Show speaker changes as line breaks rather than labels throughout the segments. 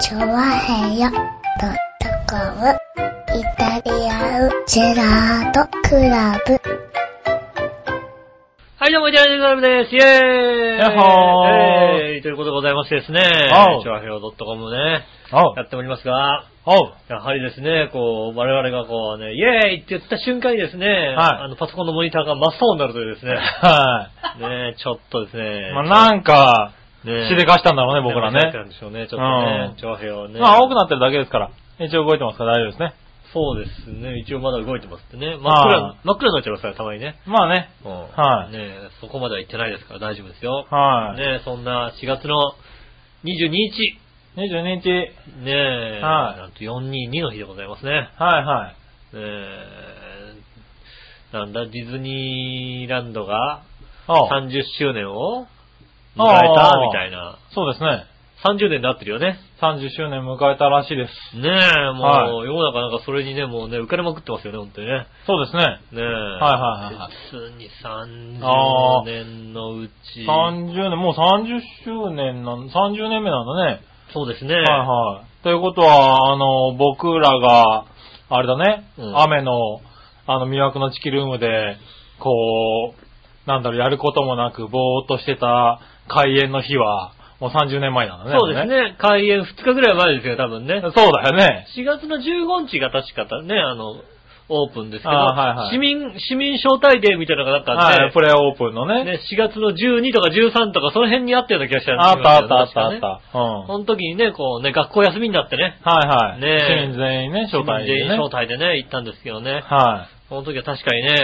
チョワヘヨドットコムイタリアンジェラートクラブ。
はい、どうも、イタリアンジェラートです。イェーイ
やっほー
えーイということでございましてですね、
おう
チョアヘオ .com ね、
おう
やっておりますが、
おう
やはりですね、こう、我々がこうね、イェーイって言った瞬間にですね、あの、パソコンのモニターが真っ青になるというですね、
は
ねちょっとですね
い。、まあなんか、
ね
しでかしたんだろうね、僕ら
なんか
ね。
なんでしょうね、ちょっとね
う、ん
チョアヘオね。
まあ青くなってるだけですから。一応動いてますから大丈夫ですね。
そうですね、一応まだ動いてますってね。真っ暗
ああ
に、真っ暗になっちゃいますから、たまにね。
まあね。
うん
はい
ねえそこまでは行ってないですから大丈夫ですよ。
はい。
ねえそんな4月の22日、
22日。
ねえ、
はい
なんと422の日でございますね。
はいはい。
ねえなんだ、ディズニーランドが
おう
30周年を迎えたみたいな。
そうですね。
30年になってるよね。
30周年迎えたらしいです。
ねえ、もう、
は
世の中なんかそれにね、もうね、浮かれまくってますよね、本当にね。
そうですね。
ねえ。
はいはいはいはい
実に
あ
30
ー
年のうち。
30年、もう30周年なん、30年目なんだね。
そうですね。
はいはい。ということは、あの、僕らが、あれだね、
うん
雨の、あの、魅惑のチキルームで、こう、なんだろう、やることもなく、ぼーっとしてた開園の日は、もう30年前なんだね。
そうですね。開園2日ぐらい前ですよ、多分ね
もう。ね。そうだよね。
4月の15日が確かたね、あの、オープンですけど、
あーはいはい
市民、市民招待デーみたいなのがなんか
は
ね
い、プ、レイオープンのね。
ね、4月の12とか13とかその辺にあったような気がしたんで
あ
す
っ
よ
たあったあったあ
確
っ
かね
た。うん。
その時にね、こうね、学校休みになってね、
はいはい。
ねえ
市民全員ね、招待
市民
で
全員
ね。
招待でね、行ったんですけどね。
は
その時は確かにね、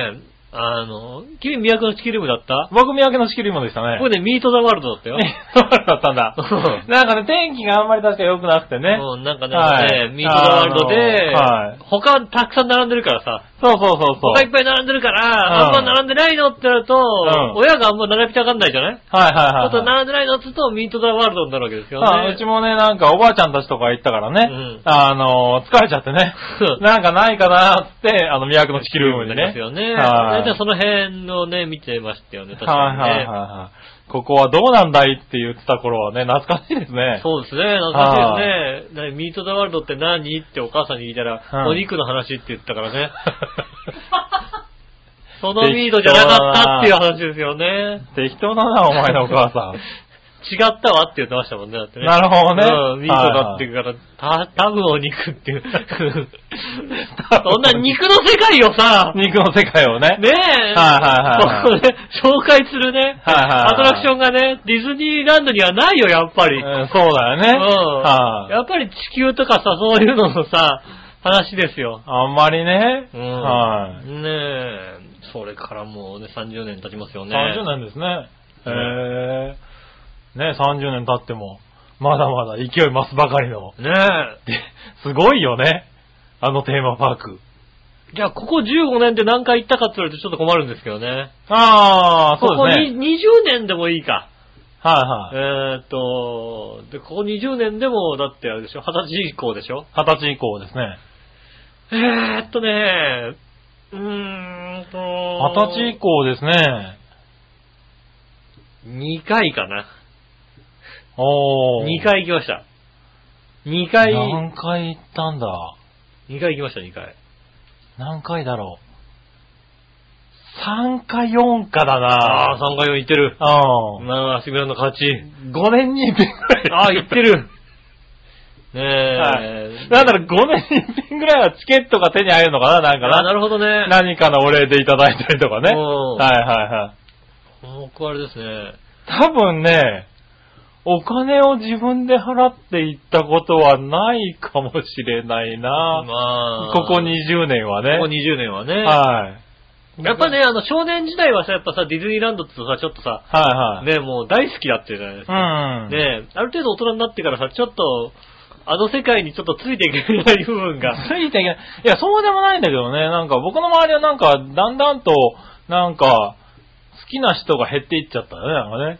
あの、君、宮古のチキルームだった
い。僕、三宅のチキルームでしたね。
僕ね、ミート・ザ・ワールドだったよ。
だったん だ
う。
なんかね、天気があんまり確か良くなくてね。
うん、なんかね、
はい
ミート・ザ・ワールドで、
あのはい
他たくさん並んでるからさ、
そうそうそうそう。
他いっぱい並んでるから、
うん
あんま並んでないのってなると、
ん
親があんま並びたがんないじゃない
はいはいはい
あ
はい。
と並んでないのって言うと、ミート・ザ・ワールドになるわけですよね。
あうちもね、なんかおばあちゃんたちとか行ったからね、
うん
あの、疲れちゃってね、なんかないかなーって、あの、宮古のチキルーム
で
にね。
すよね。
はい
大体その辺をね、見てましたよね、確か
はい
に
はいはい
ね。
はい。ここはどうなんだいって言ってた頃はね、懐かしいですね。
そうですね、懐かしいよね。何ミート・ザ・ワールドって何ってお母さんに聞いたら、
うん
お肉の話って言ったから ね。そのミートじゃなかったっていう話ですよね。
適当だな、お前のお母さん。
違ったわって言ってましたもんね、だ ってね。
なるほどね
うん、ミートだって言うから、た、多分お肉って いう。そんな肉の世界をさ、ね
肉の世界をね。
え、
はいはいはい
そこで紹介するね、
はいはいはい
アトラクションがね、ディズニーランドにはないよ、やっぱり。
うんそうだよね。
うん
はい
やっぱり地球とかさ、そういうののさ、話ですよ。
あんまりね。
うん
はい。
ねえ、それからもうね、30年経ちますよね。
30年ですね。へえ。ね、30年経っても、まだまだ勢い増すばかりの。
ねえ。
すごいよね。あのテーマパーク。
じゃあ、ここ15年で何回行ったかって言われるとちょっと困るんですけどね。
ああ、
ここ
そうです
に
ね。
20年でもいいか。
はいはい。
えーっと、で、ここ20年でも、だってあれでしょ、20歳以降でしょ
二十歳以降ですね。
えーっとね、うーんと、
二十歳以降ですね。
2回かな。
おー。
2。回行きました。2回、
何回行ったんだ
2回行きました、2回。
何回だろう。3か4かだ
ああ
な
ー、3回4行ってる。
うん。
まあ、渋谷の勝ち。
5年に一遍ぐらい。
ああ、行ってる。ねえ。
はい。なんだろう、5年に一遍ぐらいはチケットが手に入るのかななんか
あ
な。
ーなるほどね。
何かのお礼でいただいたりとかね。はい
うん
はいはい。
僕あれですね。
多分ね、お金を自分で払っていったことはないかもしれないな。
まあ、
ここ20年はね。
ここ20年はね。
はい。
やっぱね、あの、少年時代はさ、やっぱさ、ディズニーランドってさ、ちょっとさ、
はいはい。
ね、もう大好きだったじゃないです
う
か。
ん。
ねある程度大人になってからさ、ちょっと、あの世界にちょっとついていけない部分 が。
ついていけない。いや、そうでもないんだけどね。なんか僕の周りはなんか、だんだんと、なんか、好きな人が減っていっちゃったよね、なんかね。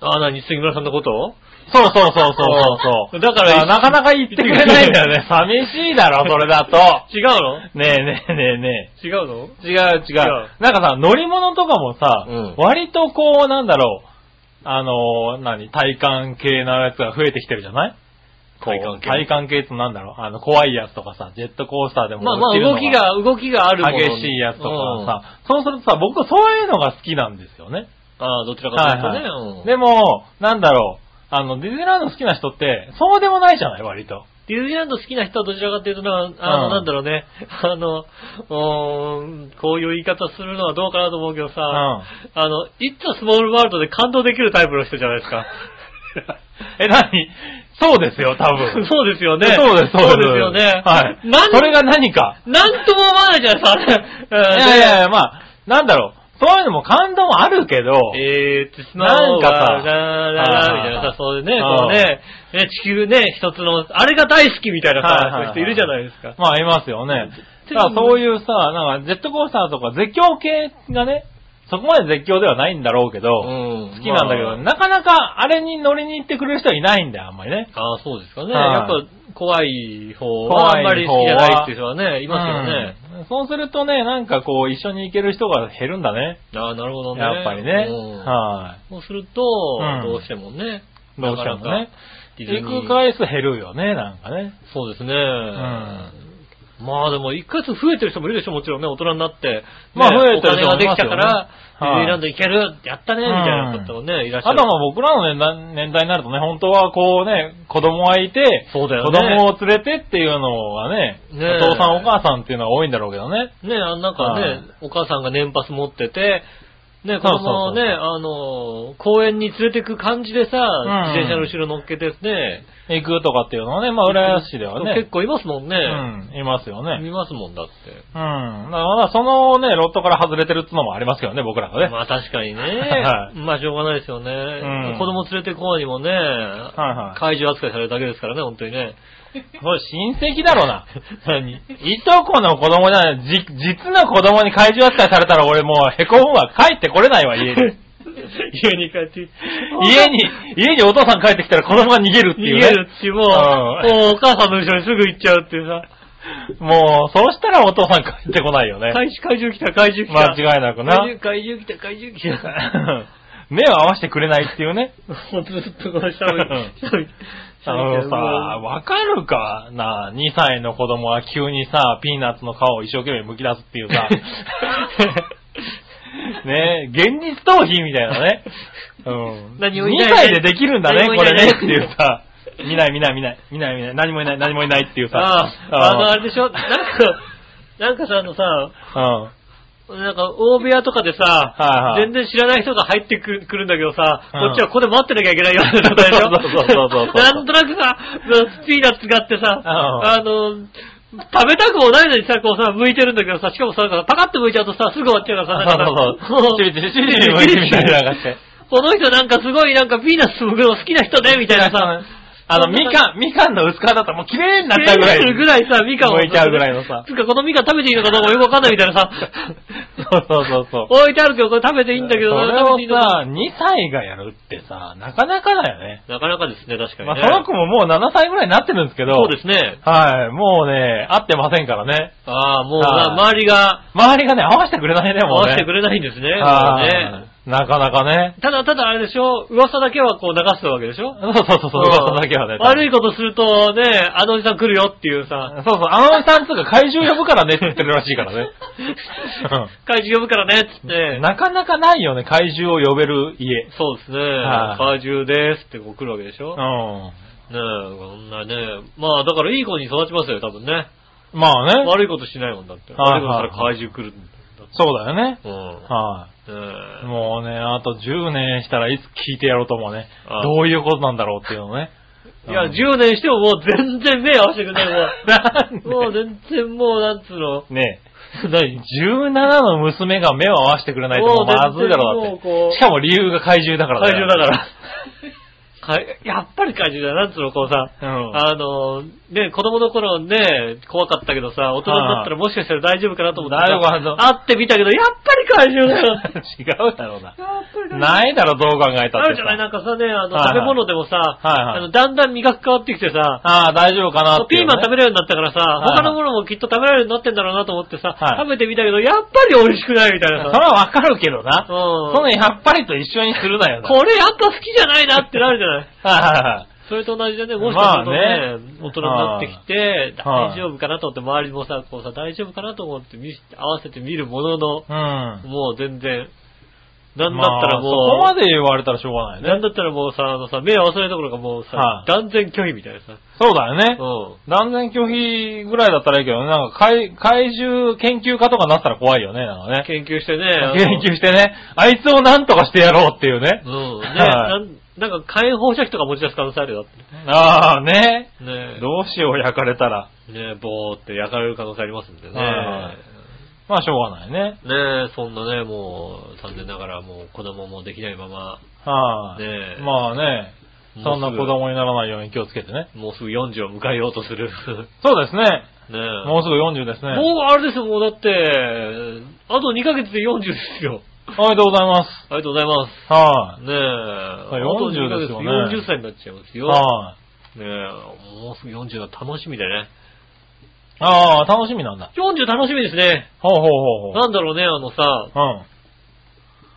あ、なに、杉村さんのこと
そうそうそうそう そうそう。
だから
なかなか言ってくれないんだよね。 寂しいだろ、それだと。
違うの
ねえねえねえね
違うの
え。違う違う。なんかさ、乗り物とかもさ、
うん
割とこう、なんだろう、あのー、何、体感系なやつが増えてきてるじゃないこ
体感
う、
系
体感系となんだろう、あの、怖いやつとかさ、ジェットコースターでも
まあまあ、
落ちるの
動きが、動きがあるもの
激しいやつとかさ、そうするとさ、僕はそういうのが好きなんですよね。
うんああ、どちらかというとね。うん
でも、なんだろう、あの、ディズニーランド好きな人って、そうでもないじゃない、割と。
ディズニーランド好きな人はどちらかというとな、あの、
うん
なんだろうね、あの、うーんこういう言い方するのはどうかなと思うけどさ、あの、いつ s スモールワールドで感動できるタイプの人じゃないです か。
え、何そうですよ、多 分。
そうですよね。
そうです、
そうですよね。
はい。
なん、
それが何か。
なんとも思わないじゃないですか、あれ。うん
いやいやいや、まあ、なんだろう、そういうのも感動もあるけど、
えー、つ
なんかさ
ララララみたいな
は
さ、
い
そういうね、
うん
こうね、ね地球ね、一つの、あれが大好きみたいな
はい
さ、
はい
そう
はい
いう人いるじゃないですか。
まあ、いますよね。
で
だからそういうさ、なんか、ジェットコースターとか絶叫系がね、そこまで絶叫ではないんだろうけど、
好
好きなんだけど、なかなかあれに乗りに行ってくれる人はいないんだよ、あんまりね。
ああ、そうですかね。
はい
やっぱ怖い方はあんまり好きじゃないっていう人はね、いますよね。
うんそうするとね、なんかこう、一緒に行ける人が減るんだね。
ああ、なるほどね。
やっぱりね。
うん
は
そうすると、
うん
どうしてもね。
い。どうしても
なかな
ね
か。ディズニー
行く回数減るよね、なんかね。
そうですね。
ん
まあでも、一回ずつ増えてる人もいるでしょ、もちろんね、大人になって。ね
まあ増えてる人
お金が
も
で
いま
き
すよね
たから、ディズ
はい
ニーランド行ける、やったね、みたいな方もね、いら
あ
っし
と
ゃ
は
る。
まあ僕らの年代年代になるとね、本当はこうね、子供がいて、
そうだよ
子
ね。
供を連れてっていうのがね、
ねえ
お父さんお母さんっていうのは多いんだろうけどね。
ね、あのなんか
はい
ね、お母さんが年パス持ってて、ね、子
そうそうそ
供を
う
ね、あの、公園に連れてく感じでさ、
ん
自転車の後ろ乗っけてね、
行くとかっていうのはね、まあ浦安市ではね
結、構いますもんね。
うん、いますよね。
見ますもんだっ
うん。だからそのね、ロットから外れてるってのもありますけどね、僕らが
て。
ね。
まあ確かにね
は、い
まあしょうがないですよ
う
ね。
ん
子供連れてこうにもね、
はい
怪獣扱いされるだけですからね、本当にね。
それ親戚だろうな。
何
いとこの子供じゃない、じ、実の子供に怪獣扱いされたら俺もうへこむわ。帰ってこれない わ、家に。
家に帰って、
家に、家にお父さん帰ってきたら子供が逃げるってい
逃
う
げ
ね。
るっていう、もう、
うん
もうお母さんの後ろにすぐ行っちゃうっていうさ、
もう、そうしたらお父さん帰ってこないよね。
怪怪獣来た、怪獣来た。
間違いなくな。
怪獣、怪獣来た、怪獣来た。
目を合わせてくれないってい うね。
もうずっとこの下向いて下向いて
あのさ、
もう
わかるかな ?2 歳の子供は急にさ、ピーナッツの皮を一生懸命剥き出すってい うさ。ね現実逃避みたいなね。うん。
何もいない
2歳でできるんだね、
何も
こ
いな
れ
い
ねっていうさ。見ない見ない見ない、見ない見ない、何もいない、何もいないっていうさ。
ああ、あの、あれ
う
でしょなんか、なんかさ、あのさ、
ん。うん
なんか、大部屋とかでさ、
はいはい
全然知らない人が入ってくるくるんだけどさ、
うん
こっちはここで待ってなきゃいけないよって状態でしょ
そうそうそうそうそう
なんとなくさ、ピーナッツがあってさ、
ん
あの、食べたくもないのにさ、こうさ、向いてるんだけどさ、しかもさ、なんかパカッと向いちゃうとさ、すぐ終わっちゃうからさ、なんかさ
そうそうそう。チリチリチリチリ向いてみたいな感じで。
この人なんかすごいなんかピーナッツ剥くの好きな人ね、みたいなさ。
あの、みかん、みかんの薄皮だったらもう綺麗になったぐらい。
するぐらいさ、みかんを。
剥いちゃうぐらいのさ
つうか、このみかん食べていいのかどうかよくわかんないみたいなさ。
そうそうそうそう。
置いてあるけど、これ食べていいんだけど、
それ
食べていいの
を
か
さ、2歳がやるってさ、なかなかだよね。
なかなかですね、確かに
ま
ね。
あ、その子ももう7歳ぐらいになってるんですけど。
そうですね。
はい、もうね、会ってませんからね。
ああ、もう、
はい
まあ周りが
周りがね、合わせてくれないね、
合
もうね。
わせてくれないんですね。
はい
もうね
なかなかね。
ただ、ただあれでしょ、噂だけはこう流すわけでしょ
そうそうそう、そう噂だけはね。
悪い
い。
ことするとね、あのおじさん来るよっていうさ、
そうそう、あのおじさんつうか怪獣呼ぶからねって言ってるらしいからね。
怪獣呼ぶからね、っつっ
う
て
ん。なかなかないよね、怪獣を呼べる家。
そうですね。
はい
怪獣ですってこう来るわけでしょ
う
ね
ん。
え、こんなね。まあだからいい子に育ちますよ、多分ね。
まあね。
悪いことしないもんだって。
は
悪い
い
ことした
は
ら
い
怪獣来るんだって。
そうだよね。
うん。
は
ね
い。
え
もうね、あと10年したらいつ聞いてやろうと思うね
あ。
どういうことなんだろうっていうのね。
いや、
うん
10年してももう全然目合わせてくれ ない。もう、もう
な
ん
で
全然もう、なんつうの。
ね
何
17の娘が目を合わせてくれないともうまずいだろうだ
もう全然も
っ
うこう
て。しかも理由が怪獣だから。
怪獣だから ら。かやっぱり怪獣だよ。なんつうの、こうさ。
うん
あ の、ね、子供の頃ね、怖かったけどさ、大人になったらもしかしたら大丈夫かなと思ってさ。
大丈夫かな
会ってみたけど、やっぱり怪獣だ よ。
違うだろうな。
やっぱ り怪獣
ないだろ、どう考えたってさ。
あるじゃない、なんかさね、あの、
はいはい
食べ物でもさ、
いはい
あの、だんだん味が変わってきてさ、
ああ、大丈夫かなって
ピー
いうね
マン食べれるようになったからさ、
いはい
他のものもきっと食べられるようになってんだろうなと思ってさ、
はい
食べてみたけど、やっぱり美味しくないみたいな
それ
さ。
はわかるけどな。
うん
そのやっぱりと一緒にするなよな。
これやっぱ好きじゃないなってなるじゃない。
はいはいはい。
それと同じでね、もし
ま
か
あ
す
ね
るとね、大人になってきて、
はい
大丈夫かなと思って、周りもさ、こうさ、大丈夫かなと思って見し、合わせて見るものの、
うん。
もう全然、なんだったらもう、
まあそこまで言われたらしょうがない
な
ね。
んだったらもうさ、あのさ、目合わせないところがもうさ、
はい
断然拒否みたいなさ。
そうだよね。
うん。
断然拒否ぐらいだったらいいけどね、なんか怪怪獣研究家とかになったら怖いよね、なんかね。
研究してね。あの
研究してね、あいつをなんとかしてやろうっていうね
う。ん。ね、
は
なんなんか解放射器とか持ち出す可能性あるよ。
ああ、ね。
ね
どうしよう、焼かれたら。
ねぼーって焼かれる可能性ありますんでね。
はいはいまあ、しょうがないね。
ねそんなね、もう、残念ながらもう子供もできないまま、
はい、
ねえ
まあね、そんな
もうすぐ
子供にならないように気をつけてね。
もうすぐ40を迎えようとする。
そうですね。
ね
もうすぐ40ですね。
もうあれですよ、もうだって、あと2ヶ月で40ですよ。
おめでとうございます。
ありがとうございます。
は
ねえ。あと
40
2ヶ月
ですよね
40歳になっちゃいます
い、
よ。
はい、
ねえ、もうすぐ40が楽しみでね。
あ。あ楽しみなんだ。
40楽しみですね。
ほうほうほうほう。
なんだろうね、あのさ、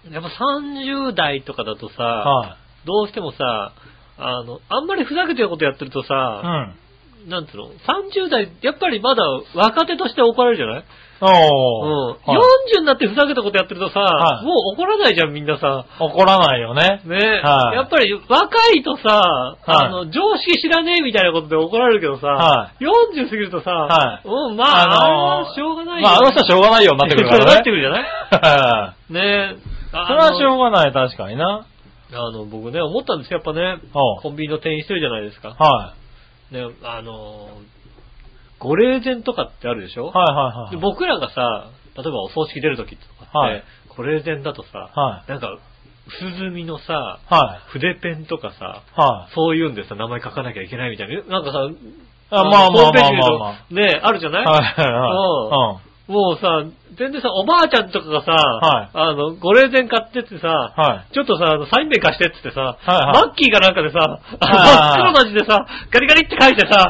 うん。
やっぱ30代とかだとさ、
はい、
どうしてもさ、あの、あんまりふざけてることやってるとさ、なんつうの、30代、やっぱりまだ若手として怒られるじゃない
うん。
うん。
おー、はい
40になってふざけたことやってるとさ、
はい
もう怒らないじゃん、みんなさ。
怒らないよね。
ね、
はい
やっぱり若いとさ、あの、常識知らねえみたいなことで怒られるけどさ、
は
40過ぎるとさ、
は
うん、ま
あ
あ、あ
のー
れはしょうがないよ、
まあ、あの人はしょうがないようになってくるか
そう
ら
なってく
ね。
るじゃない
はい
ねえ。
そ
あ
れ
の
はしょうがない、確かにな。
あの、僕ね、思ったんですよ。やっぱね、
おう
コンビニの店員してるじゃないですか。
は
ね、あの、ご霊前とかってあるでしょ
い。はいはいはい。
で僕らがさ、例えばお葬式出るときとかって、
はい
ご霊前だとさ、
は
なんか、薄墨のさ、
は
筆ペンとかさ、
い。はい。
そういうんでさ、名前書かなきゃいけないみたいな。なんかさ、
あまあまあ
ホームページ
まあまあま
見るとね、あるじゃない、
はいはいはい。
もうさ、全然さ、おばあちゃんとかがさ、
はい
あの、ご霊前買ってってさ、
うん。はい。
ちょっとさ、あのサイン名貸してってってさ、
はいはい
マッキーかなんかでさ、
はい
真っ黒な字でさ、ガリガリって書いて さ、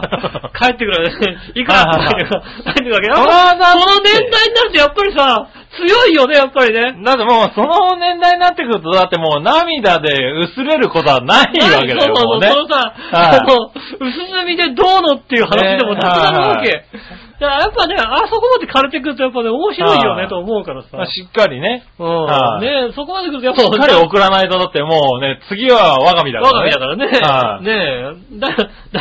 帰ってくるわけ、いくらって書いてくるわけ。やっ
そ
ぱ
らだって
この年代になるとやっぱりさ、強いよね、やっぱりね。
だってもうその年代になってくると、だってもう涙で薄れることはないわけだよ、もうね。
そうそうそうそのさ、
はい
その、薄墨でどうのっていう話でもなくなるわけ。
ね
だからやっぱね、あそこまで枯れてくるとやっぱね、面白いよ
は
ね
い
と思うからさ。
まあしっかりね。
う
は
ん。
い
ねそこまで来るとやっぱ
しっかり送らないと、だってもうね、次は我が身だ
我
から
が
ね。
身だからね。ねえ。だ、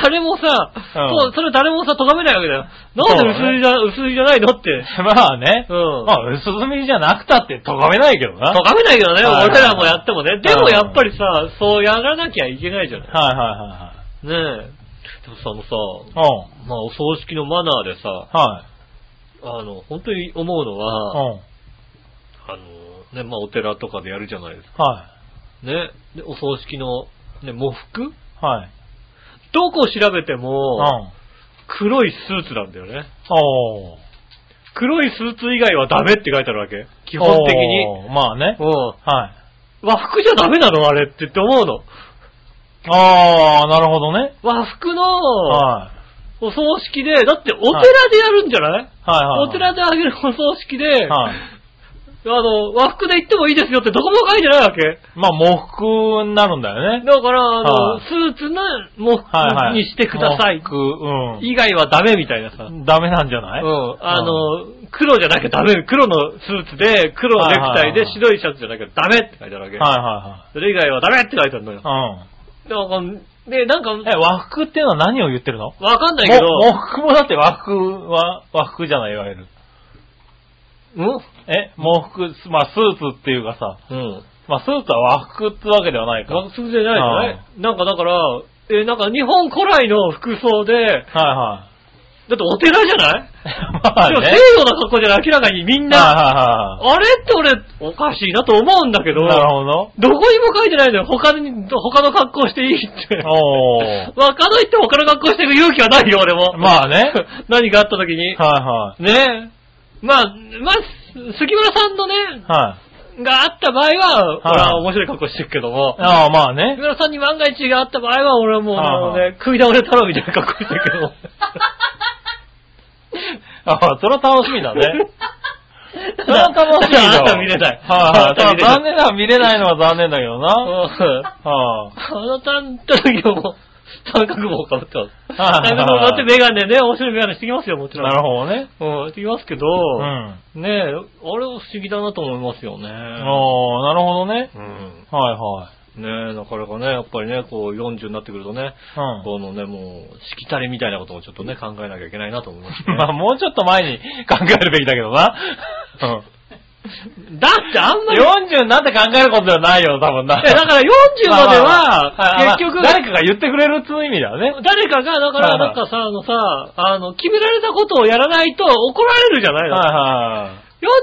誰もさ、
うん
そうそれ誰もさ、咎めないわけだよ。なんで薄いじゃ、薄いじゃないのって。
はい。まあね。
うん
まあ、薄墨じゃなくたって咎めないけどな。
咎めないけどね、
はい
俺らもやってもね。で
う
も
ん
やっぱりさ、そうやらなきゃいけないじゃない。
はいはいはいはい。
ねえ。でもそのさ、
うん。
まあお葬式のマナーでさ、
はい。
あの、本当に思うの
う
は、
ん。
あの、ね、まあお寺とかでやるじゃないですか。
は
ね。で、お葬式の、ね、喪服
い。はい。
どこを調べて
う
も、
ん。
黒いスーツなんだよね。
おー。
黒いスーツ以外はダメって書いてあるわけ。基本的に。
おー。まあね
う。ん。
はい。
和服じゃダメなのあれってって思うの。
ああ、なるほどね。
和服の
はい。
お葬式で、だってお寺でやるんじゃない、
はいはいは
お
い。
寺であげるお葬式で、
はい。
あの、和服で行ってもいいですよってどこも書いてないわけ。
まあ、喪服になるんだよね。
だから、あの、
はい
スーツな、も
はいはい。
にしてください
喪。服、
以外はダメみたいなさ。
うん。ダメなんじゃない
うん。あの、黒じゃなきゃダメ。黒のスーツで、黒のネクタイで
はいはいはい
白いシャツじゃなきゃダメって書いてあるわけ。
は
それ以外はダメって書いてあるのよ
いはい。は
なんか、ね、なんか、
い。うん。え、和服っていうのは何を言ってるの
わかんないけど、
喪服もだって和服は、和服じゃない、いわゆる。
うん
え、喪服、すまあ、スーツっていうかさ、
うん。
まあ、スーツは和服ってわけではないか。はい
学生じゃないじゃないなんかだから、え、なんか日本古来の服装で、
は
だってお寺じゃない
い。ま あ
でも
ね
西。洋の格好じゃない明らかにみんな、
はいはいは
あれって俺、おかしいなと思うんだけど、
い。なるほど。
どこにも書いてないのよ。他に、他の格好していいって。
お ー。
わかどいって他の格好していく勇気はないよ、俺も。
まあね。
何かあった時に。
はいはい。
ねまあ、まあ、杉村さんのね、
はい。
があった場合は、俺は
はい
面白い格好してるけども、
ああ、まあ
三
ね。
村さんに万が一があった場合は、俺はもう、
はいはい
あのね、食い倒れ太郎みたいな格好してるけ ど。
ああ、それは楽しみ だね。それは
な
楽しみだ わ
あなた見れない。あ
は
ないた
は
見
い。
れない
残念ながら見れないのは残念だけどな。
うん
は
あなたの時はも三角帽かぶってます。
あー
三角帽かぶってメガネね、面白いメガネしてきますよ、もちろん。
なるほどね。
ど。うん、してきますけど、
うん。
ねえ、あれは不思議だなと思いますよね。
おー、なるほどね。
うん。
はいはい。
ねえ、なかなかね、やっぱりね、こう40になってくるとね、
うん。
このね、もう、しきたりみたいなことをちょっとね、考えなきゃいけないなと思います、ね。
まあ、もうちょっと前に 考えるべきだけどな。うん。
だってあんまり、
40になって考えることではないよ、多分な。
えだから40までは、結
結
局
局、、誰かが言ってくれるっていう意味だよね。
誰かが、だから、な
は
ん
いはい
かさ、あのさ、あの、決められたことをやらないと怒られるじゃないの。
はいは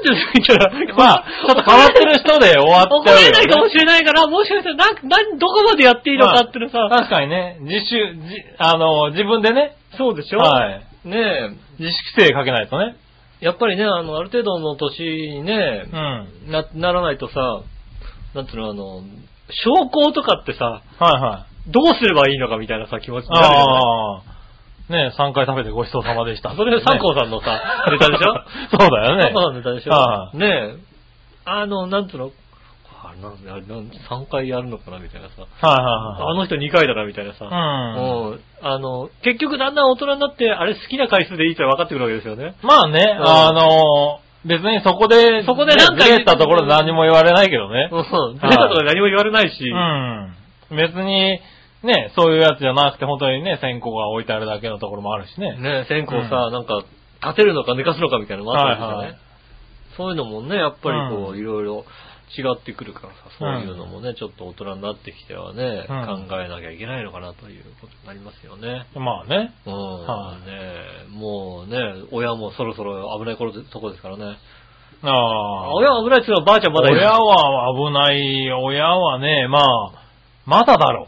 40過ぎたら、
い。まあ、ちょっと変わってる人で終わ
怒
って
ら
る
れ
よ
な
ね
いかもしれないから、もしかしたら、な、な、どこまでやっていいのかっていうのさ、
確かにね、自主、じあの、自分でね、
そうでしょ
はい。
ね
自主規制かけないとね。
え、やっぱりね、あの、ある程度の年にね、
うん。
な、ならないとさ、なんつうの、あの、証拠とかってさ、
はいはい。
どうすればいいのかみたいなさ、気持ちになるじゃない
ああ。ね3回食べてごちそうさまでした。
それは三光さんの さ、ネタでしょ
そうだよね。
そうなんだでし
は
ょねえ。あの、なんつうのあれなんあれなん3回やるのかなみたいなさ。
はいはいはい。
あの人2回だなみたいなさ。
うん
うんあの、結局だんだん大人になって、あれ好きな回数でいいって分かってくるわけですよね。
まあね、
ん
あの、別にそこで、
そこでなんか
ねずれたところで何も言われないけどね
う。ん。出たとか何も言われないし。
うん。別に、ね、そういうやつじゃなくて、本当にね、線香が置いてあるだけのところもあるしね。
ねえ、線香さ、
う
なんか、立てるのか寝かすのかみたいなのもあった
はい
りです
はい
よね。そういうのもね、やっぱりこ
う
う、
ん
いろいろ違ってくるからさ、そういうのもね、ちょっと大人になってきてはね、
うん
考えなきゃいけないのかなということになりますよね。
まあね。
うん、
はい
ねえもうね、親もそろそろ危ない頃でとこですからね。
ああ。
親は危ないっつうのはばあちゃんまだいる
親は危ない、親はね、まあ、まだだろ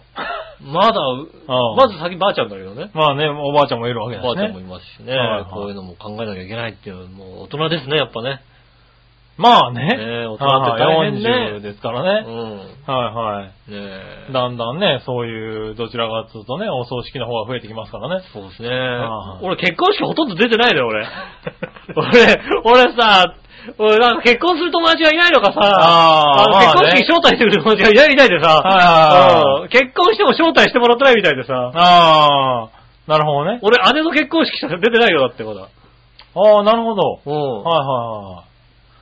まだ、
う。うん
まず、先ばあちゃんだけどね。
まあね、おばあちゃんもいるわけだ
ばあ
し
ちゃんもい
ね。
ますしね
はいはい、
こういうのも考えなきゃいけないっていう、もう大人ですね、やっぱね。
まあね。
ねえ大人って大変ね
はいはい40ですからね。
う
はいはい。
ん。ねえ。
だんだんね、そういう、どちらかというとね、お葬式の方が増えてきますからね。
そうですね
あ。あ
俺結婚式ほとんど出てないのよ、 俺。俺、俺さ、俺なんか結婚する友達がいないのかさ、
ああ
の結
まあ
婚
ね
式招待してくる友達がいないみたいで
はいは
さ、
いは
うん結婚しても招待してもらってないみたいでさ、
ああ、なるほどね。
俺姉の結婚式しか出てないよ、だってまだ。
ああ、なるほど。
うん
はいは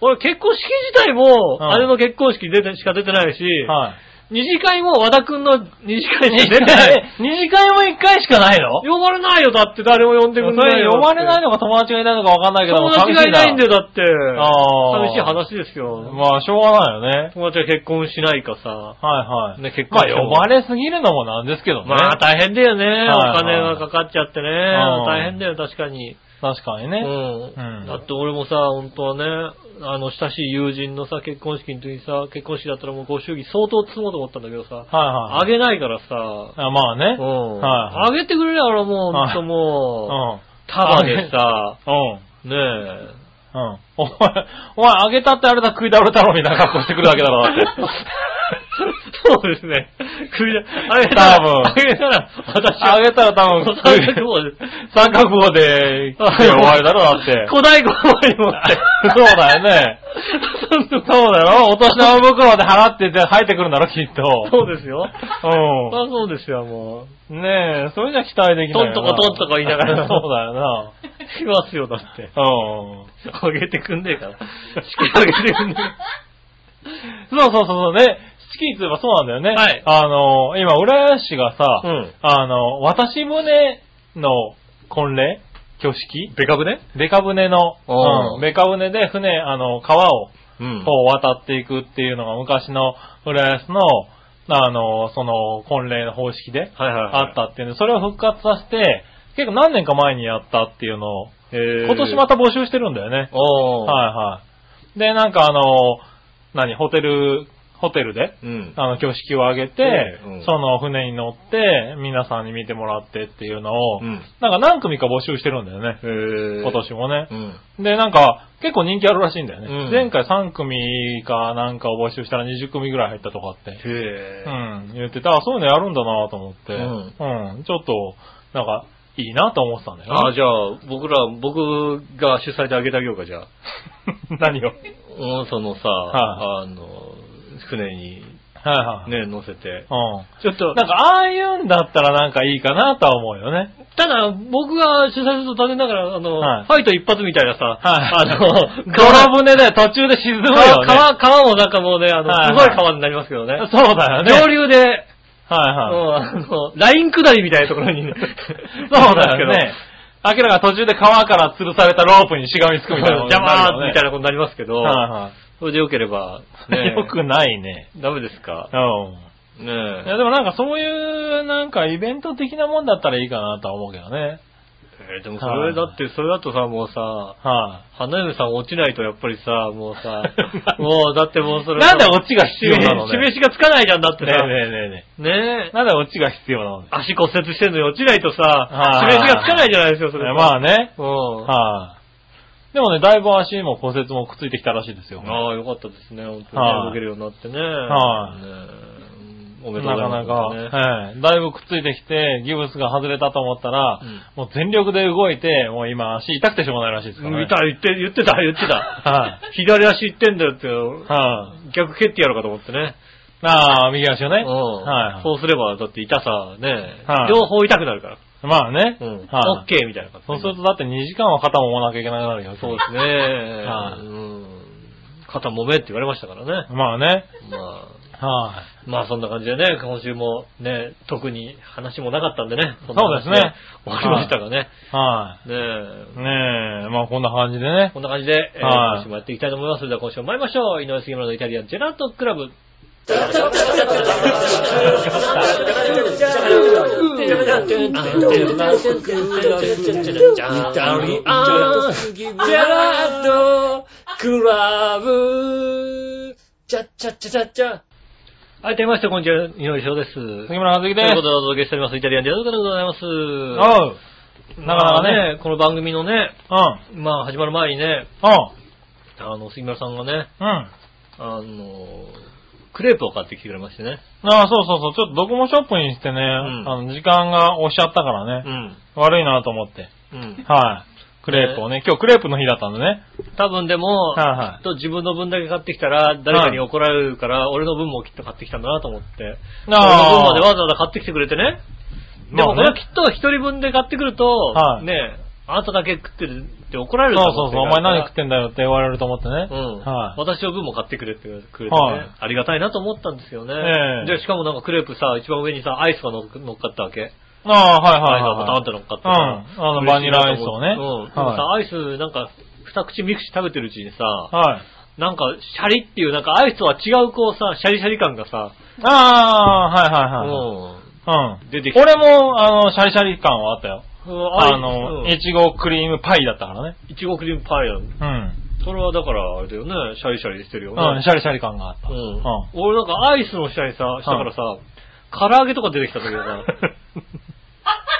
俺結婚式自体も
う、ん
姉の結婚式出てしか出てないし、
いはい。はい。
二次会も和田くんの二次会
二
し
次
か出てない
会。、 二次会も一回しかないの
呼ばれないよ、だって誰も呼んで
で
く
も
ん
そ
ない
れ
よ。
呼ばれない
の
のか友達がいないのかわかんないけど
友
も、
達がいないんだよ、だって。
ああ
寂しい話ですよ。
まあ、しょうがないよね。
友達が結婚しないかさ。
はいはい。
ね結婚
まあ、
しても
呼ばれすぎるのもなんですけどね。
まあ大変だよね。お
はい
金がかかっちゃってね。
ん
大変だよ、確かに。
確かに
う
ね。
ん
う。ん
だって俺もさ、本当はね、あの、親しい友人のさ、結婚式の時にさ、結婚式だったらもうご祝儀相当積もうと思ったんだけどさ、
はいはい。
あげないからさ、
あまあね。
う
うん。
ん。
は
あげてくれりゃ俺もう、ほんとも
うん。
う、束でさ、
うん。
ねえ。
うん。お前、お前、あげたってあれだ、食いだろ太郎みたいな格好してくるだけだろ、だって。
そうですね。首だ、 あげた
多分
ら、あげたら、私は
あげたら多分、
三 角棒で。
三角棒で、終わりだろ、だ って。
古代語に持って。
そうだよね。そうだろお年玉袋で払ってて入ってくるんだろ、きっと。
そうですよ。まあそうですよ、もう。
うん。ねえ、それじゃ期待できないよな。
トントコトントコ言いながら
そうだよな。
しますよ、だって。
うん。
あげてくん ねえから。式あげてくんね
そうそうそうそうね。スキーツはそうなんだよね。
はい
あの、今、浦安市がさ、
え。ん。
あの、私胸の婚礼挙式
ベカブね
デカ船の、
あー
うん、デカ船で船、あの、川を、
うん
こう渡っていくっていうのが昔の浦安の、あの、その、婚礼の方式で
はいはいはい
あったっていうので、それを復活させて、結構何年か前にやったっていうのを、
今
今年また募集してるんだよね。
おー。
はいはい。で、なんかあの、何、ホテル、ホテルで、
うん。
あの、挙式を挙げて
ええうん、
その船に乗って、皆さんに見てもらってっていうのを
う、ん。
なんか何組か募集してるんだよね。
へー
今。年もね
う。ん。
で、なんか、結構人気あるらしいんだよね。
うん
前回3組かなんかを募集したら20組ぐらい入ったとかって、
へ
う
ー。
ん、言ってた。あそういうのやるんだなと思って、
うん
うん、ちょっと、なんか、いいなと思ってたんだよ
あ
ね。
じゃあ、僕ら、僕が主催であげてあげようか、じゃあ。
何を
うん、そのさ、
は
あの、船に
はいはい。
ね、乗せて。
う
ちょっと
ん。なんか、ああいうんだったらなんかいいかなとは思うよね。
ただ、僕が主催すると残念ながら、あの、
はい
ファイト一発みたいなさ、
はい
あの、
空船で途中で沈むよね。
川、川川もなんかもうね、あの、
はい
すごい川になりますけどね。
そうだよね。
上流で、
はい
うん
はい。
あの、ライン下りみたいなところ に、
そうだよね。明らかに途中で川から吊るされたロープにしがみつく
そう
み
ですけ
たい
ど。
な。
邪魔ーみたい
な
なことになりますけど、
ことにな
それで良ければ、
るよね。は
ね、
いはい。よくないね。
ダメですか
うん。
ね
いやでもなんかそういうなんかイベント的なもんだったらいいかなとは思うけどね。
えーでもそれだって、それだとさ、もうさ、
は、
花嫁さん落ちないとやっぱりさ、もう さもうだってもうそ
い。
れ
なんで
落
オチが
ち
必要なのね。
示しがつかないじゃんだって
ね
さ。
えねえねえね
ねえ
え。なんでオチが必要なのね。
足骨折してんのに落ちないとさ、
はい
示しがつかないじゃないですか、それ。
まあね。
うん。
はい。でもね、だいぶ足も骨折もくっついてきたらしいですよ。
ああ、よかったですね、本当
はい
に。動けるようになってね。
はい
ねえ。おめでと
な
うござい
か
ま
な
す。
か、はい。だいぶくっついてきて、ギブスが外れたと思ったら、
うん
もう全力で動いて、もう今足痛くてしょうがないらしいですから、
うん
ね。
いた、言って、言ってた、言ってた。
は
左足いってんだよって、
はい、
逆蹴ってやろうかと思ってね。
ああ、右足をね。
うん
はいはい
そうすれば、だって痛さね
は、い
両方痛くなるから。
まあね。
うん。
はい、
オッケーみたいな感じ。
そうするとだって2時間は肩もまなきゃいけなくなるよ。
そうですね。
はい
うん。肩揉めって言われましたからね。
まあね。
まあ。
はい、
まあそんな感じでね、今週もね、特に話もなかったんでね。そんな
そうですね
話で終わりましたがね。
は
ねえ
い、ねえ、まあこんな感じでね。
こんな感じで、えー
はい
今週もやっていきたいと思います。それでは今週も参りましょう。井上杉村のイタリアンジェラートクラブ。はい、とりまして、こんにちは、井上翔です。という
杉村和樹
こと
で。
ですお届けしております、イタリアンジェラートクラブでございます。
おう。なかなか
まあ
ね。
ね、この番組のね、
うん。
まあ始まる前にね、
おう。
あの、杉村さんがね、
うん。あ
あの、クレープを買ってきてくれましてね。
あ、そうそうそう。ちょっとドコモショップにしてね、
ん
あの、時間が押しちゃったから
う
ね、
ん。
悪いなと思って。
うん。
はい。クレープをね、今日クレープの日だったんでね。
多分でも、
はいはい
きっと自分の分だけ買ってきたら、誰かに怒られるから、俺の分もきっと買ってきたんだなと思って。俺の分までわざわざ買ってきてくれてね。でも
ま
それ
あね
はきっと一人分で買ってくると、
はい
ねえ、あなただけ食ってるって怒られ
そう
ると思って
そうそう、お
るか
前
ら
何食ってんだよって言われると思ってね。
うん、
はい。
私の分も買ってくれってくれてね、
はい
ありがたいなと思ったんですよね。
ええ
で、しかもなんかクレープさ、一番上にさ、アイスが乗っ乗っかったわけ。
ああ、はい
ア
は
イス
い
が
は
パ
いはい。
ターンって乗っかって
うんあのバニラアイスをね
うん。でも
はい
さ、アイスなんか、二口三口食べてるうちにさ、
はい。
なんか、シャリっていう、なんかアイスとは違うこうさ、シャリシャリ感がさ、
ああ、はいはいはい。
も
うん。
出てきた
俺も、あの、シャリシャリ感はあったよ。
うん、
あ
う
の、
ん
いちごクリームパイだったからね。
いちごクリームパイだ。
うん。
それはだから、あれだよね、シャリシャリしてるよ
うん、
ね。
シャリシャリ感があった。
う。
うんん。
俺なんかアイスの下にさ、下からさ、唐揚げとか出てきた時にさ、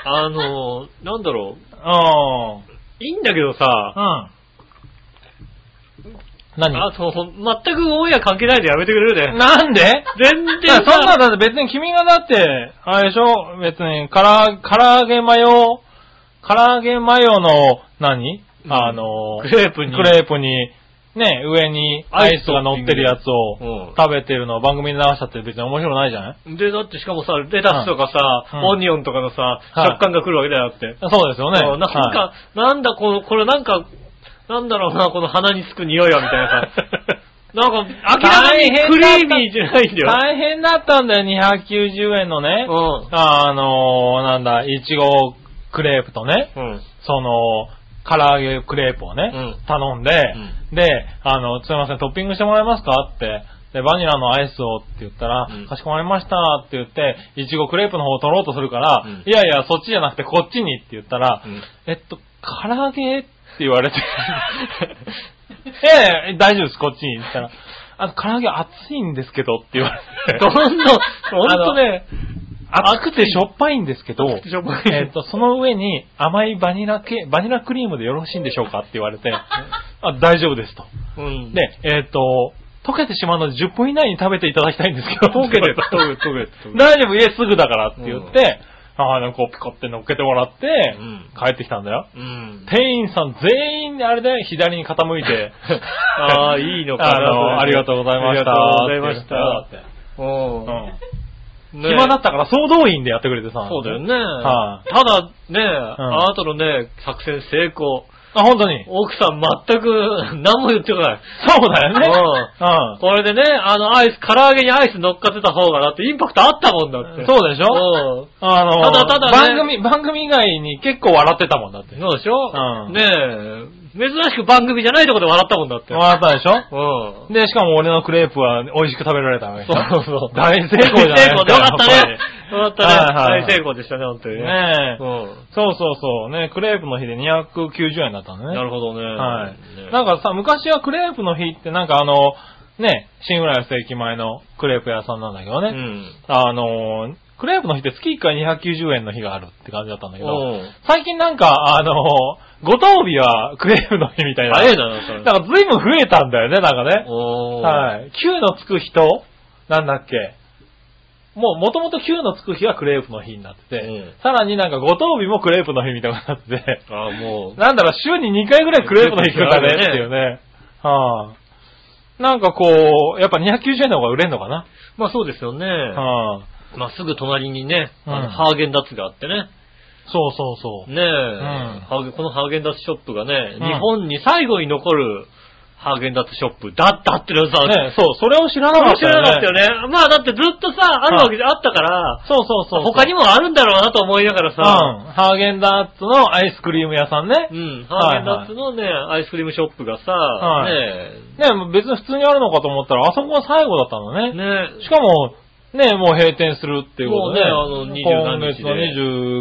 あの、なんだろう、
あ
いいんだけどさ、
あ。うん。何
あ、そう、ほん全くオンエア関係ないでやめてくれるね。
なんで
全
い
然
やそん
さ、
な、だって別に君がだって、あれでしょ別に、から、唐揚げマヨ、唐揚げマヨの何、
うん
あの、
クレープに
クレープに、ね、上にアイスが乗ってるやつ
う
を
ん
食べてるのを番組で流したって別に面白ないじゃない
で、だってしかもさ、レタスとかさ、
うん
オニオンとかのさ、
はい
食感が来るわけだよだって。
そうですよね。
そうなんか、
はい
なんだこの、これなんか、なんだろうな、この鼻につく匂いはみたいな さ。なんか、明らかにクリーミーじゃないんだよ。
大変だったんだよ、290円のね。
うん。
あのなんだ、いちごクレープとね。
うん。
その、唐揚げクレープをね、
うん
頼んで、で、あの、すいません、トッピングしてもらえますかって、で、バニラのアイスをって言ったら、
うん
かしこまりましたって言って、いちごクレープの方を取ろうとするから、
うん
いやいや、そっちじゃなくてこっちにって言ったら、
うん
えっと、唐揚げって言われて、 いやいや、大丈夫です、こっちにって言ったら、あの、唐揚げ熱いんですけどって言われて、
どんどん、ほんとね、
熱くてしょっぱいんですけど、
熱くてしょっ ぱい
えっと、その上に甘いバニラ系、バニラクリームでよろしいんでしょうかって言われて、 あ大丈夫ですと。
うん
で、えっ、と、溶けてしまうので10分以内に食べていただきたいんですけ ど、
溶けてる、溶けてる、溶けてる。
大丈夫、家すぐだからって言って、ああ、なんかこうピコって乗っけてもらって、
うん
帰ってきたんだよ。
うん。、
店員さん全員であれで左に傾いて
ああ、いいのかな。
あの、ありがとうございました。
ありがとうございました。うん。
うん。
ね
暇だったから総動員でやってくれてさ。
そうだよね。
はい
ただね、あなたのね、作戦成功。
あ、本当に。
奥さん全く 何も言ってこない。
そうだよね。うん。
これでね、あの、アイス、唐揚げにアイス乗っかってた方がだってインパクトあったもんだって。
そうでしょ
ょ
あの、
ただただね
番組、番組以外に結構笑ってたもんだって。
そうでしょ
うん
ねえ、珍しく番組じゃないとこで笑ったもんだって。
笑ったでしょ
うん。
で、しかも俺のクレープは美味しく食べられたわけでし
そ
ょ
うそうそう
大成功じゃないです
大成
か。
功でよかったね。よかったね。
はいはい
大成功でしたね、本当にね。
やっぱりね
う
え。そうそうそう。ね、クレープの日で290円だったの
ん。
ね。
なるほどね。
はい
ね。
なんかさ、昔はクレープの日ってなんかあの、ね、新浦安駅前のクレープ屋さんなんだけどね。
うん。
あの、クレープの日って月1回290円の日があるって感じだったんだけど、
うん
最近なんか、あの、ご当日はクレープの日みたいな。
早いだな、それ。
なんか随分増えたんだよね、なんかね。
おー
はい。9のつく人なんだっけもう、もともと9のつく日はクレープの日になってて、
うん
さらになんかご当日もクレープの日みたいになってて、
あーもう、
なんだろう、週に2回ぐらいクレープの日来るからねっていうね。はい、なんかこう、やっぱ290円の方が売れんのかな、
まあそうですよね。
はい、
まあすぐ隣にね、あ
う
の
ん
ハーゲンダッツがあってね。
そうそうそう。
ねえ、ハーゲンこのハーゲンダッツショップがね、日本に最後に残るハーゲンダッツショップだったってのさ、
ね、そう、それを知らなか
面
った
白いなかった
よ
よ
ね。
ね。まあだってずっとさ、あるわけであったから、
そうそうそう。
他に
も
もあるんだろうなと思いながら
うん。
さ、
ハーゲンダッツのアイスクリーム屋さんね
う。ん、ハーゲンダッツのね、アイスクリームショップがさ、
はい
ね
ね、別に普通にあるのかと思ったら、あそこが最後だったの
え、
ね。
ね
しかも、ね、もう閉店するっていうことで、
もうねあの
今
27
月の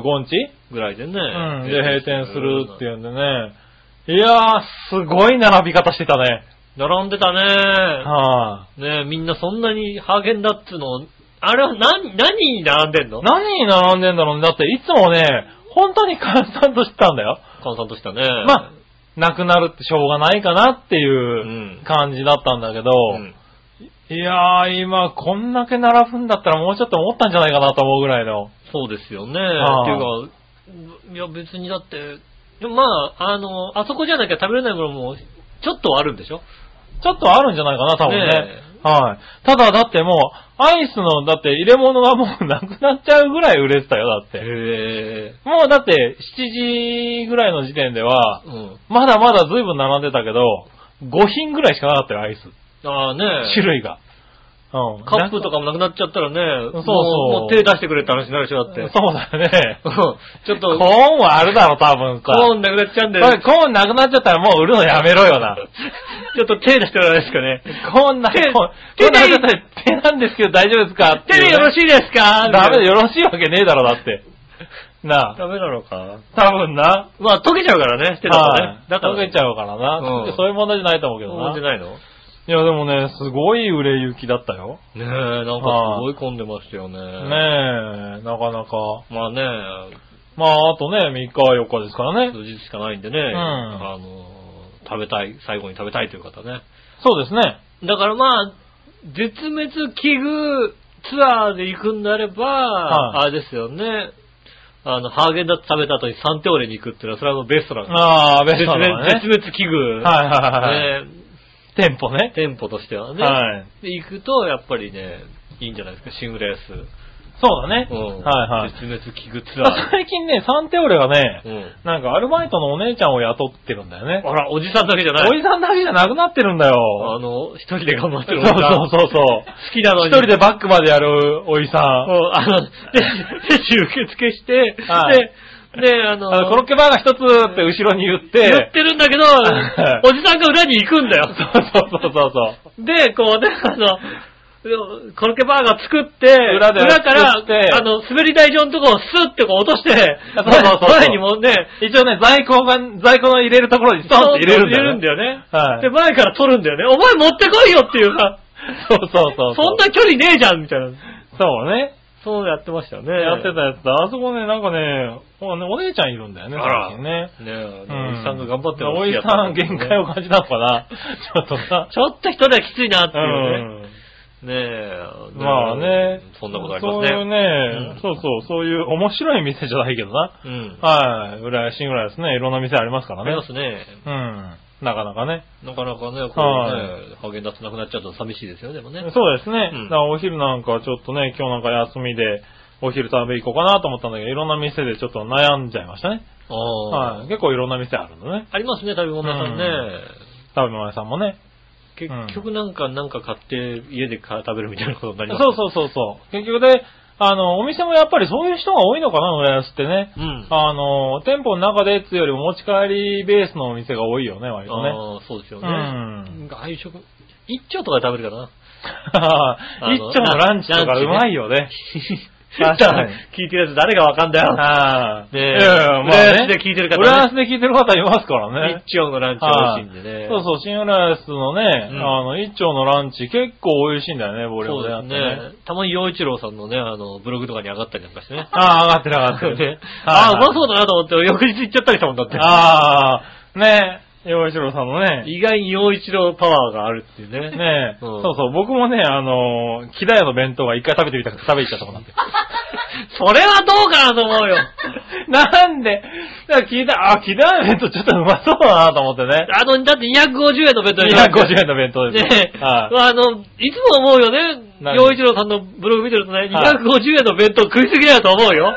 25日、
え、ぐらいでね、
うん、で閉店するっていうんでね。いやー、すごい並び方してたね。
並んでたね。
は
ねえ、みんなそんなにハーゲンダッツの、あれは何、何に並んでんの
い、何に並んでんだろうね。だっていつもね、本当に閑散としてたんだよ。
閑散としたね。
まあ、なくなるってしょうがないかなっていう
うん
感じだったんだけど、
うん
いやー、今こんだけ並ぶんだったらもうちょっと思ったんじゃないかなと思うぐらいの。
そうですよね。
ああ
っていうか、いや別にだって、でもまあ、あの、あそこじゃなきゃ食べれないものも、ちょっとはあるんでしょ
ちょっとあるんじゃないかな、多分ね。
ね
はい。ただだってもう、アイスの、だって入れ物がもうなくなっちゃうぐらい売れてたよ、だって。
へえ。
もうだって、7時ぐらいの時点では、
うん。
まだまだ随分並んでたけど、5品ぐらいしかなかったよ、アイス。
ああね。
種類が。うん。
カップとかもなくなっちゃったらね、
そうそう
ももう手出してくれって話になるでしょ、だって。
なんかそうだよね。
うんちょっ
コー
と、
ンはあるだろ、多分さ。
コーンなくなっちゃうんで、
これコーンなくなっちゃったらもう売るのやめろよな。
ちょっと手出してもらえないですかね。
コーンな、コーン、
手
コーンなくなっちゃったら手なんですけど大丈夫ですかって
手
いうね
でよろしいですか
ダメだ、よろしいわけねえだろ、だって。なあ。
ダメなのか。
多分な。
まあ、溶けちゃうからね、手だからね
は。い
だから、
溶けちゃうからな、
うん
そういう問題じゃないと思うけど
思
な。
って
い
ないのね
や、でもね、すごい売れ行きだったよ。
え、なんかすごい混んでましたよね。
ねえ、なかなか。
まあね、
まあ、あとね、3日4日ですからね。
数日しかないんでね、
ん
あの、食べたい、最後に食べたいという方ね。
そうですね。
だからまあ、絶滅危惧ツアーで行くんであれば、
は
あれですよね。あの、ハーゲンダッツ食べた後にサンテオレに行くっていうのは、それはもうベストなんです
ああ、ベス
絶
ト
滅
だね。
絶滅危惧。
はいはいはいはい。
ね
店舗ね。
店舗としてはね。
はい。
で行くと、やっぱりね、いいんじゃないですか、シングレース。
そうだね。
うん
はいはい。
絶滅危惧ツ
まあ
ア
最近ね、サンテオレがね
ー。う、ん。
なんかアルバイトのお姉ちゃんを雇ってるんだよね。
あら、おじさんだけじゃない。
おじさんだけじゃなくなってるんだ
あ
よ。
の、一人で頑張って
そう
るおじさん。
そうそうそう。
好きなの
一
に。
人でバックまでやる おじさん。
うんあ の、で、接種受付して、
はい
で、で、あの、
あのコロッケバーガー一つって後ろに言って、
言ってるんだけど、
はい
おじさんが裏に行くんだよ。
そうそうそうそうそう。
で、こうね、あの、コロッケバーガー作って、
裏で
から、
作って
あの、滑り台上のとこをスッてこう落として、
そうそうそうそう
前にもね、
一応ね、在庫が、在庫の入れるところにストンって入れるんだよ、ね。
よね。
はい
で、前から取るんだよね。お前持ってこいよっていうか、
そうそうそう
そんな距離ねえじゃんみたいな。
そうね。
そうやってましたよね。
やってたやつだ。あそこね、なんかね、おお姉ちゃんいるんだよね、
あら
最近ね。
ねえ、
う
おじさんが頑張ってるの
おじさん限界を感じたの かな。ちょっとな。
ちょっと一人はきついなって
う
いうね。
ん。
ねえ。
まあね。
そんなことあります
そういう
ね。
ね
う、ん
そうそう、そういう面白い店じゃないけどな。
うん。
はい。浦安、新浦安ね、いろんな店ありますから
あ
ね。
りますね。
うん。なかなかね。
なかなかね、こうね、
は
ハーゲンダッツなくなっちゃうと寂しいですよね、でもね。
そうですね。
うん
だからお昼なんかちょっとね、今日なんか休みで、お昼食べ行こうかなと思ったんだけど、いろんな店でちょっと悩んじゃいましたね。
ああ、
はい。結構いろんな店あるのね。
ありますね、食べ物屋さんね。
食べ物屋さんもね。
結局なんか、なんか買って家でか食べるみたいなことになり
そ
ま
う
す
そうそうそう。結局で、あの、お店もやっぱりそういう人が多いのかな、浦安ってね。
うん
あの、店舗の中でっつうよりも持ち帰りベースのお店が多いよね、割とね。
ああ、そうですよね。
うん
外食、一丁とかで食べるからな。の
一丁のランチとかうまい よね。確かに。
聞いてるやつ誰がわかんだよ。
ああ。
ねえ
いやいやまあね
浦安で聞いてる方ね
浦安で聞いてる方いますからね。
一丁のランチ美味しいんでね。
そうそう、新浦安のね、
うん
あの、一丁のランチ結構美味しいんだよね、ボリュームであ
そ
っ
う
て
です
ね。
ね。たまに陽一郎さんのね、あの、ブログとかに上がったりなんかしてね。
ああ、上がってる上がってる。
で
はい
ああ、うまそうだなと思って、翌日行っちゃったりしたもんだって。
ああ、ねえ、洋一郎さんのね、
意外に陽一郎パワーがあるっていうね。
ねえ、
うん
そうそう、僕もね、あのー、木田屋の弁当は一回食べてみたくて 食べに行っちゃったもんなんで。
それはどうかなと 思うよ。
なんで、だから聞いた、あ、木田屋の弁当ちょっとうまそうだなと思っ てね。
あの、だって250円のベッドに
250円の弁当ですよ。
ねえ、
はい
あの、いつも思うよね。
何
洋一郎さんのブログ見てるとね、
はい
250円の弁当食いすぎだよと思う よ。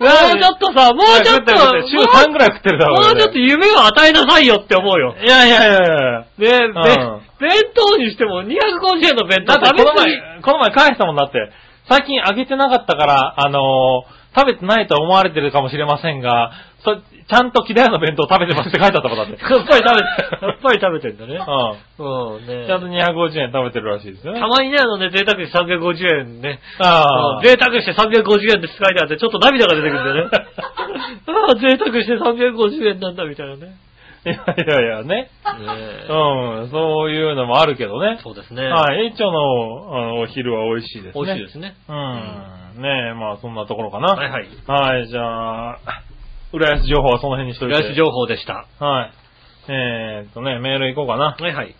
も
なん
う
で
ちょっとさ、もうちょっと、
いや食ってる食ってる
もう
週3ぐらい食ってるだろ
もうちょっと
俺
夢を与えなさいよって思うよ。
いやいやいやいや
ねえ、
ん
べ弁当にしても250円の弁当
だって
食べ
この
過ぎ。
前、この前返したもんだって、最近あげてなかったから、あのー食べてないと思われてるかもしれませんが、そちゃんと木田屋の弁当食べてますって書いてあったもんだって。
や っぱり食べ、やっぱり食べてんだね。
う
うん、ね
ん。ちゃんと250円食べてるらしいですよね。
たまにね、あのね、贅沢に350円ね。
ああ。
贅沢して350円って書いてあって、ちょっと涙が出てくるんだよね。 ああ、贅沢して350円なんだ、みたいなね。ね
いやいやいやね。
え
うん。そういうのもあるけどね。
そうですね。
はい。一丁のあのお昼は美味しいですね。
美味しいですね。
うん。ねえ、まあそんなところかな。
はいはい。
はい、じゃあ、浦安情報はその辺にしといて。
ライス情報でした。
はい。えーっとね、メールいこうかな。
はいはい。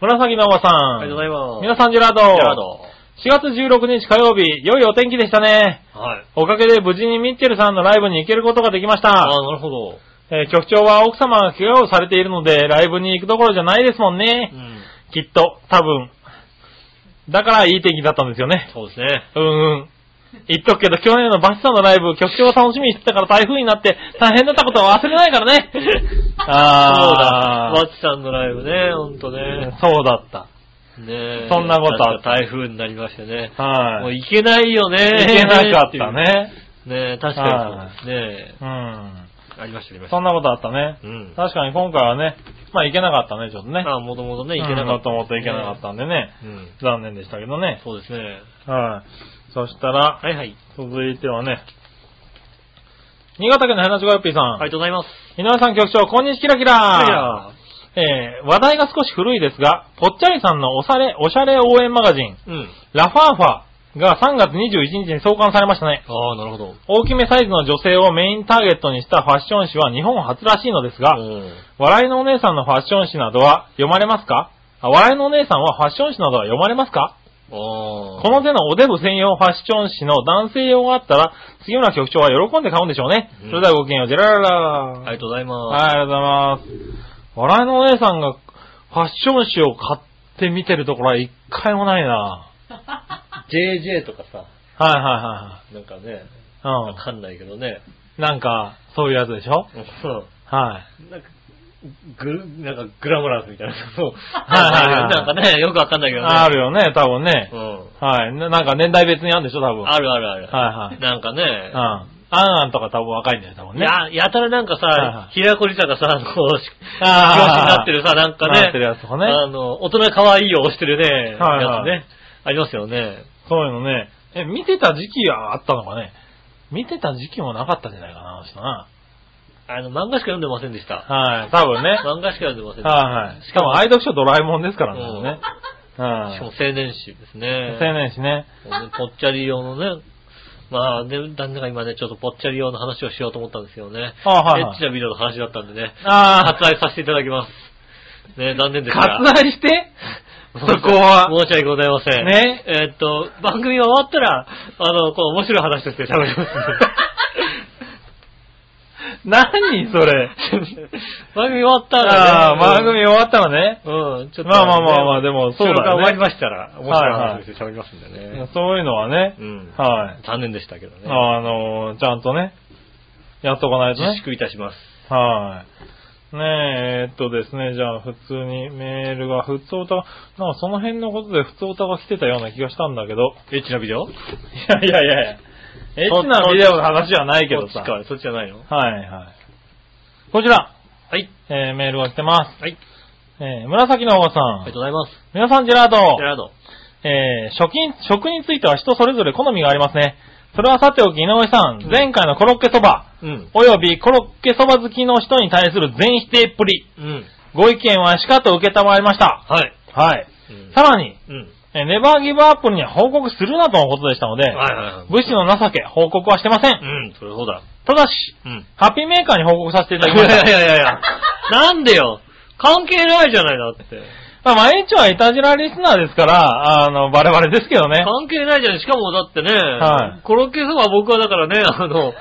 紫のおばさん。
ありがとうございます。
皆さん、ジェラード。
ジェラード。
4月16日火曜日、良いお天気でしたね。
はい。
おかげで無事にミッチェルさんのライブに行けることができまし
あ
た。
あ、なるほど。
えー局長は奥様が怪我をされているので、ライブに行くどころじゃないですもんね
う。ん。
きっと、多分。だからいい天気だったんですよね。
そうですね。
うんうん。言っとくけど、去年のバチさんのライブ、局長を楽しみにしてたから台風になって大変だったことは忘れないか らね。あー
そうだ。マッチさんのライブね、ほんとね。
そうだった。
ねえ
そんなことあ
確
っ
か台風になりましてね。も
は
う
い。
行けないよね。
行けなかった。ね。
ねえ、確かにそうですね。
うん。
ありました、ありまし
そ
た。
んなことあったね。
うん。
確かに今回はね、まあ行けなかったね、ちょっとね。
まあ、もともとね、行けなかった。
と思って行けなかったんでね。
うん。
残念でしたけどね。
そうですね。
はい。そしたら、
はいはい。
続いてはね、新潟県のヘナチョコヨッピーさん。
ありがとうございます。
井上さん局長、こんにちキラキラえー、話題が少し古いですが、ぽっちゃりさんのおしゃれ、おしゃれ応援マガジン、
うん。
ラファーファーが3月21日に創刊されましたね。
ああ、なるほど。
大きめサイズの女性をメインターゲットにしたファッション誌は日本初らしいのですが、
うん
笑いのお姉さんのファッション誌などは読まれますかあ笑いのお姉さんはファッション誌などは読まれますか
ああ。
この手のおデブ専用ファッション誌の男性用があったら、杉村局長は喜んで買うんでしょうね。
うん
それではごきげんよう、ジェラララ
ありがとうございます。
はい、ありがとうございます。笑いのお姉さんがファッション誌を買って見てるところは一回もないな
JJ とかさ、
はいは
なんかね、
いはいはい。
わかんないけどね。
うん。なんか、そういうやつでしょ
そう。
はい。
なんか、グ、なんかグラムラスみたい な。そう。
はいはいはい
なんかね、よくわかんないけどね。
あるよね、多分ね
う。ん。
はい。ななんか年代別にあるんでしょ、多分。
あるあるある。
はいはい
なんかね
うん。、あんあんとか多分若いんだよ、多分ね。
や、やたらなんか
はいは
さ、平子りさがさ、こう、し
あー
表紙になってるさ、なんか
なってる
ね、
やつとかね。
あの、大人可愛いを押してるね、
はいは
や
い
つね。ありますよね。
そういうのね。え、見てた時期はあったのかね。見てた時期もなかったんじゃないかな、あの人な。
あの、漫画しか読んでませんでした。
はい、多分ね。はい
漫画しか読んでませんでした。
はい。しかも愛読書ドラえもんですからね多分ね。
しかも
は
青年誌ですね
い。。青年誌ね。
ぽっちゃり用のね、まあ、ね、旦那が今ね、ちょっとぽっちゃり用の話をしようと思ったんですよね。
あはいはい
エッチなビデオの話だったんでね、
あ
割愛させていただきます。ね、残念ですが。
割 愛して
そ
そこは。
申し訳ございません。
ね
えーっと、番組が終わったら、あの、こう面白い話として喋ります。
何それ。
番組終わった
あ
ら
あ、
ね。
番組終わったらね。
うん、ちょっとね。
まあまあまあまあ、でもそ
収
うだよ
録
ね。
が終わりましたら、面白い話で喋りますんでね。
そういうのはね
う、ん。
はい。
残念でしたけどね。
あの、ちゃんとね、やっとかないと
自
ね。
粛いたします。
はい。ねえ、えっとですね、じゃあ普通にメールが、普通歌が、なんかその辺のことで普通歌が来てたような気がしたんだけど。
エッチなビデオ
いやいやいやいや。エッチなビデオの話はないけど
そ
さ
っち。か、そっちじゃないの
はいはい。こちら、
はい。
えーメールが来てます。
はい。
えー紫のおばさ。
ありがとうんございます。
皆さん、ジェラー
ジ
ド
ェ。ラード。
えー、食に、食については人それぞれ好みがありますね。それはさておき、井上さん、
うん
前回のコロッケそば、
うん。
およびコロッケそば好きの人に対する全否定っぷり、
うん。
ご意見はしかと受けたまわりました。
はい。
はい。
うん
さらに、
うん。
えーネバーギブアップには報告するなとのことでしたの
は
で、
いはいはい。
武士の情け、報告はしてません。
うん、それそうだ。
ただし、
うん。
ハッピーメーカーに報告させて い
い
ただ
や
きました。
いやいやいや。なんでよ。関係ないじゃないだって。
まあ、毎日はイタジラリスナーですから、あの、バレバレですけどね。
関係ないじゃん。しかもだってね、
はい
コロッケそばは僕はだからね、 あの、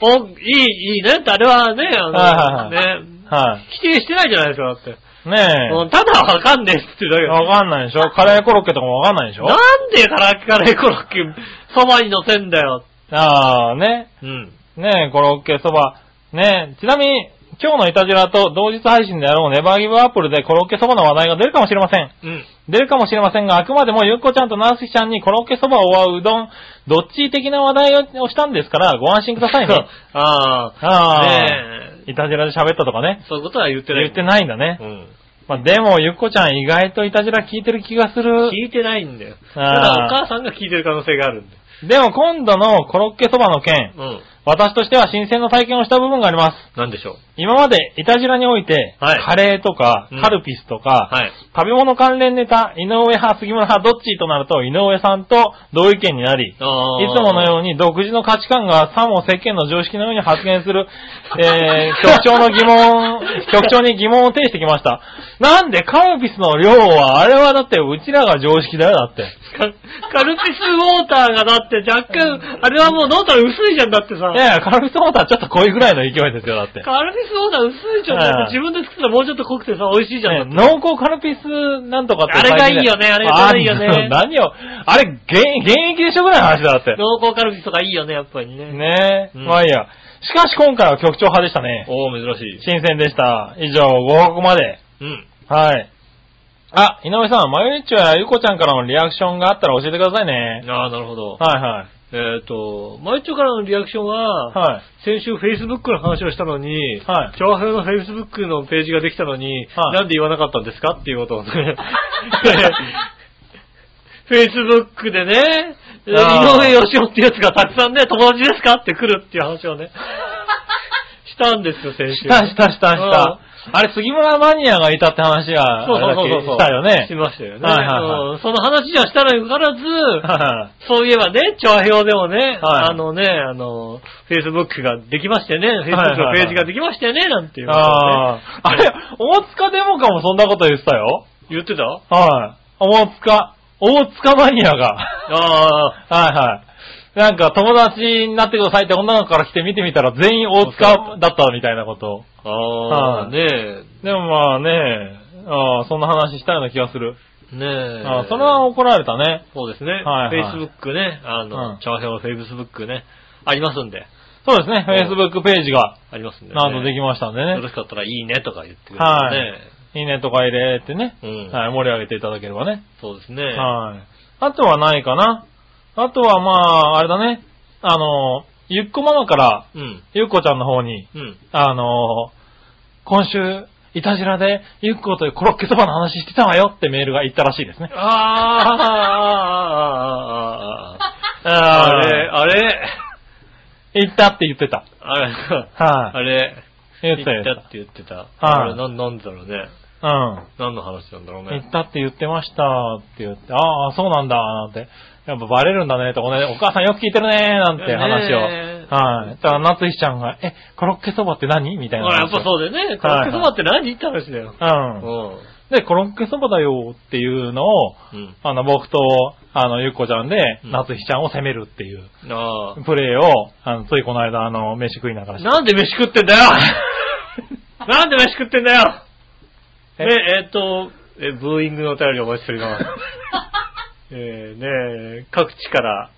お、いい、いいねって、あれはね、あの、
はいはい
ね、
はい。
否定してないじゃないですか、だって。
ね
うんただわかんねえっつってだけ
え。
ど。
わかんないでしょカレーコロッケとかもわかんないでしょ
なんでカラカレーコロッケ、そばに乗せんだよ。
ああ、ね。
うん。
ねえ、コロッケそば。ねえ、ちなみに、今日のイタジラと同日配信であろうネバーギブアップルでコロッケそばの話題が出るかもしれません。
うん。
出るかもしれませんが、あくまでもゆっこちゃんとナースキちゃんにコロッケそばをわううどん、どっち的な話題をしたんですから、ご安心くださいね。
ああ。
ああ、
ねえ。
イタジラで喋ったとかね。
そういうことは言ってない。
言ってないんだね。
うん。
まあ、でも、ゆっこちゃん意外といたじら聞いてる気がする。
聞いてないんだよ。た
あー
だお母さんが聞いてる可能性があるんだよ。
でも今度のコロッケそばの件、
うん。
私としては新鮮な体験をした部分があります。
なんでしょう。
今までいたじらにおいて、
はい
カレーとか、
うん
カルピスとか、
はい。
食べ物関連ネタ、井上派、杉村派、どっちとなると、井上さんと同意見になり、いつ
あー
ものように独自の価値観がさも世間の常識のように発言する、えー、 局長の疑問、局長に疑問を呈してきました。なんでカルピスの量は、あれはだってうちらが常識だよ、だって。
カカルピスウォーターがだって若干、あれはもう飲んだら薄いじゃんだってさ
い。やいや、カルピスウォーターちょっと濃いぐらいの勢いですよ、だって。
カルピスウォーター薄いじゃんだって自分で作ったらもうちょっと濃くてさ、美味しいじゃん
ね
だって。
濃厚カルピスなんとかって
あれがいいよねあれがいいよね
あ何を、あれ、現現役でしょぐらいの話だって。
濃厚カルピスとかいいよね、やっぱりね。
ねえ、
うん
まあいいや。しかし今回は局長派でしたね。
おー、珍しい。
新鮮でした。以上、ご報告まで。
うん。
はい。あ、井上さん、まゆいちやゆこちゃんからのリアクションがあったら教えてくださいね。
ああ、なるほど。
はいはい。
えっと、毎朝からのリアクションは、
はい。
先週 Facebook の話をしたのに、
はい
長編の Facebook のページができたのに、
はい
なんで言わなかったんですかっていうことを ね。Facebook でね、井
あー
上義雄ってやつがたくさんね、友達ですかって来るっていう話をね、したんですよ、先週。
したしたしたし
うん
た。あれ、杉村マニアがいたって話が、
そうそう
あ
そう
れだっけ
そう。
したよ
し
ね。
ましたよね。
はいはいは
うんその話じゃしたらよからず、
は
そういえばね、調和表でもね、
はい
あのね、あの、Facebook ができましてね、
いはい
Facebook のページができましてね、なんてい、
いうはい。ああ。あれ、大塚デモカもそんなこと言ってたよ。
言ってた
はい。大塚、大塚マニアが。
ああ、
はいはい。なんか友達になってくださいって女の子から来て見てみたら全員大塚だったみたいなこと。
ああ、
はい
ね
でもまあね、ああそんな話したような気がする。
え、ねえ。
ああそれは怒られたね。
そうですね、
はいはい
Facebook ね、あの、
うん
調和表の Facebook ね、ありますんで、
そうですね、
うん
Facebook ページが
ありますんで、ね。
なんとできましたんで
よろ
ね。
しかったらいいねとか言ってくれる
は
ん
い
でね。
いいねとか入れてね、
うん
はい、盛り上げていただければね。
そうですね。
はい。あとはないかな。あとはまあ、あれだね、あの、ゆっこママから
うん。
ゆっこちゃんの方に、
うん。
あのー、今週、いたじらで、ゆっこというコロッケそばの話してたわよってメールが言ったらしいですね。
ああ、ああ、ああ、ああ。あれ、あれ、
言ったって言ってた。
あれか、
はい、
あれ、
言ってた
言
言
ったって言ってた。あれ、なん、なんだろうね。何の話なんだろう
うん。言
ね。
ったって言ってましたって言って、ああ、そうなんだ、なんて。やっぱバレるんだね、とかね、お母さんよく聞いてるね、なんて話をはい。だから、夏日ちゃんが、え、コロッケそばって何みたいな
ほら、や
話
っ
を。
ぱそうだよね。コロッケそばって何って話だよ。
うん。で、コロッケそばだよっていうのを、
うん。うん。
あの、僕と、あの、ゆっこちゃんで、
うん
夏日ちゃんを責めるっていう
あ
プレーを、あの、ついこの間、あの、飯食いながら
あ。
して。
なんで飯食ってんだよ なんで飯食ってんだよえ、
え
えっと、え、ブーイングのお便りお待ちしており ます。えー、ねえ、各地から、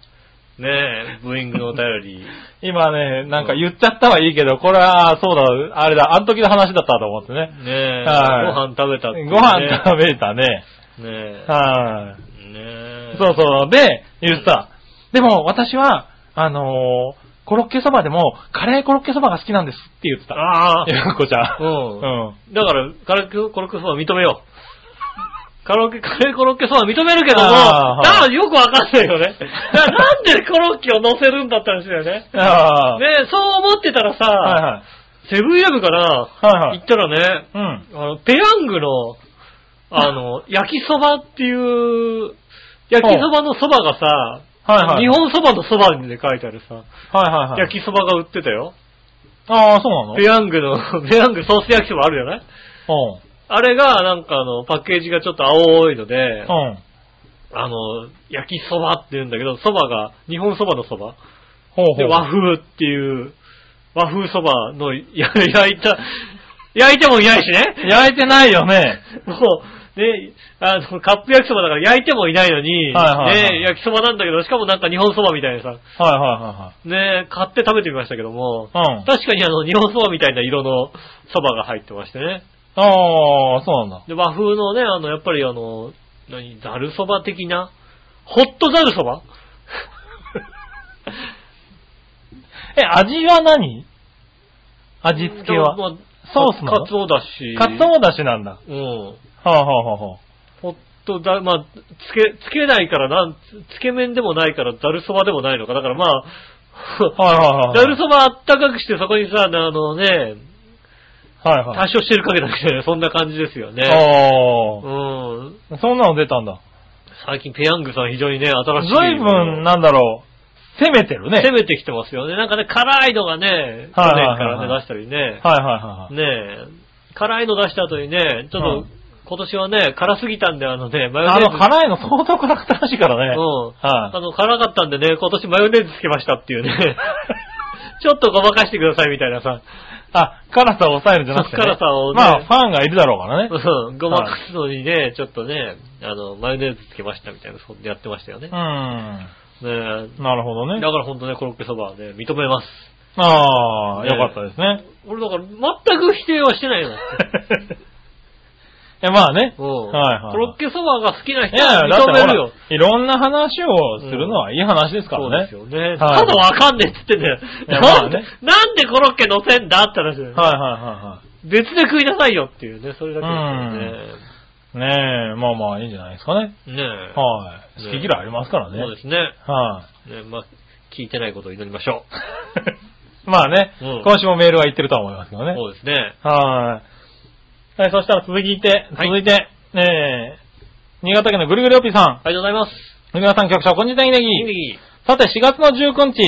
ねえ、ブーイングのお便り。
今ね、なんか言っちゃったはいいけど、これは、そうだ、あれだ、あの時の話だったと思ってね。
ねえ、
は
ご
い
飯食べたっていうね、
ご飯食べたね。
べねえ。
はい。
ねえ。
そうそう。で、言ってた。でも、私は、あのーコロッケそばでも、カレーコロッケそばが好きなんですって言ってた。
ああ。
ゆうこちゃん。
うん
うん。
だから、カラオケコロッケそばは認めよう。カラオケ、 カレーコロッケそばは認めるけども、
あーはい
だからよくわかんないよね。だからなんでコロッケを乗せるんだったらしいよね。ね
ああ。
そう思ってたらさ、
はいはい。
セブンイレブンから
はいは
行
い
っ。たらね、
うん。
あの、ペヤングの、あの、焼きそばっていう、焼きそばのそばがさ、
はいはい。
日本そばのそばにね書いてあるさ、
はいはいはい。
焼きそばが売ってたよ。
ああ、そうなの
ペヤングの、 ペヤングソース焼きそばあるじゃない
うん。
あれが、なんかあの、パッケージがちょっと青いので、
うん。
あの、焼きそばって言うんだけど、そばが、日本そばのそば。
ほうほ
で、
う。
和風っていう、和風そばの、 や焼いた、焼いてもいないしね。
焼いてないよね。
もう、ね、あの、カップ焼きそばだから焼いてもいないのに、
はいはいは
ね、
い
焼きそばなんだけど、しかもなんか日本そばみたいなさ、
はいは
ね、買って食べてみましたけども、
いはいはい。うん。
確かにあの、日本そばみたいな色のそばが入ってましてね。
ああ、そうなんだ。
で、和風のね、あの、やっぱりあの、何、ざるそば的なホットざるそ ば
え、味は何味付けは。
まあ
ソースなの
かつおだし。
カツオだしなんだ。は
うん。
あはあはあは
ホットだ、まあ、つけ、つけないからなん、つつけ麺でもないからざるそばでもないのか。だからま
あ。はいはいは
あ、
い。
ざるそばあったかくしてそこにさ、あのね、
はいはい。
多少してるかけだけどね、そんな感じですよね。
あ
うん。
あ、そんなの出たんだ。
最近ペヤングさん非常にね、新しい。
随分、なんだろう、攻めてるね。
攻めてきてますよね。なんかね、辛いのがね、去年か
はいはいはい
らね、出したりね。
はいはいはいはい。
ねえ、辛いの出した後にね、ちょっ
うん
と、今年はね、辛すぎたんで、あのね、マヨ
あ
ネーズ。
の、辛いの相当辛くてらしいからね。
うん。
は
あの、辛かったんでね、今年マヨネーズつけましたっていう ね。ちょっとごまかしてくださいみたいなさ。
い。あ、辛さを抑えるんじゃなくて、ね。
そう辛さをね
まあ、ファンがいるだろうからね。
うんごまかすのにね、ちょっとね、あの、マヨネーズつけましたみたいな、そうやってましたよね。ね
うん。なるほど
え
ね
だ。から本当ね、コロッケそばはね、認めます。
ああ、
ね
よかったで すね。
俺だから全く否定はしてないの。
え、まあね。
うん
はいはい
コロッケそばが好きない人
や、だって
は認
ほ
めるよ
ら。、いろんな話をするのはいい話ですか
そう
ら
で
ね
す。よね。
はい
ただわかんねえって言ってんだよ。
いやま
な
あ
んで
ね
なんでコロッケ乗せんだって話だよね。
はいはいはいはい。
別で食いなさいよっていうね、それだけです
ねえ、まあまあいいんじゃないですかね。
よね。ねえ。
はい。好
ね
き嫌いありますからね。
そうですね。
は
ねまあ、聞いてないことを祈りましょ
い。まあね、
うん
今週もメールは言ってるとは思いますけど
う。
ね。
そうですね。
はい。はい、そしたら続いて、
はい
続いて、えー、新潟県のぐるぐるおっぴーさん。
ありがとうございます。
皆さん局長、こんにちは、ネギ
いいねいいね
さて、4月の19日、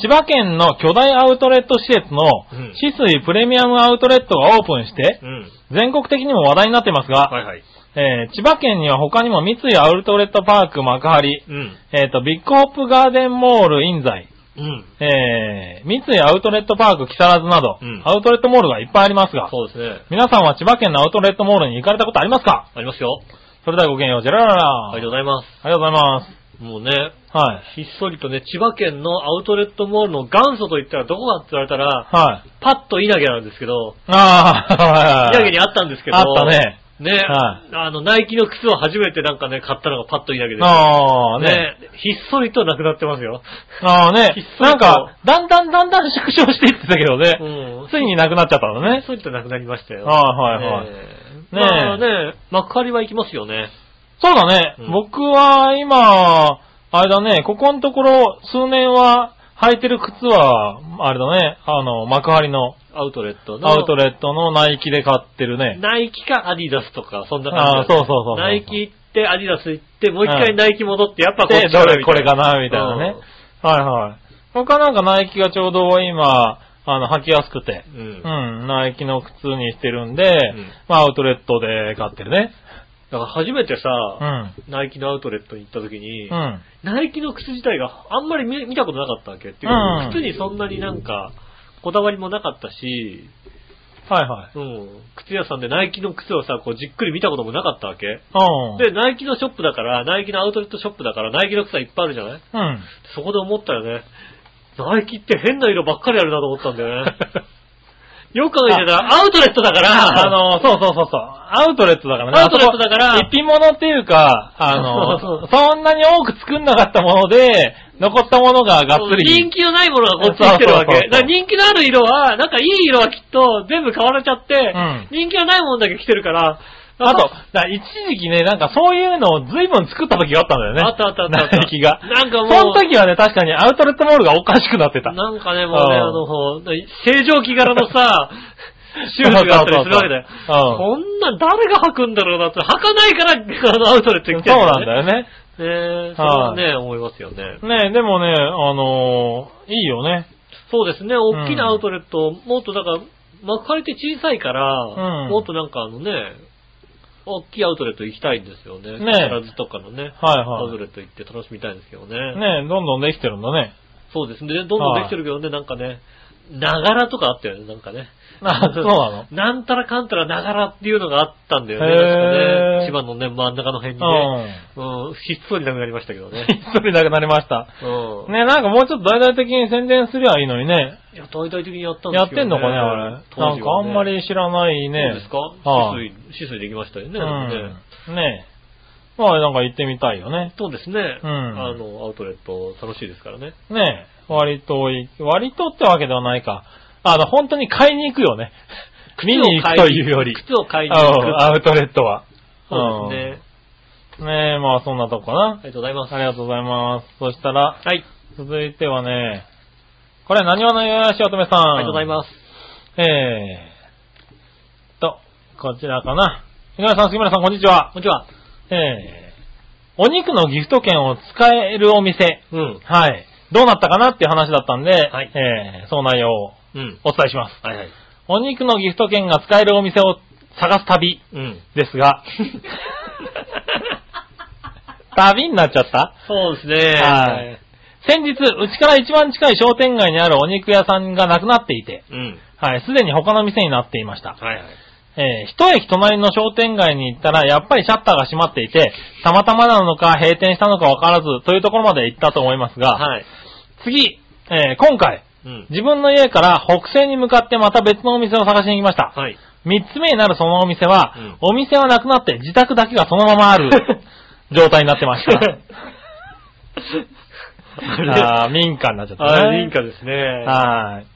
千葉県の巨大アウトレット施設
う
の
ん、
止水プレミアムアウトレットがオープンして、
うん。
全国的にも話題になっていますが、
はいはい。
えー千葉県には他にも三井アウトレットパーク幕張、
うん。
えっ、と、ビッグホップガーデンモール印西、
うん。
えー、三井アウトレットパーク木更津など、
うん
アウトレットモールがいっぱいありますが、
そうですね。
皆さんは千葉県のアウトレットモールに行かれたことありますか
ありますよ。
それではごきげんよう、ジェラララ。
ありがとうございます。
ありがとうございます。
もうね、
は
ひ
い。
っそりとね、千葉県のアウトレットモールの元祖と言ったらどこかって言われたら、
はい。
パッと稲毛なんですけど、
ああ、
稲毛にあったんですけど、
あったね。
ね、
は
あの、ナイキの靴を初めてなんかね、買ったのがパッといいだけで。
ああ、ね。
ねひっそりとなくなってますよ。
ああね
ひっそりと。
なんか、だんだんだんだん縮小していってたけどね。
うん。
ついになくなっちゃったの
ひ
ね
っ。そりとなくなりましたよ。
はいはいはい
ね
え
まあね、幕張は行きますよね。
そうだね。
うん
僕は今、あれだね、ここのところ、数年は履いてる靴は、あれだね、あの、幕張の
アウトレットの。
アウトレットのナイキで買ってるね。
ナイキかアディダスとか、そんな
あ
感
あ、
じ
そう
だ
そうそうそう。
ナイキ行って、アディダス行って、もう一回
うん
ナイキ戻って、やっぱこっ
で、
ち
どれこれか
み
な、みたいなね。はいはい。他なんかナイキがちょうど今、あの、履きやすくて、
う
うん
ん。だか
ん、ナイキの靴にしてるんで、
ん
まあ、アウトレットで買ってるね。
ら初めて
う
さ、
ん。
ナイキのアウトレットに行った時に、
うん。
ナイキの靴自体があんまり見見たことなかったわけっていう
う
か
ん
靴にそんなになんか、こだわりもなかったし、
はいはい。
うん。靴屋さんでナイキの靴をさ、こうじっくり見たこともなかったわけ。
うん。
で、ナイキのショップだから、ナイキのアウトレットショップだから、ナイキの靴はいっぱいあるじゃない
うん。
そこで思ったよね。ナイキって変な色ばっかりあるなと思ったんだ よね。よく考えてたら、アウトレットだから、
あの、そうそうそうそう。アウトレットだからね。
アウトレットだから
あそこ一品物っていうか、あの、
そうそう
そんなに多く作んなかったもので、残ったものががっつり。
人気のないものがこっちに来てるわけ。
そうそうそう
だから人気のある色は、なんかいい色はきっと全部買われちゃって、
ん
人気のないものだけ来てるから、
あと、だから一時期ね、なんかそういうのを随分作った時があったんだよね。
あったあったあった あった
ナイキが。
なんかもう
その時はね、確かにアウトレットモールがおかしくなってた。
なんかね、もうね、
うん
あの、正常期柄の さ、シューズがあったりするわけだよ。
そうそうそう
こんなん誰が履くんだろうなって、履かないから、あの、アウトレット
そう
に来てる
なんだ
よ
よね。
ね。ねえ、それ
は
はいね、思いますよね。
ねでもね、あのーいいよね。
そうですね、大きなアウトレット、もっとだから、幕張って小さいから、
うん
もっとなんかあのね、大きいアウトレット行きたいんですよね。木
ね
更津とかのね、
はい
アウト
は
レット行って楽しみたいんですけどね。
い。ねどんどんできてるんだね。
そうですね、どんどんできてるけどね、なんかね、ながらとかあったよね、なんかね。
あそうなの
なんたらかんたらながらっていうのがあったんだよね、
へー
確かね。千葉のね、真ん中の辺にね。
うん。
うん、ひっそりなくなりましたけど ね
ひ。っそりなくなりました。
うん。
ね、なんかもうちょっと大々的に宣伝すりゃいいのにね。
いや、大々的にやったんで
や
す
っ
けどね。
てんのかね、あれ。
当時
な
はね
んかあんまり知らないね。
そうですか
は
止
い、
水、止水できましたよね。でもね
うん。ねまあなんか行ってみたいよね。
そうですね。
うん
あの、アウトレット楽しいですからね。
ね割とい、割とってわけではないか。あの、本当に買いに行くよ ね。見に行くという より。
靴を買いに行
うん
く。
アウトレットは。
そうですね。
うんねまあそんなとこかな
あ。りがとうございます。
ありがとうございます。そしたら、
はい。
続いてはね、これ、何話のよしおとめさん。
ありがとうございます。
えー、と、こちらかな。井上さん、杉村さん、こんにちは。
こんにちは。
えー、お肉のギフト券を使えるお店。
うん。
はい。どうなったかなっていう話だったんで、
はい
えー、その内容を
うん。
お伝えします。
はいはい。
お肉のギフト券が使えるお店を探す旅
うん。
で すが、旅になっちゃった
そうですね。
はい。先日、うちから一番近い商店街にあるお肉屋さんがなくなっていて、
うん。
はい、すでに他の店になっていました。
はいはい。
えー一駅隣の商店街に行ったら、やっぱりシャッターが閉まっていて、たまたまなのか閉店したのかわからず、というところまで行ったと思いますが、
はい。
次、えー今回、
うん。
自分の家から北西に向かってまた別のお店を探しに行きました。
はい。
三つ目になるそのお店は、
うん
お店はなくなって自宅だけがそのまま ある状態になってました。あー民家になっちゃった
あ
ね。
いいかですね。
はい。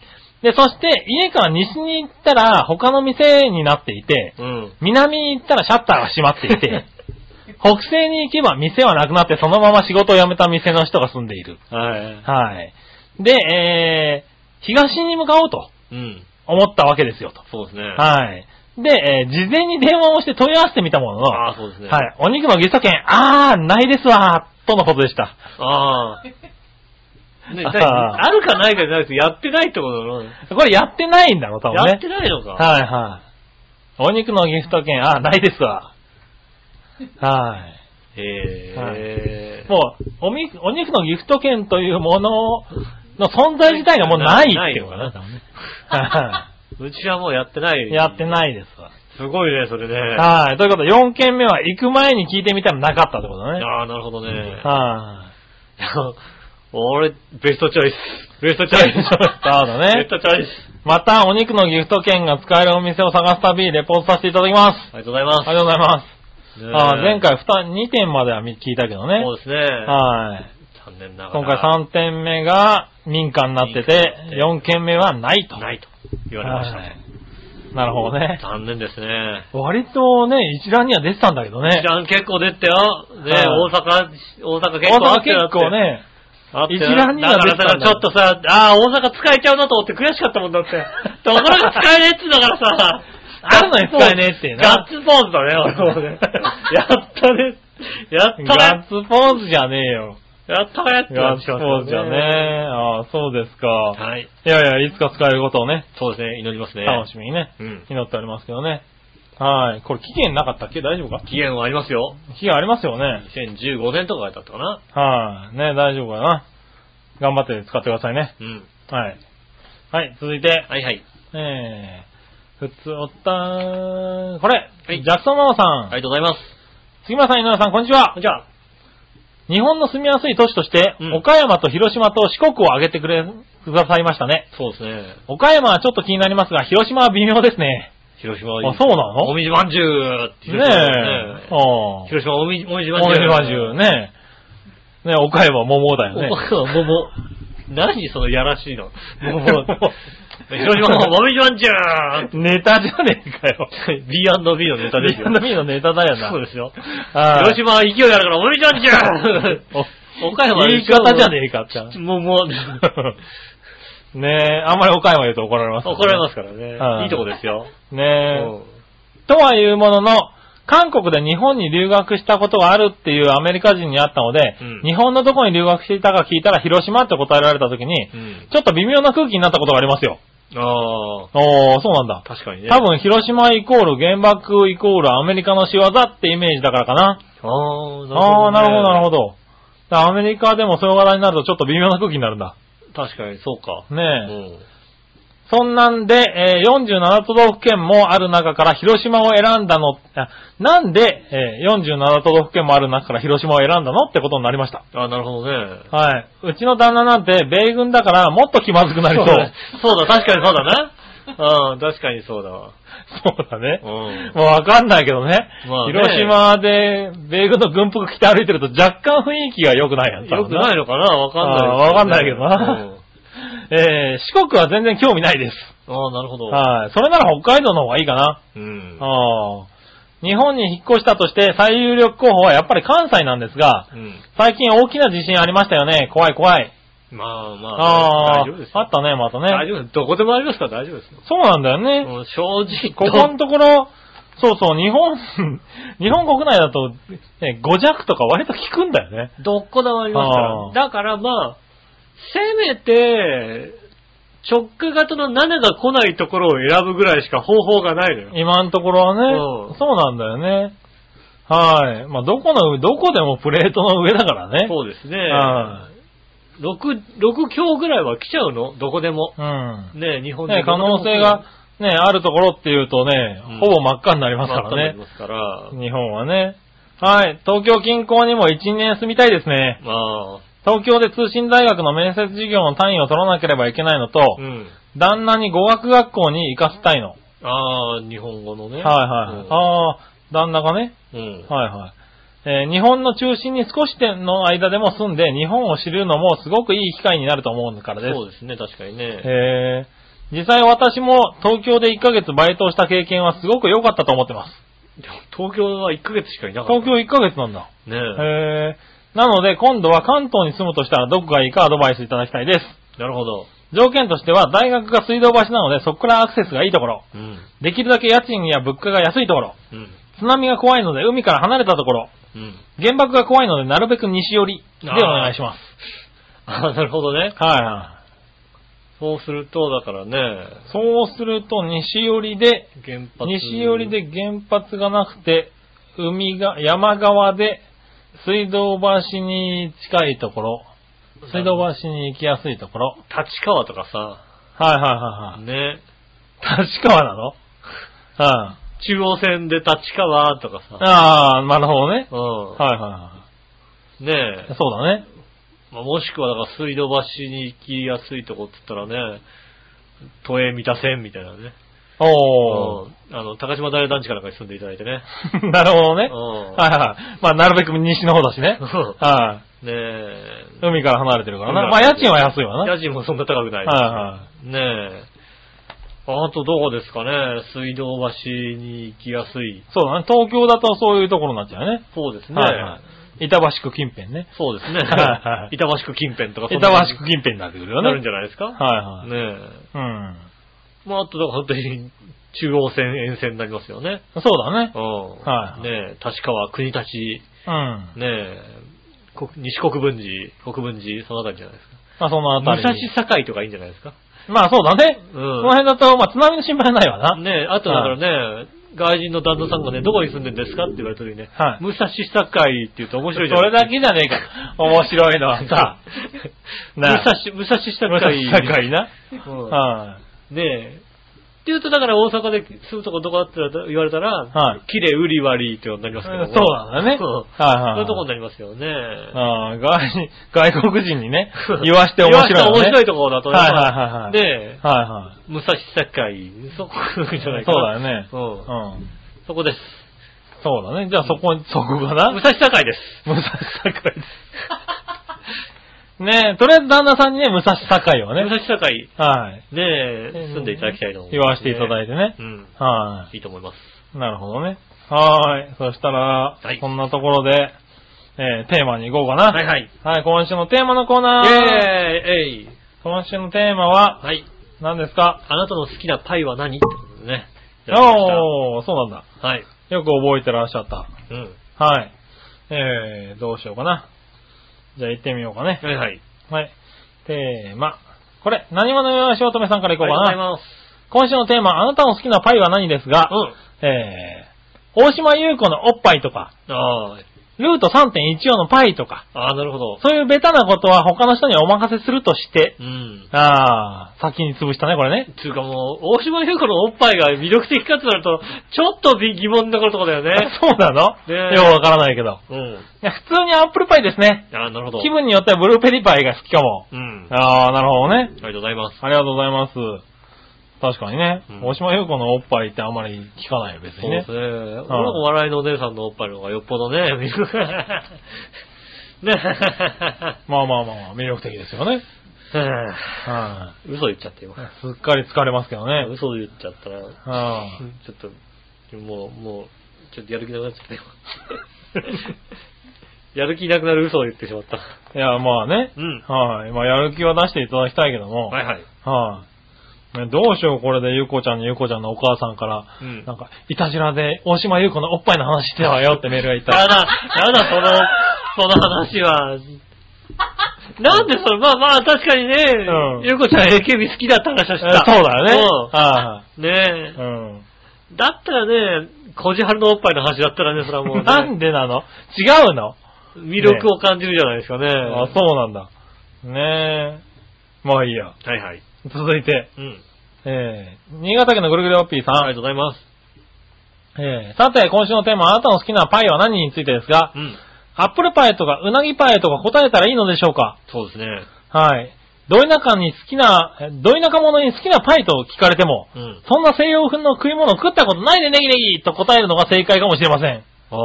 で、そして家から西に行ったら他の店になっていて、
うん。
南に行ったらシャッターが閉まってい て、北西に行けば店はなくなってそのまま仕事を辞めた店の人が住んでいる。
はい。
はい。で、えー、東に向かおうと
うん。
思ったわけですよと。
そうですね。
はい。で、えー事前に電話をして問い合わせてみたものの、
ああ、そうですね。
は。い、お肉のゲスト券、あー、ないですわー、とのことでした。
ああ。ね、
あー
だいあるかないかじゃなくて、やってないってことだろうね。
これやってないんだろ、多分ね。
やってないのか。
はいはい。お肉のギフト券、あー、ないですわ。はい。
へえ。
もうおみ、お肉のギフト券というものの存在自体がもうないっていうのかな。は
うちはもうやってない。
いやってないですわ。
すごいね、それね。
はい。ということで、4件目は行く前に聞いてみたらなかったってことね。
ああ、なるほどね。
はい。
俺、ベストチョイス。ベストチョイス。
そうだね
ベストチョイス。
また、お肉のギフト券が使えるお店を探す旅、レポートさせていただきます。
ありがとうございます
あり。がとうございます。
ねえ
あー前回2、2点までは聞いたけどね。
そうですね。
はい。
残念なが
今回
ら。
3点目が民家になってて、4件目はないと。
ないと言われました
はい
ね。
なるほどね。
残念ですね。
割とね、一覧には出てたんだけどね。
一覧結構出てよ。ね、
はい
大阪、大阪結
大
構あ
阪
って
結構。ね、
あって
一覧には
だから
出てたんだ
だからちょっとさ、ああ、大阪使えちゃうなと思って悔しかったもん だって。ところが使えねえってだからさ、
あるのに使えねえっていうな
ガッツポーズだね、俺もね。やったね。やった
ガ
ね
ッ。ツポーズじゃねえよ。
やったーやったー
やっ
ってしま
そう
す
じゃ
よ
ね。ああ、そうですか。
はい。
いやいや、いつか使えることをね、
そうですね、祈りますね。
楽しみにね、
うん。
祈っておりますけどね。はい。これ期限なかったっけ大丈夫か
期限はありますよ。
期限ありますよね。
2015年とか書いてあったかな。
はい。ね、大丈夫かな。頑張って使ってくださいね。
うん。
はい。はい、続いて、
はいはい。
えー、普通おったーこれ、
はい
ジャクソンママさん、
ありがとうございます。
杉村さん、井上さん、こんにちは。
じゃあ、
日本の住みやすい都市として、
うん
岡山と広島と四国を挙げてくれ、くださいましたね。
そうですね。
岡山はちょっと気になりますが、広島は微妙ですね。
広島
あそうなの
おみじまんじゅうって
ね
広
え。
島ね
ああ。
広島おみおみじまんじゅう。
大島中ね。ね岡山桃だよね。
お。もも、何そのやらしいの。もも、 広島
島
もみじまんじゅう
ネタじゃねえ かよ。
!B&B のネタですよ。
B&B のネタだよな。
そうですよ。
はい
広島は勢いあるから、おみじまんじゅう岡山は
言い方じゃねえかって。
もう、もう、
ねえ、あんまり岡山言うと怒られますからね、
怒られますから
はい
ね。いいとこですよ。
ねえ。とはいうものの、韓国で日本に留学したことがあるっていうアメリカ人に会ったので、
うん
日本のどこに留学していたか聞いたら広島って答えられたときに、
うん。
ちょっと微妙な空気になったことがありますよ。
あ
おー、そうなんだ
あ、。確かにね。
多分、広島イコール原爆イコールアメリカの仕業ってイメージだからかな。あ
あ
あ
あ、
ー、なるほど、なる
ほ
ほど。だからアメリカでもそういう話題になるとちょっと微妙な空気になるんだ。
ど。確かに、そうか。
ねえ。
うん
そんなんで、えー47都道府県もある中から広島を選んだの、あなんで、えー47都道府県もある中から広島を選んだのってことになりました。
あ、なるほどね。
はい。うちの旦那なんて米軍だからもっと気まず くなりそう。
そうだ、確かにそうだな。うん、確かにそうだわ。
そうだね
う。ん。
もうわかんないけどね。
まあね
広島で米軍の軍服着て歩いてると若干雰囲気が良くないやつだ
よくないのかなわかんない、
あーわかんないけどなえー四国は全然興味ないです。
うん。ああ、なるほど。
はい。それなら北海道の方がいいかな。
うん。
ああ。日本に引っ越したとして最有力候補はやっぱり関西なんですが、
うん。
最近大きな地震ありましたよね。怖い怖い。
まあまあ、
ああ
大丈夫です、よ。
あったね、また
大
ね。
丈夫です。どこでもありますから大丈夫ですよ。
そうなんだよね。
もう正直、
ここのところ、そうそう、日本、 日本国内だと、ね、5弱とか割と効くんだよね。
どこでもあります
ああ
から。だからまあ、せめて、直下型の7が来ないところを選ぶぐらいしか方法がないのよ。
今のところは
う
ね
ん、
そうなんだよね。はい。まあ、どこの、どこでもプレートの上だからね。
そうですね。
は
6、6強ぐらいは来ちゃうのどこでも。
うん。
ね日本で
ね、可能性が、ね、あるところっていうとね、
うん
ほぼ真っ赤になりますか
あ
ら
り
ね。
ますから。
日本はね。はい。東京近郊にも1、2年住みたいですね。
まあ、
東京で通信大学の面接授業の単位を取らなければいけないのと、
うん。
旦那に語学学校に行かせたいの。はい
ああ、日本語のね。う
はい。
ん
ああ、旦那がね。
うん。
はいはい。えー日本の中心に少しでの間でも住んで、日本を知るのもすごくいい機会になると思うからです。
そうですね、確かにね。
へー実際私も東京で1ヶ月バイトをした経験はすごく良かったと思ってます。
東京は1ヶ月しかいなかった。
東京1ヶ月なんだ。
ね
へーなので今度は関東に住むとしたらどこがいいかアドバイスいただきたいです。
なるほど。
条件としては大学が水道橋なのでそこからアクセスがいいところ。
うん。
できるだけ家賃や物価が安いところ。
うん。
津波が怖いので海から離れたところ。
うん。
原爆が怖いのでなるべく西寄りでお願いします。
ああ、なるほどね。
はいは
そうすると、だからね、
い。そうすると西寄りで
原発。
西寄りで原発がなくて、海が、山側で、水道橋に近いところ、水道橋に行きやすいところ。
立川とかさ、
はいはいはい
ね、
はい。立川なのはい。
中央線で立川とかさ、
ああ、なるほどね。
う
はいはいは
ん。ね
い。そうだね。
まあ、もしくはだから水道橋に行きやすいとこって言ったらね、都営三田線みたいなね。
おー。
うんあの、高島平団地かなんかに住んでいただいてね。
なるほどね。
う
は
ん
いはい。まあ、なるべく西の方だし ね。は
ねえ。
い。海から離れてるからな。まあ、
海から
家賃は安いわな。
家賃もそんな高くないです
は
ねえ。あとどこですかね水道橋に行きやすい。
そうだね。東京だとそういうところになっちゃうね。
そうですね。
はいはい。板橋区近辺ね。
そうですね
はいはい。
板橋区近辺とか
板橋区近辺になってくるよ
に
ね。
なるんじゃないですか
はいはい。
ね
うん。
え。まあ、あとだから本当に中央線沿線になりますよね。
そうだね。
うん。
はいはい
ねえ、立川、国立、
うん。
ねえ、国西国分寺、国分寺、そのあたりじゃないですか。
まあそのあた
武蔵
り。
境とかいいんじゃないですか。
まあそうだね。
う
そ
ん
の。辺だと、まあ津波の心配はないわな。
ねえ、あとだからね、外人の旦那さんがね、どこに住んでんですかって言われた時にね、
はい
武蔵境って言うと面
そ
白いじゃな
れ
いです
だけじゃねえか。面白いのはさ
か。。
なあ
武蔵、武蔵境。
武蔵境な。
うん
は
ねえ。って言うと、だから大阪で住むとこどこだって言われたら、
はい
綺麗売り割りってことになり
い。
ます
そ
けど
う
も
なんだね。はい
そうそう
はいいう
とこになりますよね。
ああ外人外国人にね、言わして面白いのね。
言わして面白いところだとね。
はいはいはいはい
ねえ、
はいは。
武蔵境、そこじゃないい
そ
か
う
な。
だよね。
そう。
うん
そこです。
そうだね。じゃあそこ、そこかな
武蔵境です。
武蔵境です。ねえ、とりあえず旦那さんにね、武蔵境 を
武
ね、
蔵境、ね
はい。
え、住んでいただきたいと思います、
言わしていただいてね。
うん。
はい
いと思います。
い。なるほどね。はーい。そしたら、
はい
こんなところで、えー、テーマに行こうかな。
はいはい。
はい、今週のテーマのコー
イ
ナ
ェー
ー。
イえい
今週のテーマは、
はい。
何ですか
あなたの好きなパイは何ってことでね。いただきました
おー、そうなんだ。
はい。
よく覚えてらっしゃった。
うん。
はい。えー、どうしようかな。じゃあ行ってみようかね。
はいはい。
はい。テーマ。これ、何者よしおとめさんからいこうか
あり
な。
がとう
今週のテーマ、あなたの好きなパイは何ですが、
ございます。
えー、大島優子のおっぱいとか、
うん。あ
ルート3.14のパイとか、
あ、ああ、なるほど。
そういうベタなことは他の人にお任せするとして、
うん。
あー、先に潰したね、これね。
つうかもう、大島優子のおっぱいが魅力的かってなると、ちょっとび疑問なことこだよね。
そうなの、
ねえ
よくわからないけど。
うん。
いや普通にアップルパイですね。
ああ、なるほど。
気分によってはブルーペリーパイが好きかも。
うん。あ
あー、なるほどね。
りがとうございます。
ありがとうございます。確かにね、
うん
大島優子のおっぱいってあんまり聞かないよ、別
そ
に
うで
ね
す。ね。俺も笑いのお姉さんのおっぱいの方がよっぽどね、 魅力ね
まあまあまあまあ、魅力的ですよね。は
嘘言っちゃって今。
い。すっかり疲れますけどね。
嘘言っちゃったら、
は
ちょっと、もう、もう、ちょっとやる気なくなっちゃったよ。 やる気なくなる嘘を言ってしまった。
い。いや、まあね。
うん
はい。まあ、やる気は出していただきたいけども。
はいはい。
はい。ねどうしよう、これで、ゆうこちゃんにゆうこちゃんのお母さんから、
うん
なんか、いたじらで、大島ゆうこのおっぱいの話してたわよってメールがいた。
やだ、やだ、その、その話は。なんでそれ、まあまあ、確かにね、
うん
ゆうこちゃん AKB 好きだった話は
え
し
そう
た。
だよね。は
うんね
い。うん。
え。だったらね、小じはるのおっぱいの話だったらね、それはもう、
な
ね、
んでなの違うの
魅力を感じるじゃないですかね。
あ、そうなんだ。ねえ。まあいいや。
はいはい。
続いて、
うん。
えー、新潟県のぐるぐるおっぴーさん。
ありがとうございます。
えー、さて、今週のテーマ、あなたの好きなパイは何についてですが、
うん。
アップルパイとかうなぎパイとか答えたらいいのでしょうか
そうですね。
はい。ど田舎に好きな、えど田舎者に好きなパイと聞かれても、
うん。
そんな西洋風の食い物を食ったことないでネギネギと答えるのが正解かもしれません。
あ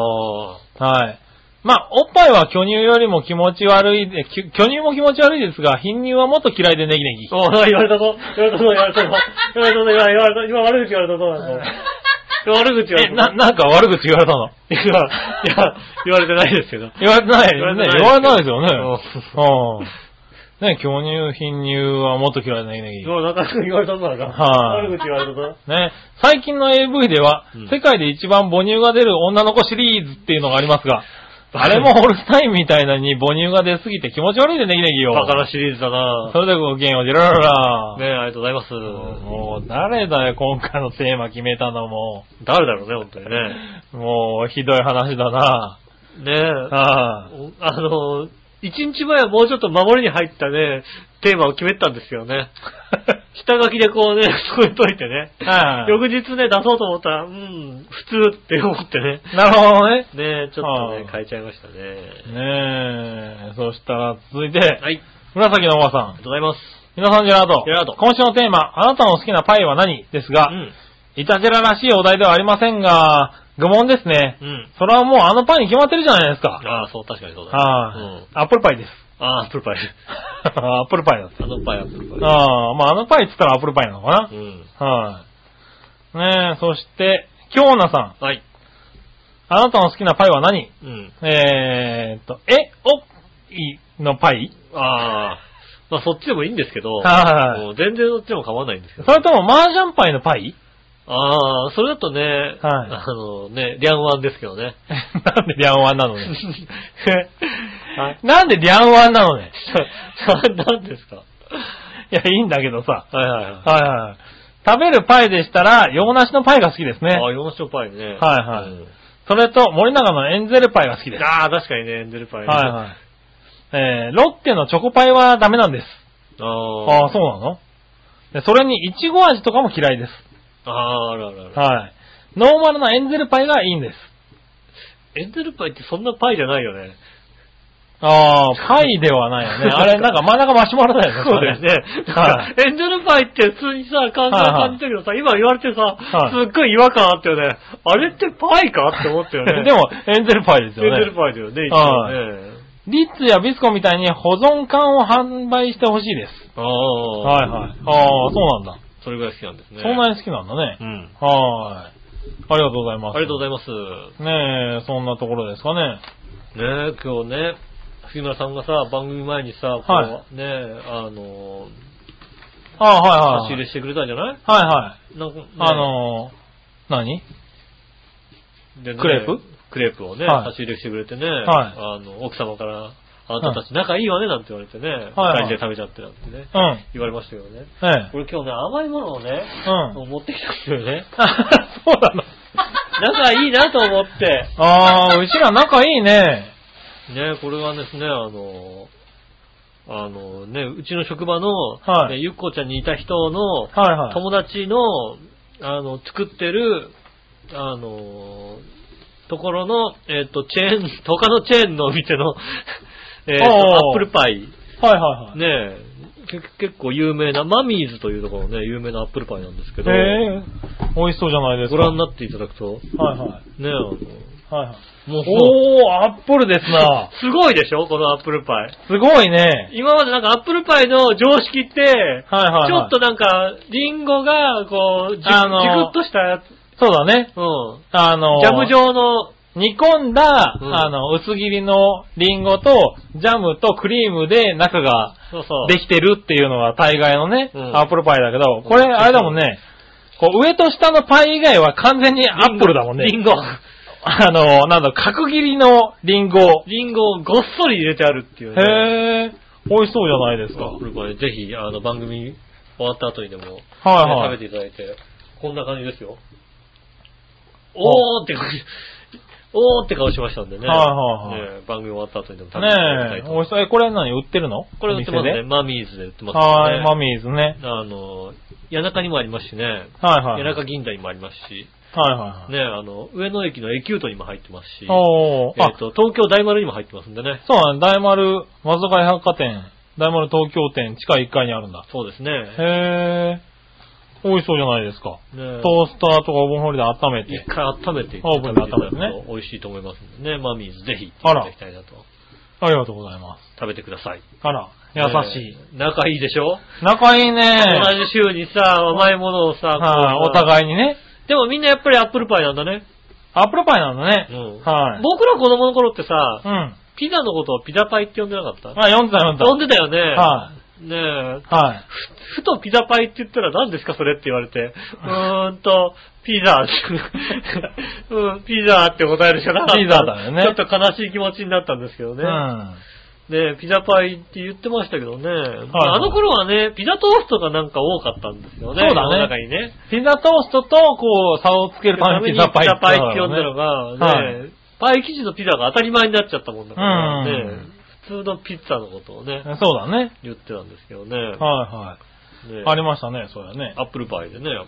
あ。
はい。まあ、おっぱいは巨乳よりも気持ち悪いで、きゅ巨乳も気持ち悪いですが、貧乳はもっと嫌いでネギネギ。
おー言われたぞ。言われたぞ、言われたぞ。言われたぞ、言われたぞ。今悪口言われたぞ。 今悪口言われた
え、
ぞ。
な、なんか悪口言われたの
いや、いや、言われてないですけど。
言われてないですね。言
言わ
わ
れて
れてな
ないい
ですよね。うん。ね、巨乳、貧乳はもっと嫌いなネギネギ。
もうなかなか言われたぞ、なんか。
はい
悪口言われたぞ。
ね、最近の AV では、
うん
世界で一番母乳が出る女の子シリーズっていうのがありますが、あれもホルスタインみたいなのに母乳が出すぎて気持ち悪いでネギネギを。
バカなシリーズだな
それではごきげんよう、ジェラララ。
ねえ、ありがとうございます。
もう誰だよ、今回のテーマ決めたのも。
誰だろうね、本当にね。
もう、ひどい話だな。
ねえ、
ああ
おあの、一日前はもうちょっと守りに入ったね、テーマを決めてたんですよ ね。下書きでこうね、添えといてね。
ああ
翌日ね、出そうと思ったら、うん、普通って思ってね。
なるほどね。
ねえ、ちょっと
は
ね、
あ
変えちゃいましたね。
ねえ、そしたら続いて、
はい、
紫のおば
ありがと
さん
う。ございます。
皆さん、ジェラード。
ジェラード
今週のテーマ、あなたの好きなパイは何ですが、
うん、
イタジェラらしいお題ではありませんが、愚問ですね。
うん。
それはもうあのパイに決まってるじゃないですか。
ああ、そう、確かにそうだ。う
はい
ん。
アップルパイです。
ああ、アップルパイ。
アップルパイだって。
あのパイ、アップルパイ。
ああ、まああのパイって言ったらアップルパイなのかな
う。ん。
はい。ねえ、そして、京奈さん。
はい。
あなたの好きなパイは何
うん。
えーっと、え、おっいのパイ
ああ。まあ、そっちでもいいんですけど、
はい
もう全然どっちでも構わないんですけど。
それとも麻雀パイのパイ
ああ、それだとね、 あのね、リャンワンですけどね。
なんで両腕なのに。
はい
なんでリャンワンなの ね。
何ですか
いや、いいんだけどさ。
はいはいはい。
はいはい。食べるパイでしたら、洋梨のパイが好きですね。
ああ、洋梨のパイね。
はいは
う
い
ん
それと、森永のエンゼルパイが好きです。
あ
は
あ、確かにね、エンゼルパイね。
いはい。えー、ロッテのチョコパイはダメなんです。
ああ
ああ、そうなのでそれに、いちご味とかも嫌いです。
ああ、あるあるある。
はい。ノーマルなエンゼルパイがいいんです。
エンゼルパイってそんなパイじゃないよね。
ああ、パイではない よね。あれ、なんか真ん中マシュマロだよね。
そうだよね。
はい
エンゼルパイって普通にさ、感
はい
想
はい
感じたけどさ、今言われてさ、
はい
すっごい違和感あったよね。あれってパイかって思ったよ
それ
ね。
でも、エンゼルパイですよ
エンゼル
ね。
パイだよね、一
は
応ね。
リッツやビスコみたいに保存缶を販売してほしいです。
ああ。
はいはい。ああ、そうなんだ。
それぐらい好きなんですね。
そんなに好きなんだね
う。ん。
はーい。ありがとうございます。
ありがとうござ
ざい
います。
ます。ねえ、そんなところですかね。
ねえ、今日ね、杉村さんがさ、番組前にさ、こう
は
ねえ、あの、
ああ、
差
は
し入
いはい。
れしてくれたんじゃない
はいはい。
なんか、ね
あのー、何
でね
クレープ
クレープをね、
はい
差し入れしてくれてね、
はい
あの、奥様から、あなたたち仲いいわね、なんて言われてね、
はい
二人で食べちゃってなんてね、
うん。
言われましたけどね。
ええ。
俺今日ね、甘いものをね、
うん。
持ってきたんですよね。
そうなの。
仲いいなと思って、
ああ、うちら仲いいね。
ね、これはですね、あの、あのね、うちの職場の、
はい
ねゆっこちゃんにいた人の、
はいはい。
友達の、あの、作ってる、あの、ところの、えっ、と、チェーン、 他のチェーンのお店の、 えっ、と、
おー
アップルパイ、
はいはいはい。
ねけ結構有名な、マミーズというところのね、有名なアップルパイなんですけど、
ええ美味しそうじゃないですか。
ご覧になっていただくと、
はいはい。
ねあの、
はいはい。
もう
おー、アップルですな。
すごいでしょこのアップルパイ。
すごいね。
今までなんかアップルパイの常識って、
はいはいはい。
ちょっとなんか、リンゴが、こう、じゅ
あの
じくっとしたやつ、
そうだね。
う
あ
ん。
のー、
ジャム状の、
煮込んだ、
うん
あの、薄切りのリンゴと、ジャムとクリームで中が
そうそう。
できてるっていうのが大概のね、
うん
アップルパイだけど、これ、
うん
あれだもんね、こう、上と下のパイ以外は完全にアップルだもんね。
リンゴ。
あのー、なんだ、角切りのリンゴ。
リンゴをごっそり入れてあるっていうね。
へー、美味しそうじゃないですか。
アップルパイ、ぜひ、あの、番組終わった後にでも、ね
はいは
食
い
べていただいて、こんな感じですよ。おーって感じ。おーって顔しましたんでね。
はいはいは
ね番組終わった後にでも食べていただきたい
ねえ、
と
美味しそう。え、これ何売ってるの
これ売ってま
お
す
店
ね。
で
マミーズで売ってます
はーい、マ
ミ
ミーズね。
あの、谷中にもありますしね。
はいは
谷
い。
中銀座にもありますし。
はいはいはい。
ねあの、上野駅のエキュートにも入ってますし。
おー、
え
あ
っ、、と、東京大丸にも入ってますんでね。
そうだね、大丸、松坂屋百貨店、大丸東京店、地下1階にあるんだ。
そうですね。
へー、美味しそうじゃないですか。
ね
トースターとかオーブンホイルで温め
一
て。
回温めてい
オーブンで温めるね
美味しいと思いますんでね。マミーズぜひ行っていただきたいなと。
ありがとうございます。
食べてください。
あら、優しい。
い。仲いいでしょ、
仲いいね。
同じ週にさ、甘いものをさ、
はい、お
い。
互いにね。
でもみんなやっぱりアップルパイなんだね。
アップルパイなんだ
う
ね。
ん。
はい。
僕ら子供の頃ってさ、
うん。
ピザのことをピザパイって呼んでなかった
あ、読んでた読んでた。
呼んでたよね。
は
ねえ。
い。はい。
ふとピザパイって言ったら何ですかそれって言われて。うーんと、ピザ。 うん、ピザって答えるしかなかった。
ピザだよね
ちょっと悲しい気持ちになったんですけどね。
うん。
ねえピザパイって言ってましたけどね。あの頃はね、ピザトーストがなんか多かったんですよね。
そう
世
だね
の中にね。
ピザトーストと、こう、差をつけるためにピザパイ
ピザパイって呼
呼
んだのが、ね、
はい
パイ生地のピザが当たり前になっちゃったもんだから、ね
うん
普通のピッツァのことをね、
そうだね。
言ってたんですけどね。
はいはい。
ね
ありましたね、そうだね。
アップルパイでね、やっ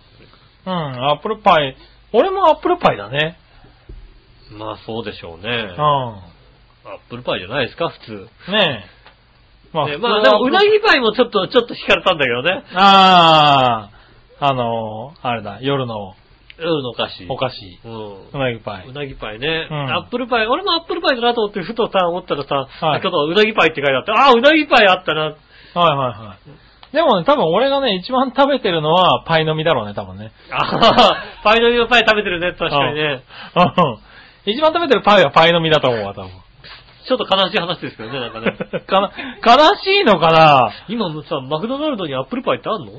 ぱ
うん、アップルパイ。俺もアップルパイだね。
り。まあそうでしょうね。
う
アップルパイじゃないですか、普通。
ん。ねえ。ま
ねまあでも、うなぎパイもちょっと、ちょっと惹かれたんだけどね。
ああ、あのー、あれだ、夜の
うん、お菓子。
お菓子。
うん
う。なぎパイ。
うなぎパイね、
うん
アップルパイ。俺もアップルパイだなと思って、ふとさ、思ったらさ、
はい
ちょっとうなぎパイって書いてあって、ああ、うなぎパイあったな。
はいはいはい。でもね、多分俺がね、一番食べてるのはパイの実だろうね、多分ね。
あーパイの実のパイ食べてるね、確かにね。
うん。一番食べてるパイはパイの実だと思うわ、多分。
ちょっと悲しい話ですけどね、なんかね。
かな、悲しいのかな
今もさ、マクドナルドにアップルパイってあんの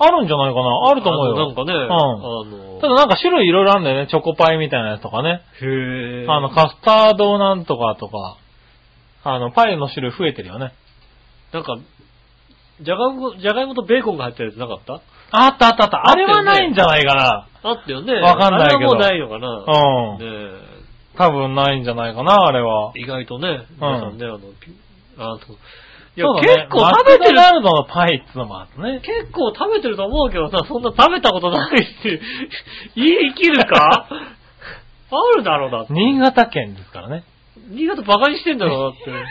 あるんじゃないかなあると思うよ。
あのなんかね、あ
うん。
の、
ただなんか種類いろいろあるんだよね。チョコパイみたいなやつとかね。
へえ。
あの、カスタードなんとかとか。あの、パイの種類増えてるよね。
なんか、じゃがいも、じゃがいもとベーコンが入ったやつなかった
あったあったあった。
あっ
あ
た
れ
よね
はないんじゃないかな。
あったよね。
わかんないけど
あれはもうないのかな。
うん。
ね
多分ないんじゃないかな、あれは。
え意外とね、皆さんね、あの、ピあの、いや、
そうだね
結構食べてる
マクドナルドのパイっつうのもあってね。
結構食べてると思うけどさ、そんな食べたことないって、 言い切る かあるだろうだって。
新潟県ですからね。
新潟バカにしてんだろうだって。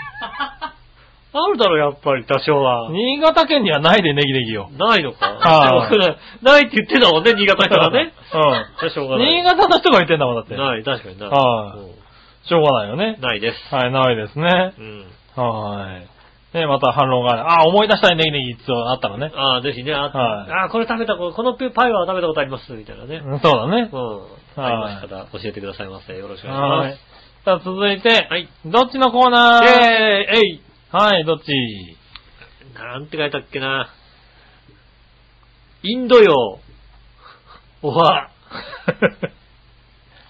あるだろう、やっぱり多少は。
新潟県にはないでネギネギよ。
ないのか
はい
でも ないって言ってたもんね、新潟から ね。
う
じゃあしょうが
ん。
ない。
新潟の人が言ってんだもん、だって。
ない、確かにない。
はいしょうがないよ
う
ね
ん。ないです。
はい、ないですね
う。ん。
はい。ね、また反論がある。あ、思い出したいネギネギっつうのあったらね。
ああ、ぜひね、あ、
はい
あこれ食べたこと、このパイは食べたことあります、みたいなね。
うんそうだね
う。ん。ありましたら教えてくださいませ。よろしくお
は
願い
い
し。
さあ、続いて、
はい
どっちのコーナー
ます。えー、えい
はい、どっち
なんて書いたっけな。インド洋。お は。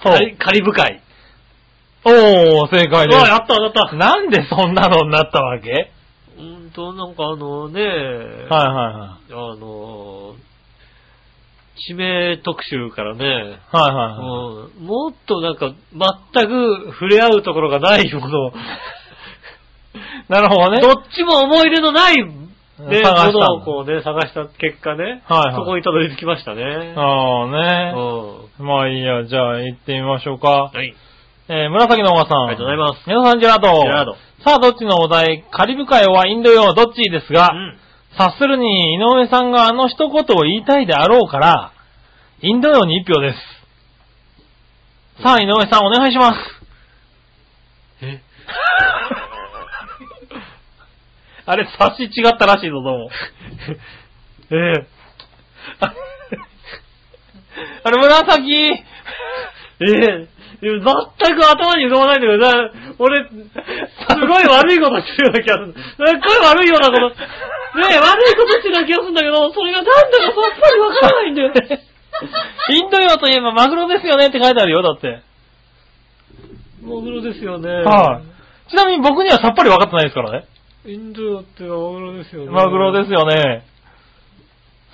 そう
カリカリブ海。
おー、正
あ
解で
やった、やった
す。。なんでそんなのになったわけはい
うんと、なんかあのね、
は
あの、地名特集からね、
いはい。はいはいはい。
うんもっとなんか全く触れ合うところがないものを、
なるほどね。
どっちも思い出のない、ね、
探したん
も
だ
のをこうね、探した結果ね、
はいはい
そこにたどり着きましたね。う
ああね。
ん
まあいいや、じゃあ行ってみましょうか。
はい。
えー、紫のおばさん。
ありがとうございます
皆さん、ジェラード。
ジェラード
さあ、どっちのお題カリブ海はインド洋どっちですが、
うん
察するに井上さんがあの一言を言いたいであろうから、インド洋に一票です。さあ、井上さんお願いします。
え
あれ、差し違ったらしいぞ、どうも。 ええあれ、紫ええ
全く頭に浮かばないんだけどな、俺、すごい悪 いことしてるような気がする。すっごい悪いようなこと、ねえ、悪いことしてるような気がするんだけど、それがなんだかさっぱりわからないんだよね。
インド洋といえばマグロですよねって書いてあるよ、だって。
マグロですよね。
ちなみに僕にはさっぱり分かってないですからね。
インド洋ってのはマグロですよね。。
マグロですすよね。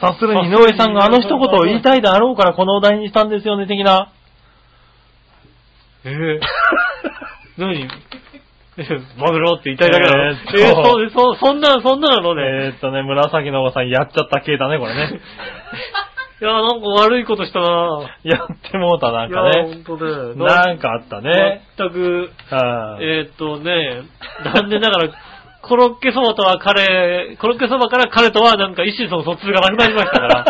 察するに井上さんがあの一言を言いたいであろうからこのお題にしたんですよね、的な。
ええ何マグロって言いたいだけだろ。
えーっと
えーそうですそう、そんな、そんななのね。
えーっとね、紫のおばさんやっちゃった系だね、こ れ ね。
いや、なんか悪いことしたな
やってもうた、ないん
や
か、
ほ
ね。
んとね。
なんかあったね。
全く、
はい
えーっとね、残念ながら、コロッケそばとは彼、コロッケそばから彼とはなんか一心の疎通がなくなりました から。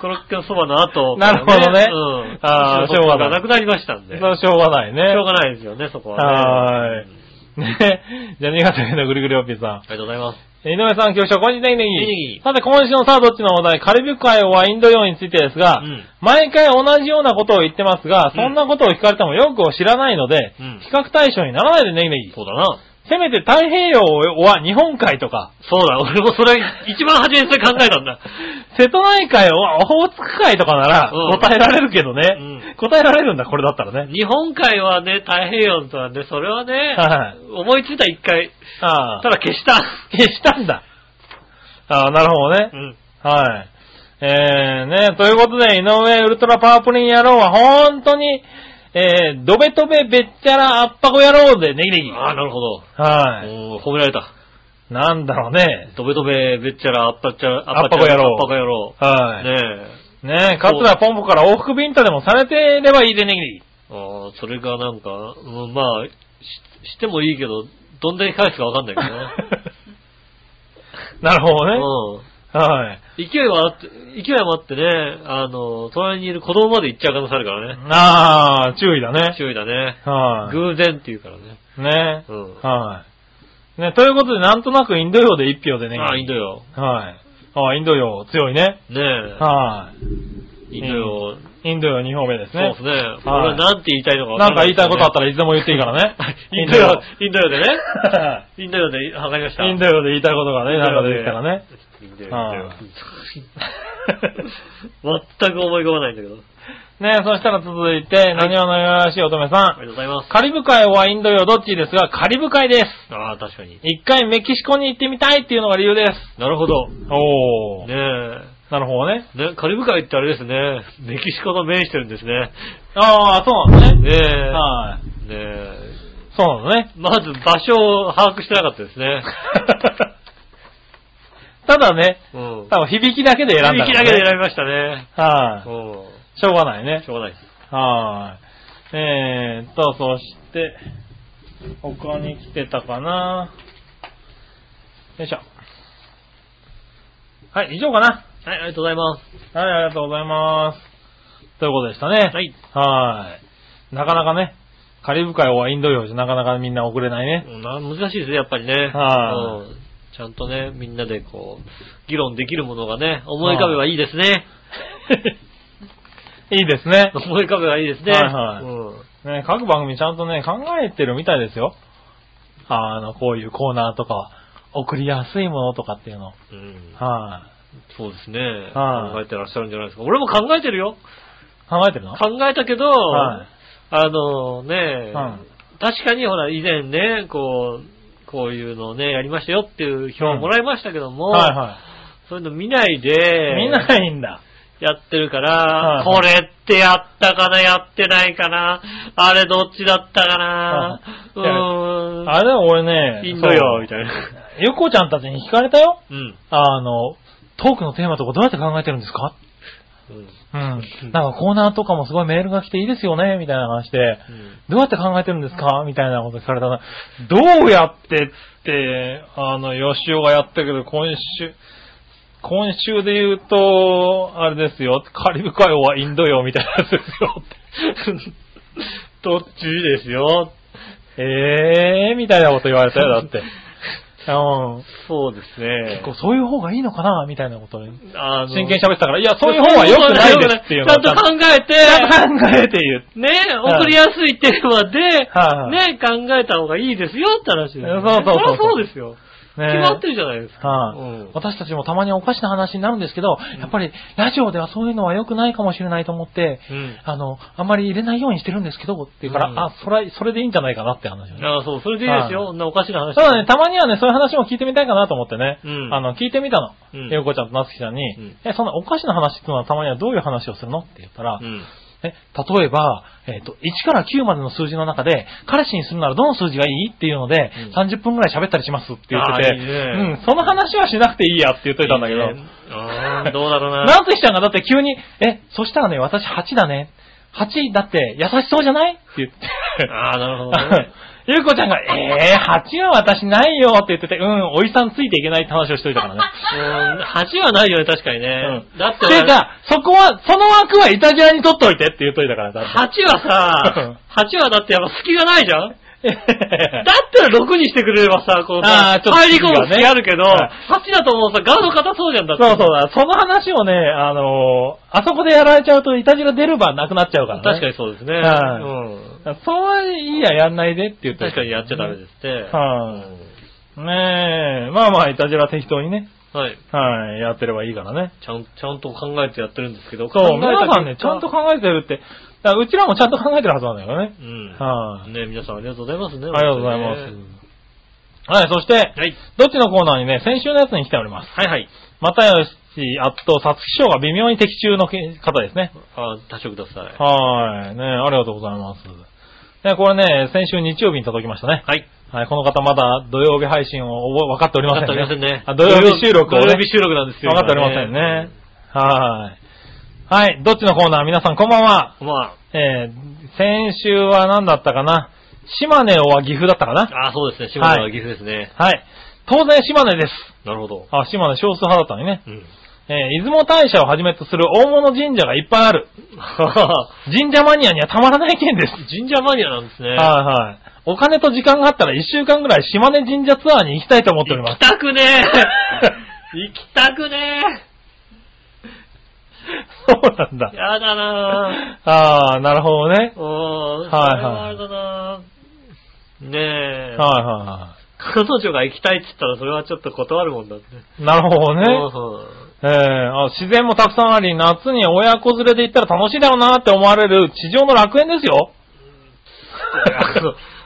コロッケそばの後から、
なるほどね
うん。意思
あー
の疎通
しょうがない
がなくなりましたんで。し
それ
ょ
はしょうがないね。
うがないですよね、そこはね。
はーい。ね。じゃあ、新潟県のぐりぐりおっぴー
あ
さ
りがとうございます。
ん。井上さん、局長、こんにちは、ネギ
ネギネギ
さて、今週のさあ、どっちのお題、カリブ海はインド洋についてですが、
うん
毎回同じようなことを言ってますが、
うん
そんなことを聞かれてもよく知らないので、
うん
比較対象にならないでネギネギ。
そうだな。
せめて太平洋は日本海とか、
そうだ、俺もそれ一番初めにそれ考えたんだ。
瀬戸内海はオホーツク海とかなら
うん
答えられるけどね、
うん
答えられるんだ、これだったらね。
日本海はね、太平洋とはね、それはね、
はい
思いついた一回。
ああ
ただ消した。
消したんだ。ああ、なるほどね。
うん。
はい。えー、ね、ということで、井上ウルトラパープリン野郎は本当に、えー、ドベトベべっちゃらあっぱこ野郎でネギネギ。
ああ、なるほど。
は
おー褒められた。
い。なんだろうね。
ドベドベ、べっちゃら、あったっちゃら、
あっぱこ野郎
あっぱこ野郎。
は
ねえ。
い。ねかつらポンポから往復ビンタでもされていればいいでネギネギ。
ああ、それがなんか、うん、まあし、してもいいけど、どんだけ返すかわかんないけどね。
なるほどね。
うん。
はい。
勢いはあって、勢いもあってね、あの、隣にいる子供まで行っちゃう可能性あるからね。
ああ、注意だね。
注意だね。
はい。
偶然って言うからね。
ね
うん
はい。ね、ということで、なんとなくインド洋で一票でね。
ああ、インド洋。
はい。ああ、インド洋強いね。
ねえ。
はい。
インド洋。
インド洋2票目です
そうで
ね
す。ね。俺はなんて言いたいのかわ
なんか言いたいことあった
ら。。
らいつでも言っていいからね
インド洋、インド洋 でね。
は
インド洋で、わかりました。
いインド洋で言いたいことがね、なんか出てきたらね。
インド洋。インド
は
洋。全く思い込まないんだけど。
ねそしたら続いて、何話のよらしい乙女さ
ありが
ん。
とうございます。
カリブ海はインド洋どっちですが、カリブ海です。
ああ、確かに。
一回メキシコに行ってみたいっていうのが理由です。
なるほど。
おー。
ねえ。
なるほどね。
ね、カリブ海ってあれですね。メキシコの面してるんですね。
ああ、そうなんですね。
ねえ。
はい。
ねえ。
そうなのね。
まず場所を把握してなかったですね。
ただね、
うん。
多分響きだけで選んだ、
響きだけで選びましたね。
び。は
う
い、
ん。
しょうがないね
し。ょうがないです。
はい、えーっと、そして、他に来てたかなよいしょ。はい、以上かな
はい、ありがとうございます。
はい、ありがとうございます。ということでしたね。
はい。
はい。なかなかね、カリブ海はインド洋じゃなかなかみんな送れないね。
うんな難しいですね、やっぱりね。
は
うんちゃんとね、みんなでこう、議論できるものがね、思い浮かべばいいですね。
いいですね。
思い浮かべばいいですね。
はいはい
うん
ね、各番組ちゃんとね、考えてるみたいですよ。あの、こういうコーナーとかは、送りやすいものとかっていうの。
うん
は
そうですね。
はい
考えてらっしゃるんじゃないですか。俺も考えてるよ。
い。考えてるの
考えたけど、
はい
あのね、
うん
確かにほら、以前ね、こう、こういうのをね、やりましたよっていう表をもらいましたけども、
はいは
そういうの見ないで、
い。見ないんだ。
やってるから、
はいはい
これってやったかな、やってないかな、あれどっちだったかな、
はいは
うーん、
あれだよ、俺ね。
インドよ、み
そう
たいな。
ゆっこちゃんたちに聞かれたよ。
うん。
あの、トークのテーマとかどうやって考えてるんですか
うん
うん。なんかコーナーとかもすごいメールが来ていいですよね、みたいな話で。
うん
どうやって考えてるんですかみたいなこと聞かれたら、どうやってって、あの、吉尾がやったけど、今週、今週で言うと、あれですよ、カリブ海はインド洋みたいなやつですよ って。
どっちですよ。
えー、みたいなこと言われたよ、だっ て。うん。
そうですね
結。構そういう方がいいのかなみたいなことを
あの
真剣に喋ってたから、いや、そういう方は良くないですっていうの
ち
を
ゃんと考えて、
考えて言う。
ね、
い
送りやすいテーマで、
はい
ね、考えた方がいいですよって話ですよ。
そうそうそうそう
そりゃそうですよ。
ね
決まってるじゃないですか。
はい、
うん
私たちもたまにおかしな話になるんですけど、やっぱりラジオではそういうのは良くないかもしれないと思って、
うん
あの、あんまり入れないようにしてるんですけど、っていうから、
うん
あ、それ、それでいいんじゃないかなって話をね。
ああ、そう、それでいいですよ。
はい
そんなおかしな話。
そうだね、たまにはね、そういう話も聞いてみたいかなと思ってね、
うん
あの、聞いてみたの。
うん
ゆうこちゃんとなつきちゃんに、
うん
え、そんなおかしな話っていうのはたまにはどういう話をするのって言ったら、
うん。
え、例えば、えっ、と、1から9までの数字の中で、彼氏にするならどの数字がいいっていうので、
うん
30分くらい喋ったりしますって言って
あー
て、
いいね
うん、その話はしなくていいやって言っといたんだけど、
いいねああ、どうだろうな。
なつきちゃんがだって急に、え、そしたらね、私8だね。8だって優しそうじゃないって言って、
ああ、なるほど ね。
ゆうこちゃんが、えー、8は私ないよって言ってて、うん、おじさんついていけないって話をしといたから ね。
うん、恥はないよね、確かにね。
うん
だって
てか、そこは、その枠はいたじらに取っといてって言っといたから、だ って。
8はさ、8はだってやっぱ隙がないじゃんだっ
だ
たら6にしてくれればさ、こうさ
あー、ちょっと
入り込む隙あるけど、
はい
8だともうさ、ガード硬そうじゃんだって。
そうそうだ、その話をね、あのーあそこでやられちゃうといたじら出る場なくなっちゃうから
確か
ね。
にそうですね。
はい
うん。
確かに。そうはいいや、やんないでって言って。。
確かにやっちゃダメですすね。
はい、ねえ、まあまあ、いたじら適当にね、
はい。
はい、やってればいいからね。
ちゃん、ちゃんと考えてやってるんですけど、
そう、
考えた結
皆
果
さんね、ちゃんと考えてるって、だからうちらもちゃんと考えてるはずなんだよね。
うん。
はい、
ね、皆さんありがとうございますね。
ありがとうございます
本
はい、そして、
当にね
どっちのコーナーにね、先週のやつに来ております。
はい。はいはい。
またよし、あと、さつき賞が微妙に的中のけ方ですね。
あ、多少ください。
はい、ねありがとうございます。ね、これね、先週日曜日に届きましたね。
はい。
はい、この方まだ土曜日配信を覚え分かっておりませ
分
んね。
かっておりませんね
あ土曜日収録をね
土曜日収録なんですよ
分かっておりませんね。はい。はい、どっちのコーナー皆さんこんばんは。
ま
えー、先週は何だったかな島根は岐阜だったかな
あ、あそうですね。島根は岐阜ですね。
はい。当然島根です。
なるほど。
あ、島根少数派だったのにね。
うん。
えー、出雲大社をはじめとする大物神社がいっぱいある。神社マニアにはたまらない件です。
神社マニアなんですね。
はいはい。お金と時間があったら1週間ぐらい島根神社ツアーに行きたいと思っており
行
ま
き
す。
たくね え行きたくね
そうなんだ
え。やだ なぁ。
ああ、なるほどね。
うーん、
はいは
それ
い
はあれだなぁ。ねえ。
はいはいは
彼女が行きたいって言ったらそれはちょっと断るもんだって。
い。なるほどね。
うん
えーあ自然もたくさんあり、夏に親子連れで行ったら楽しいだろうなって思われる地上の楽園ですよ。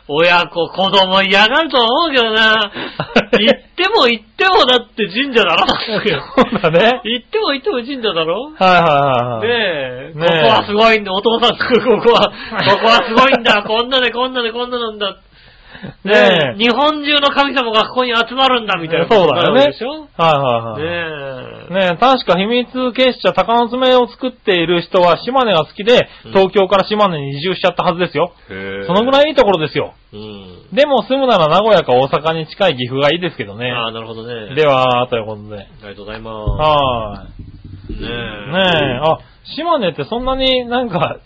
親子、子供嫌がると思うけど な。行っても行ってもだって神社だろ。
そうだね。
行っても行っても神社だろ。ね
はいはいはいはい。
え、
ねえ
ここはすごいんだ、お父さん、ここは、ここはすごいん だ、こんなでこんなでこんななんだ。ねえ、
ね
日本中の神様がここに集まるんだ、みたいな。
そうだよね
でしょ
え。はいはいはい。
ねえ。
ねえ、確か秘密結社鷹の爪を作っている人は島根が好きで
うん、
東京から島根に移住しちゃったはずですよ。そのぐら
い
いいいところですよ。
うん。
でも住むなら名古屋か大阪に近い岐阜がいいですけどね。
ああ、なるほどね。
では、ということで。
ありがとうございま
は
す。ねえ。ね
い。ねえ、あ、島根ってそんなになんか、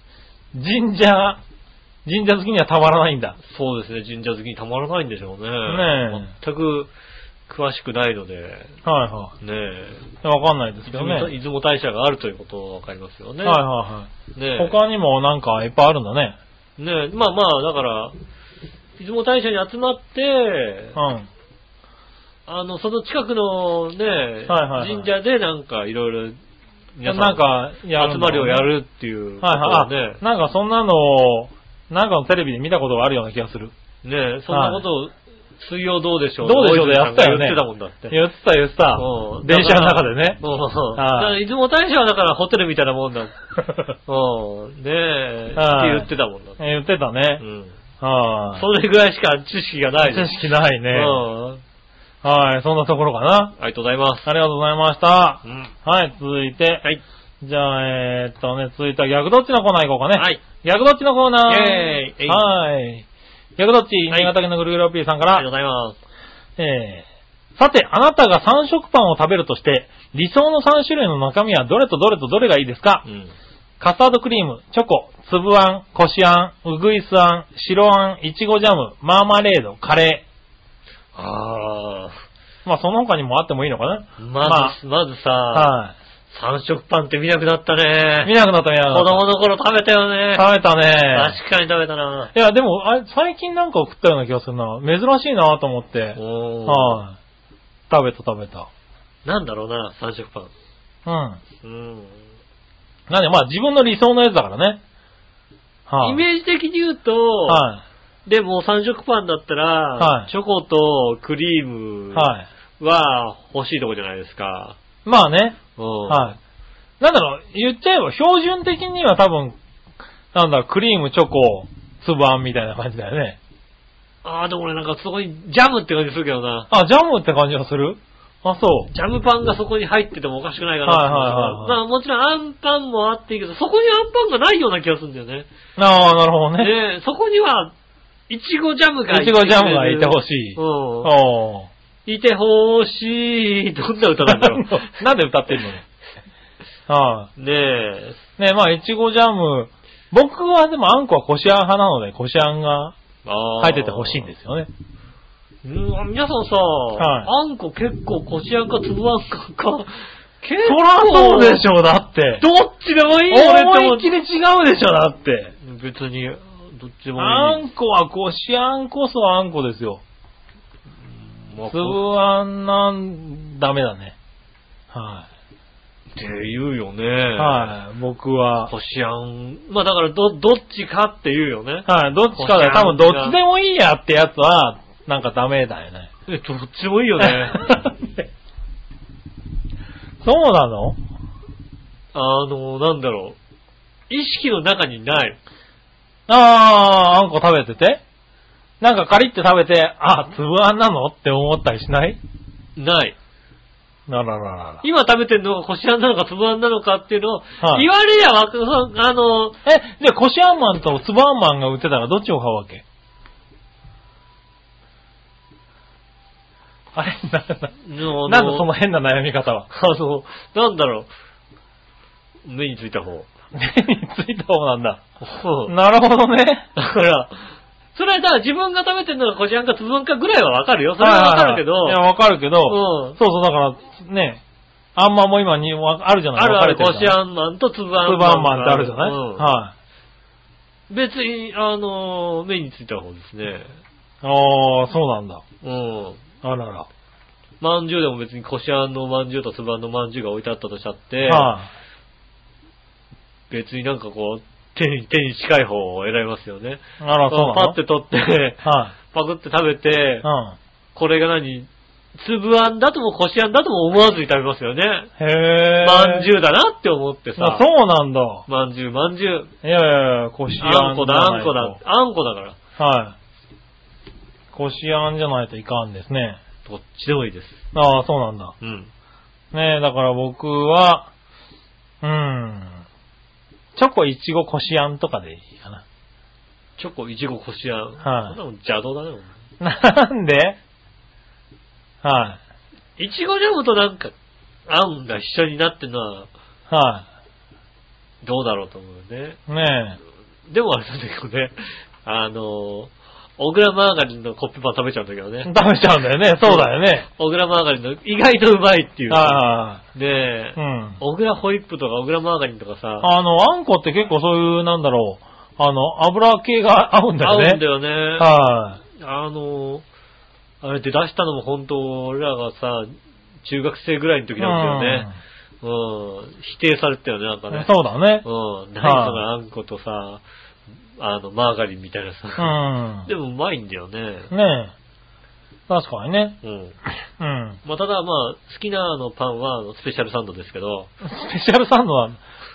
神社、神社好きにはたまらないんだ。
そうですね、神社好きにたまらないんでしょうね。
ね
全く詳しくないので、ね
はいは
え。
い。わかんないです
出
けど
雲
ね。
大出雲大社があるということはわかりますよね。
はいはい
ねえ
はい。他にもなんかいっぱいあるんだね。
ねえまあまあ、だから、出雲大社に集まって、
う
あ
ん。
の、その近くのね、
はいはい
神社でなんかいろいろ、皆さ
なんか、やる
集
んだろうね
まりをやるっていうこと
はいはい。
ね
あ、なんかそんなのを、なんかのテレビで見たことがあるような気がする。
ねえ、そんなことを、水曜どうでしょう
どうでしょうで
大泉
やった
さん
よ
が
ね。
言ってたもんだって。
言ってた言ってた
うん。
電車の中でね。
うん。だ
あ
から出雲大社はだからホテルみたいなもん だ。うん。ねえ、って
はい
言ってたもんだって。
言ってた
う
ね。
ん。
はい。
それぐらいしか知識がないです。
知識ない
う。
ね
ん。
はい、そんなところかな。
ありがとうございます。
ありがとうございました
う。ん。
はい、続いて。
はい。
じゃあ、えーっとね、続いては逆どっちのコーナー行こうかね。
はい。
逆どっちのコーナー。
イェーイ
はい。逆どっち、新潟県のぐるぐるおっぴーさんか
あ
ら
りがとう、ございます。
えーさて、あなたが3食パンを食べるとして、理想の3種類の中身はどれとどれとどれがいいですか
うん。
カスタードクリーム、チョコ、粒あん、こしあん、うぐいすあん、白あん、いちごジャム、マーマレード、カレ
あ
ー。まあ、その他にもあってもいいのかな
あ。まず、まずさ、
は
三色パンって見なくなった
い。見
ね。
なくなった見なく
子
なった。
供の頃食べたよね。
食べたね。
確かに食べたな。
いや、でも、あれ最近なんか食ったような気がするな。珍しいなと思って。
おー
はい。食べた食べた。
なんだろうな、三色パン。
うん。
うん。
なんで、まあ自分の理想のやつだからね。はい、
イメージ的に言うと、
は
でも三色パンだったら、
はい
チョコとクリーム
い。はい。
は欲しいとこじゃないですか。
まあね。
うん。
はい。なんだろう、言っちゃえば、標準的には多分、なんだ、クリーム、チョコ、粒あんみたいな感じだよね。
ああ、でも俺なんかそこにジャムって感じするけどな。
あ、ジャムって感じがするあ、そう。
ジャムパンがそこに入っててもおかしくないかなって
はいはいはいはい
まあもちろんアンパンもあっていいけど、そこにアンパンがないような気がするんだよね。
ああ、なるほどね。
で、そこには、いちごジャムが
いちごジャムがいてほ
し
しい。
う
おー
ん。いてほしい。どんな歌なんだろう。
なんで歌ってんのね。は
ねえ。
い。ねまあ、いちごジャム。僕はでもあんこはこしあん派なので、こしあんが
あー
入っててほしいんですよね。
うん、皆さんさ、
は
あんこ結構こしあんかつぶあんかか、結
そ
構。
らそうでしょ、だって。
どっちでもいいよ、俺って思
思
っ
いっきり違うでしょ、だって。
別に、どっちでも
あ
いい。
んこはこしあんこそあんこですよ。
まあ
つぶあんなん、ダメだね。は
って言うよね。
い。はい。僕は。
こしあん。まあだから、ど、どっちかって言うよね。
はい。どっちかだよ。多分どっちでもいいやってやつは、なんかダメだよね。
え、どっちもいいよ ね。
そうなの
あの、なんだろう。意識の中にない。
あー、あんこ食べててなんかカリって食べて、あ、つぶあんなのって思ったりしない
ない。
ならららら。
今食べてるのがこしあんなのかつぶあんなのかっていうのを、
はい
言われりゃわかあの、
え、じゃあ、コシアンマンとツバーンマンが売ってたらどっちを買うわけあれな、
の
な、なんだその変な悩み方は。
あの、なんだろう。目についた方。
目についた方なんだ。
うん
なるほどね。
だから、それはだから自分が食べてるのがこじゃんかつぶんかぐらいはわかるよ。それはわかるけど、
はいはいはいいや、わかるけど、
うん
そうそう、だから、ね、あんまも今にわあるじゃない
あるある、
分
こ
かれて
し
る
あんマンとつぶあん
ツバーンマンってあるじゃない、
うん
はい。
別に、あの、目についた方ですね。
ああ、そうなんだ。
うん。
あらら。
まんじゅうでも別にこしあんのまんじゅうとつぶあんのまんじゅうが置いてあったとしちゃって、
はい
別になんかこう、手に、手に近い方を選びますよね。
あら、 そうなの
パッて取って、
はい。
パクって食べて、
うん。
これが何粒あんだともこしあんだとも思わずに食べますよね。
へぇー。
まんじゅ
う
うだなって思って
あ
さ。
そうなんだ。
まんじゅう、まんじゅう。
いやいやいや、こしあ
あ
ん
ん
じゃ
こだ、
な
あ
い
ん
と
こだ。あんこだから。
はい。こしあんじゃないといかんですね。
どっちでもいいです。
ああ、そうなんだ。
うん。
ねえ、だから僕は、うん。チョコいちごこしあんとかでいいかな。
チョコ、いちご、こしあん。
はい
そんなもん邪道だね、もう
なん ではい
ちごジャムとなんか、あんが一緒になってんのは、
い。は
どうだろうと思うよね。
い。ね
でもあれなんだけどね、 あの、小倉マーガリンのコッペパン食べちゃうんだけど
え。
ね。
食べちゃうんだよね。そうだよね。
小倉マーガリンの意外とうまいっていう。
は
ねえ
いはい。うん。
小倉ホイップとか小倉マーガリンとかさ、
あの、あんこって結構そういう、なんだろう、あの、油系が合うんだ
合
よね。
うんだよね。
は
あの、あれって出したのも本当、俺らがさ、中学生ぐらいの
い。
時なんだよね。うん。否定されてたよね、なんか
うん
ね。
そうだね。
うん。何
はい
そのあんことさ、あの、マーガリンみたいな
う
さ。で
ん。
もうまいんだよね。
ねえ。確かにね。
うん。
うん。
まあ、ただまあ、好きなあのパンはあのスペシャルサンドですけど、
スペシャルサンドは、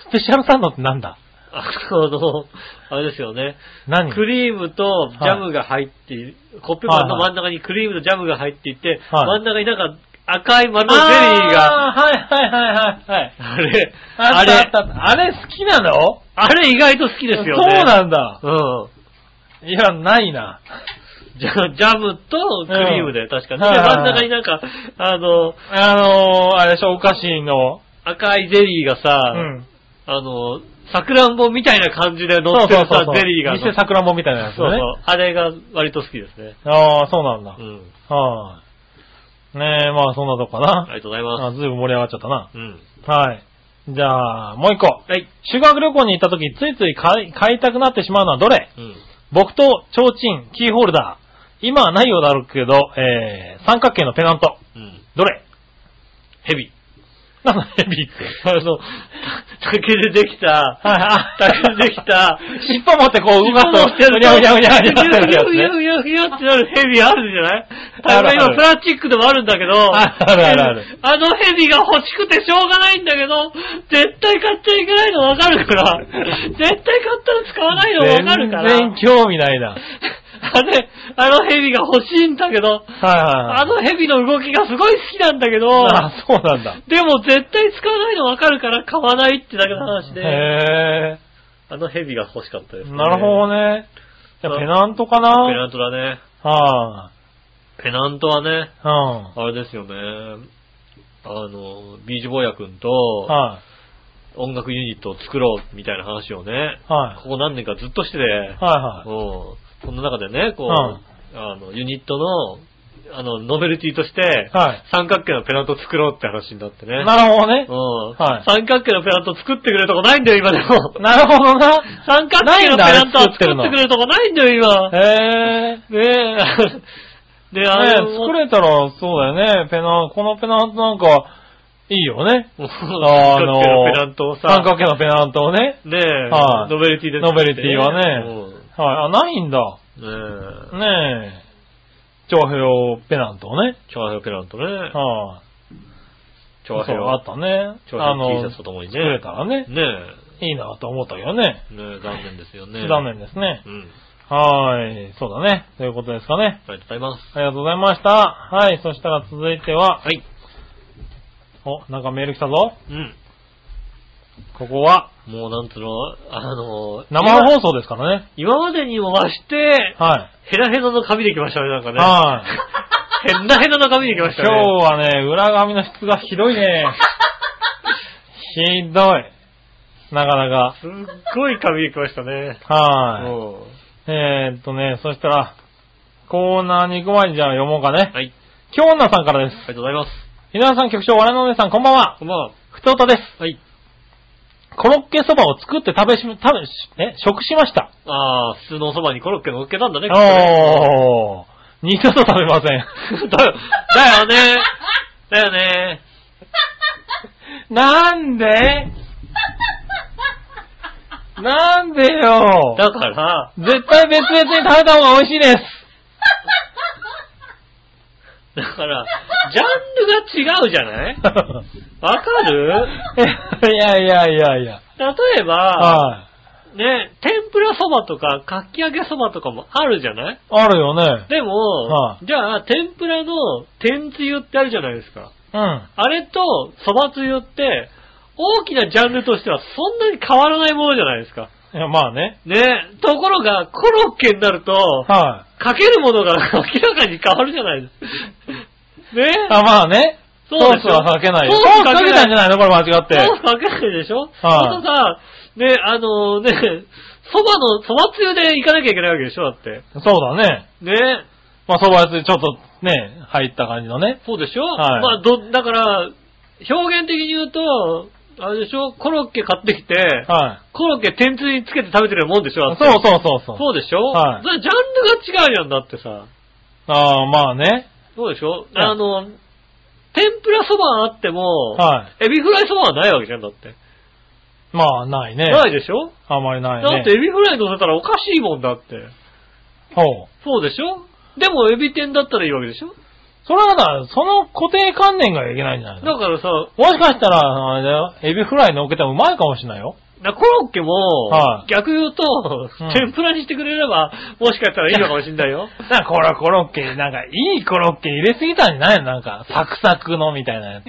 スペシャルサンドってなんだ
あの、あれですよね。
何
クリームとジャムが入っている、コッペパンの真ん中にクリームとジャムが入っていて、
はい
真ん中になんか赤い丸のゼリーが、
あーはいはいはいはいはい。
あれ、
あ
あ
れ、
れ、
あれ好きなの
あれ意外と好きですよ
そう
ね。
なんだ。
うん。
いや、ないな。
じゃあジャムとクリームで、
うん
確かに。で、
はいはい
真ん中になんか、あの、
あのー、あれでしょ、お菓子の、
赤いゼリーが
う
さ、
ん。
あの、桜んぼみたいな感じで乗ってるさ、ゼリーが。
店桜もみたいなやつ
そう
だね。
そう。あれが割と好きですね。
ああ、そうなんだ
う。ん。
はい。ねえ、まあそんなとこかな。
ありがとうございま
あずいぶん盛り上がっちゃったな。
す。うん。
はい。じゃあ、もう一個。
はい。
修学旅行に行った時、ついつい買い買いたくなってしまうのはどれ
うん。
僕と提灯、キーホルダー。今はないようだろうけど、えー、三角形のペナント。
うん。
どれ
ヘビ。
なんだ、ヘビって。
あの、竹でできた、
はい
竹でできた、
尻尾持ってこう動かすと、
してる
うにゃうにゃうにゃうにゃうにゃってやつ
ふ
ね
や。ふやふやってなるヘビあるじゃない
あ
あ
るある
の今プラスチックでもあるんだけど、
あるあるある
あのヘビが欲しくてしょうがないんだけど、絶対買っちゃいけないのわかるから、絶対買ったら使わないのわかるから、
全然興味ないな。
あれ、あのヘビが欲しいんだけど、
はいはい。
あのヘビの動きがすごい好きなんだけど、
ああ、そうなんだ。
でも絶対使わないのわかるから買わないってだけの話で、
へ
あのヘビが欲しかったで
え
す、ね。
なる
ど。
ほどね。じゃあ
そう
ペナントか
ペナ
な
ントだね。
は
ペナントはね、
い。うん。
あれですよね。あの、ビーチボーヤ君と、
は
音楽ユニットを作ろうみたいな話をね、
い。はい。
ここ何年かずっとしてて、
はいはい。
うんそんな中でね、こう、
う
あの、ユニットの、あの、ノベルティとして、
はい
三角形のペナントを作ろうって話になってね。
なるほどね
うん。
はい
三角形のペナント作ってくれるとこないんだよ、今で も。
なるほどな。
三角形のペナントは作って
ないんだあれ
く
作ってるの
れるとこないんだよ、今。
へえ。 ね
ねえ。で、あ
え
れ
作れたらそうだよね。ペナント、このペナントなんか、いいよね。
三
あ
角
の
形のペナントをさ、
三角形のペナントをね。
ねえ、
はい
ノベルティで、
ノベルティはねはい。あ、ないんだ。
うん。ねえ。
ねえ。長平ペナントをね。
長編ペナントね。
はい。
長
そ
編
う、あったね。
長
あ
編
の
T シャツとともにね。
作れたらね、
ね
いいなと思ったけどね。
え。ねえ、残念ですよね。
残。念ですね
う。ん。
はーい。そうだね。ということですかね。
ありがとうございます。
ありがとうございました。はい。そしたら続いては、
はい。
お、なんかメール来たぞ。
うん。
ここは、
もうなんつうの、あのー、
生放送ですからね。
今今までにも増して、
は
ヘラヘラの髪できましたね、なんか
い。
ね。
は い。
ヘラヘラの髪できまし
今
た
日
ね。
はね、裏紙の質がひどい ね。ひどい。なかな
すっごい髪できましたね。
か。は。
はい
えーっとね、そしたら、コーナーに行く前にじゃあ読もうかね。
はい。
京女さんからです
あ。りがとうございます。
皆さん局長、笑いのお姉さん、こんばんは。
こんばんは。
ふとおたです。
はい。
コロッケそばを作って食べし、食べし、え、食しました。
ああ、普通のお蕎麦にコロッケ乗っけたんだね。きっとね
おー。二度と食べません。
だよ、だよね。だよね。
な んでなんでよ
だから、
絶対別々に食べた方が美味しいです。
だから、ジャンルが違うじゃないわかる
いやいやいやいや。
例えば、
はい。
ね、天ぷらそばとか、かき揚げそばとかもあるじゃない
あるよね。
でも、
は
じゃあ、天ぷらの天つゆってあるじゃないですか。
うん。
あれと、そばつゆって、大きなジャンルとしてはそんなに変わらないものじゃないですか。
いや、まあね。
ね、ところが、コロッケになると、
は
かけるものが明らかに変わるじゃないですか。ね
い。あ、まあね。ソースはかけないよ。
ソ
ソ
ース
ース
か
か
け
け
な
た
い
んじゃないのこれ間違って。
ソースかけないでしょあとさ、ね、あのね、そばの、そばつゆで行かなきゃいけないわけでしょだって。
そうだね。
ね。
まあ、そばやつちょっとね、入った感じのね。
そうでしょ、
はい
まあ、ど、だから、表現的に言うと、あれでしょコロッケ買ってきて、
は
コロッケ天つゆにつけて食べてるようなもんでしょだ
い
っ。て
そうそうそうそう。
そうでしょ
は
だ
い
からジャンルが違うやんだってさ。
ああ、まあね。
そうでしょあの、天ぷらそばあっても、
は
エビフライそばはないわけじゃんだって。
まあ、ないね。
ないでしょ
あんまりないね。
だってエビフライ乗せたらおかしいもんだって。
ほう。
そうでしょでもエビ天だったらいいわけでしょ
それはな、その固定観念がいけないんじゃない
だ
の
からさ、
もしかしたら、あれだよエビフライ乗っけてもうまいかもしれないよ。
なコロッケも、
はい
逆言うと、
うん
天ぷらにしてくれれば、もしかしたらいいのかもしんないよ。
なんかこ れはコロッケ、なんかいいコロッケ入れすぎたんじゃないのなんか、サクサクのみたいなやつ。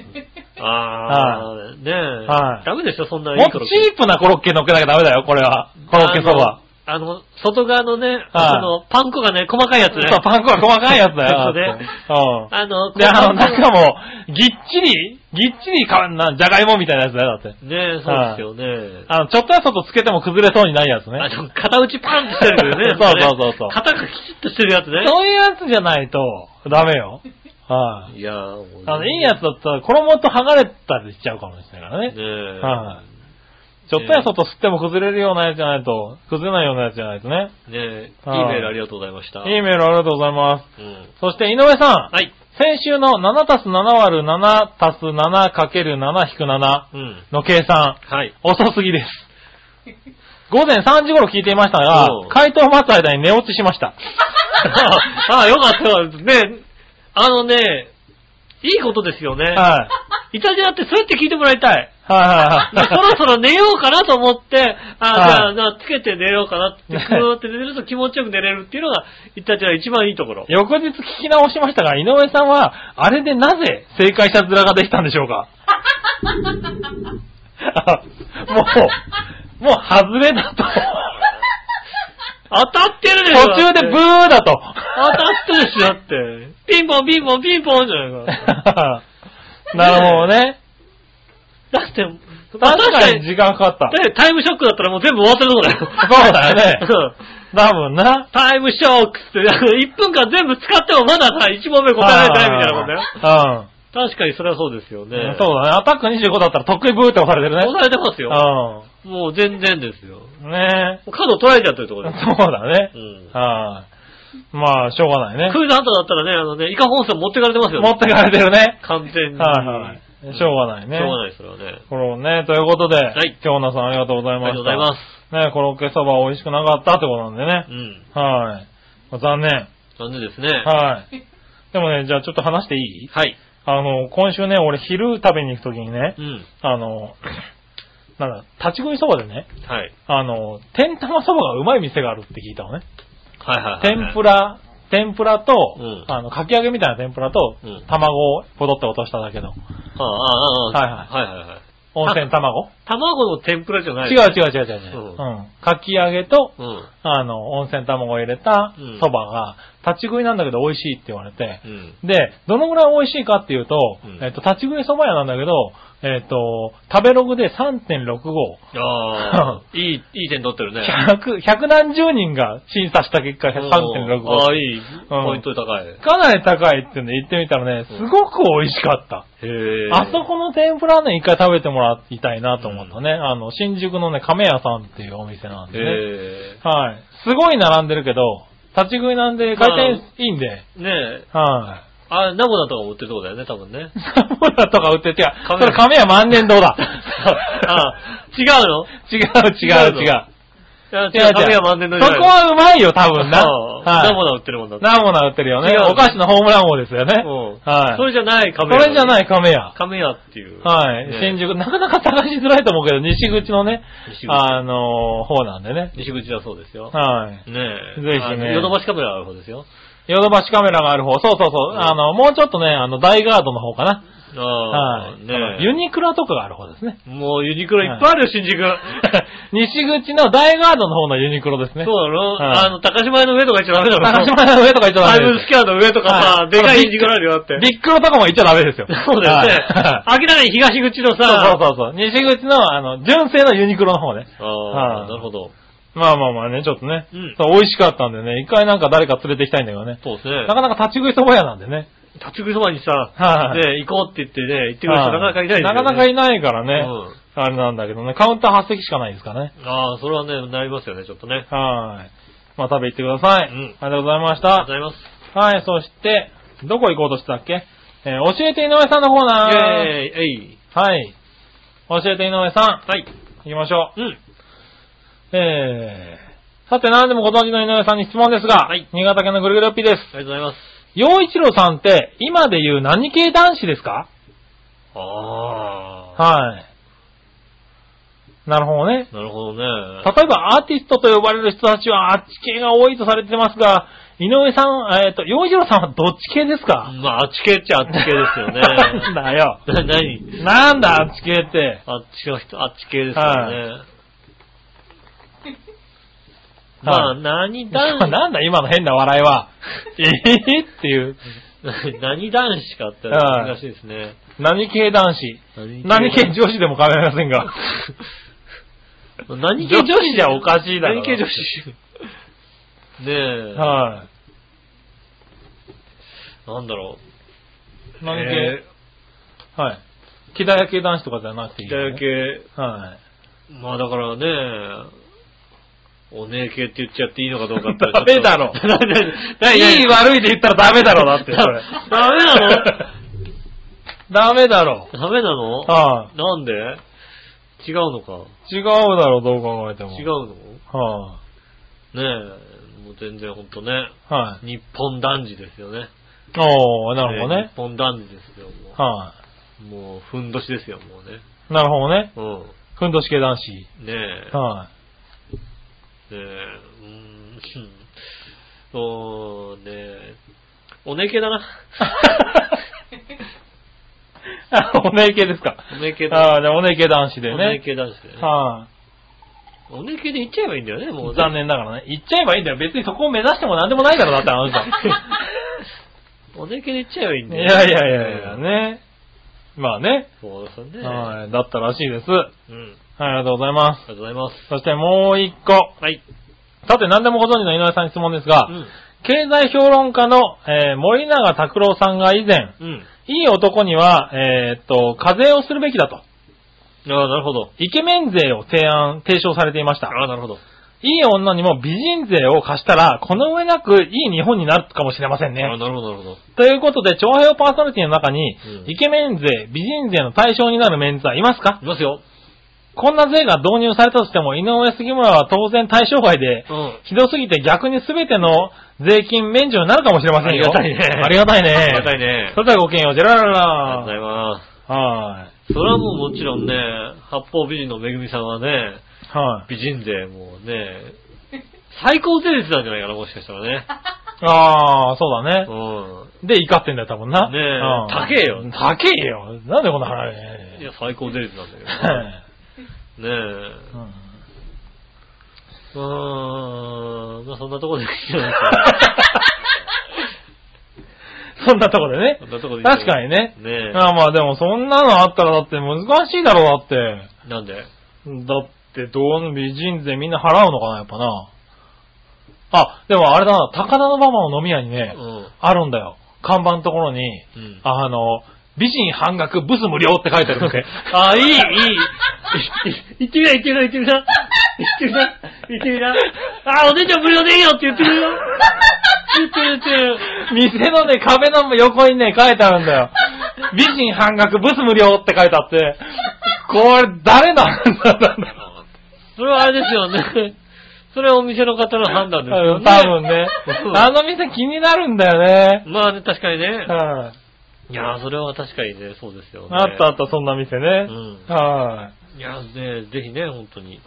ああ、ねえ、
はい
ダメでしょ、そんな
も
いい
っ
コ
と
ロッケ。
チープなコロッケ乗っけなきゃダメだよ、これは。コロッケそ
あの、
ば。
あの外側のね、あの、パン粉がね、細かいやつね。
そう、パン粉は細かいやつだよ。
そうね
だって
あの、
うん。で、あの、
細かい
中も、ぎっちり、ぎっちりか、な、じゃがいもみたいなやつだよ、だって。
ねえ、そうですよね。
あの、ちょっとやそとつけても崩れそうにないやつね。
あの、片打ちパンってしてるよね。
そうそうそうそう
肩がきちっとしてるやつね。
そういうやつじゃないと、ダメよ。はい、
いやー、
あの、いいやつだったら、衣と剥がれたりしちゃうかもしれないからね。
ねえ。
はいちょっとやそっと吸っても崩れるようなやつじゃないと、崩れないようなやつじゃないとね。
ねえ、いい
はい
メールありがとうございました。
いいメールありがとうございます。
うん。
そして、井上さ
は
ん。
い。
先週の7たす7割る7たす 7×7 引く7
うん。
の計算、
はい。
遅す ぎです。午前3時頃聞いていましたが
おう、
回答を待つ間に寝落ちしました。
ああ、よかったよ。ねあのね、いいことですよね。
はい。
いたじらってそうやって聞いてもらいたい。
は
そ ろそろ寝ようかなと思って、あ
はい
じゃあ、じゃあ、つけて寝ようか なって、ぐーって寝ると気持ちよく寝れるっていうのが、いたじら一番いいところ
い。。翌日聞き直しましたが、井上さんは、あれでなぜ正解者面ができたんでしょ うかあもう、もう外れだと。
当たってるでしょ
途中でブー
だって
だと。
当たってるでしょ、だって。ピンポンピンポンピンポンじゃないか。
なるほど ね。
だって、
確かに時間かかっ
だってタイムショックだったらもう全部終わってるとこだよ。
そうだよね
うん
た。多分な。
タイムショックって、1分間全部使ってもまださ、1問目答えられてないみたいなもんだよ。
よ。
確かにそれはそうですよね
う。ん。そうだね。アタック25だったら得意ブーって押されてるね。
押されてますよ。もう全然ですよ。
うん。ねえ。
角取られちゃってるとこ
そ
ろ
う
です。
だね
う。ん。
はい。まあ、しょうがないね。
クイズハンターだったらね、あのね、イカ本 線持ってかれてますよね。
持ってかれてるね。
完全に。
はいはい
ん。
しょうがないね。
しょうがないですよね。
これをね、ということで、
い
今日のさんありがとうござい
あり
まし
が
た。
とうございます。
ね、コロッケそば美味しくなかったってことなんでね
う。ん。
はい。まあ残念。
残念ですね。
はい。でもね、じゃあちょっと話していい
はい。
あの、今週ね、俺昼食べに行くときにね
う、ん。
あの、なんだ、立ち食いそばでね、
はい。
あの、天玉そばがうまい店があるって聞いたのね。
はいはいはい。
天ぷら、天ぷらと、
うん
あの、かき揚げみたいな天ぷらと、
うん
卵をポドって落としただけの。
ああ、ああ、ああ
は
はいはいはい。
温泉卵
卵の天ぷらじゃない。
違う違う違う違う違う。
う
うん。かき揚げと、
うん。
あの、温泉卵を入れた
うん
そばが、立ち食いなんだけど美味しいって言われて、
うん。
で、どのぐらい美味しいかっていうと、
うん
えっと、立ち食いそば屋なんだけど、えっと、食べログで3.65。
ああ、いい、いい点取ってるね。
100、100何十人が審査した結果
ああ、
3.65。
いい。ポイント高い。へ
かなり高いってんで言ってみたらね、
うん
すごく美味しかった。
え。
あそこの天ぷらね、一回食べてもらいたいなと思ったね。あの、新宿のね、亀屋さんっていうお店なんでね。
へえ。
はい。すごい並んでるけど、立ち食いなんで、回転いいんで。
ねえ。
はい。
あ、ナボナとかも売ってるとこだよね、多分 ね。
サモラとか売ってて、いやそ
亀
れ亀は万年堂だ。
あ違うの
違う違
違
う違う。
うのいや、違う、神は万年の
そこはうまいよ、多分な。
ナボ
は
ナ売ってるもんだっ
い。
て。
ナモナ売ってるよね
違う。の
お菓子のホームラン王ですよね。
うん
はい。
それじゃない
そ
亀屋。
れじゃない亀屋。
亀屋っていう。
はい。
ね
新宿、なかなか探しづらいと思うけど、西口のね、
西口
あのー、方なんでね。
西口だそうですよ。
はい。
ねえ。
ぜひね
あのヨドバシカメラある方ですよ。
ヨドバシカメラがある方。そうそうそう。
うん
あの、もうちょっとね、あの、大ガードの方かな。
あ
は
あ、
い。
ねえ。
ユニクロとかがある方ですね。
もうユニクロいっぱいあるよ、新宿。
西口の大ガードの方のユニクロですね。
そうだろ
はい
あの、高島屋の上とか行っちゃダメだろ
高島屋の上とか行っちゃ
タ
ダ
イ
メ
ム
で
ズスケアの上とか
は
さ、
い
でかい新宿あるよ、だっ
す。
て。
ビックロとかも行っちゃダメですよ。
そうだよね
は。
明らかに東口の
い
さ、
そうそうそうそう。西口の、あの、純正のユニクロの方ね。
あ
は
あ、
い
なるほど。
まあまあまあね、ちょっとね。
うん
そう美味しかったんでね、一回なんか誰か連れて行きたいんだけどね。
そうですね
な。かなか立ち食いそば屋なんでね。
立ち食いそばにさ、
はい
ね、行こうって言ってね、行ってくる人なかなかいないですよね
なかなかいないからね。
うん
あれなんだけどね、カウンター8席しかないですからね。
ああ、それはね、なりますよね、ちょっとね。
はい。まあ食べ行ってください。
うん
ありがとうございまし
ありが
た
とうご。ざいます。
はい、そして、どこ行こうとしてたっけえー教えて井上さんのコーナー。
イェーイ、えい。
はい。教えて井上さん。
はい。
行きましょう。
うん。
えー、さて何でもご存知の井上さんに質問ですが、
はい
新潟県のぐるぐるおっぴーです。
ありがとうございます。
洋一郎さんって、今で言う何系男子ですか
ああ。
はい。なるほどね。
なるほどね。
例えばアーティストと呼ばれる人たちはあっち系が多いとされてますが、井上さん、えっ、と、洋一郎さんはどっち系ですか
まあ、あっち系っちゃあっち系ですよね。
なんだよ。
な 何
なんだあっち系って。
あっちの人、あっち系ですよね。 まあ、
はい
何男子、
なんだ今の変な笑い は。えへへっていう。
何男子かって難しいですね。
何系男子。 何系女子でも構いませんが。
何系
系
女
女
子
子じゃおかしい だろ
何系女子ねえ。
は
なんだろう。
い。何
え
系、はい。木田屋系男子とかじゃなくて
ー
いい、
北野。系。
はい。
まあだからね、お姉系って言っちゃっていいのかどうかって。
ダメ だろ
何何何
いい悪いで言ったらダメだろ、だって。それ
ダメな
ダメだろ。
ダメなの
は
なんで違うのか
い。違うだろ、どう考えても。
違う。のね
は
え、もう全然ほんとね、
い。はい。
日本男児ですよね。
おー、なるほど
ええ
ね
日。本男児ですよ、も
は
う。もう、ふんどしですよ、もうね。
い。なるほどね。
う
ふんどし系男子。
ん。ねえ。
は
ねえ、うーん、そうねえ、おねけ だな。
い。あ、 おねえ系ですか。
おねけだ。
ああ、じゃあおねえ系男子で
おね
ね。
け男子だよね。
は
おねけで言っちゃえばいいんだよね、もう。
い。残。念ながらね。行っちゃえばいいんだよ。別にそこを目指しても何でもないからだって、あの人。
おねけで言っちゃえばいいん
い
だよ。
やいやいやいや、。ね。まあね。
そうですね。
はい。だったらしいです。
うん。
はい、ありがとうございま
ありがとうございます。
す。そしてもう一個。
はい。
さて、何でもご存知の井上さんに質問ですが、
うん。
経済評論家の、えー森永拓郎さんが以前、
うん。
いい男には、えーっと、課税をするべきだと、
ああ、なるほど。
イケメン税を提案、提唱されていました。
ああ、なるほど。
いい女にも美人税を貸したら、この上なくいい日本になるかもしれません
ああ、
ね。
なるほど、なるほど。
ということで、長平パーソナリティの中に、
うん
イケメン税、美人税の対象になるメンツはいますか
いますよ。
こんな税が導入されたとしても、井上杉村は当然対象外で
う、ん。
ひどすぎて逆に全ての税金免除になるかもしれませんよ。
ありがたいね
ありがたいね。
ありがたいね
それではごきげんよう、ジェララ
ありがとうござ
ラ
いま
は
す。それはもうもちろんね、八方美人のめぐみさんはね、
い。はい。
美人税もうね、最高税率なんじゃないかな、もしかしたら ね。
ああ、そうだ
う
ね。で、怒ってんだよ、多分な。
ねえ
うん
高えよ
高えよ。なんでこんな払
ん。い
え
や、最高税率なんだけど。ねえ。
うん
うーん。まあ、そんなとこでいいじゃない
そんなとこでね
ですか。そんなとこでいい
確かにね。
ねえ。
ああまあでもそんなのあったらだって難しいだろう、だって。
なんで
だって、どうの美人税みんな払うのかな、やっぱな。あ、でもあれだな、高田馬場の飲み屋にね
う、ん。
あるんだよ。看板のところに、
うん。
あの、美人半額ブス無料って書いてあるんで。
ああ、いい、いい。いいってみな、いってみな、いってみな。いってみな、いってみな。あ、お姉ちゃん無料でいいよって言ってるよ。言ってる言ってる。
店のね、壁の横にね、書いてあるんだよ。美人半額、ブス無料って書いてあって、これ、誰なんだろ
それはあれですよね。それはお店の方の判断
う
ですよ
な。
ね。
多分ね
う。ん
あの店気になるんだよね。
まあね、確かにね
う。ん。
いやー、それは確かにね、そうですよね。
あったあった、そんな店ね
う。ん。
はい
やー、ね、ぜひね、本当に、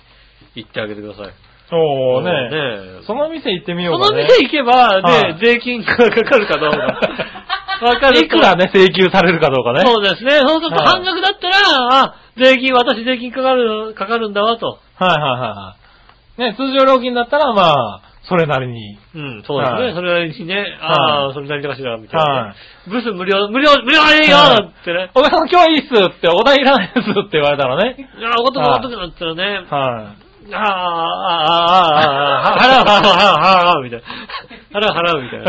行ってあげてください。
い。そうね。
ね
その店行ってみ
そ
よう
の
かね。
店行けば、
は
ね
い、
税金がかかるかどうか。わかると
いくらね、請求されるかどうかね。
そうですね。そうすると
はい
半額だったら、あ、税金、私税金かかる、かかるんだわと。
はいはいはいはい。ね、通常料金だったら、まあ、それなりに。
うん、そうですね。
はい
それなりにね、ああ、
はい
それなりとかしら、みたいな、
はい。
ブス無料、無料、無料でいいよ
はい
ってね。
お客さん今日はいいっすって、お題いらないっすって言われたらね。
いや、お言葉がお得になったらね、
は
ああ、ああ、ああ、ああ、払う、払う、払う、払う、みたいな。払う、払う、みたいな。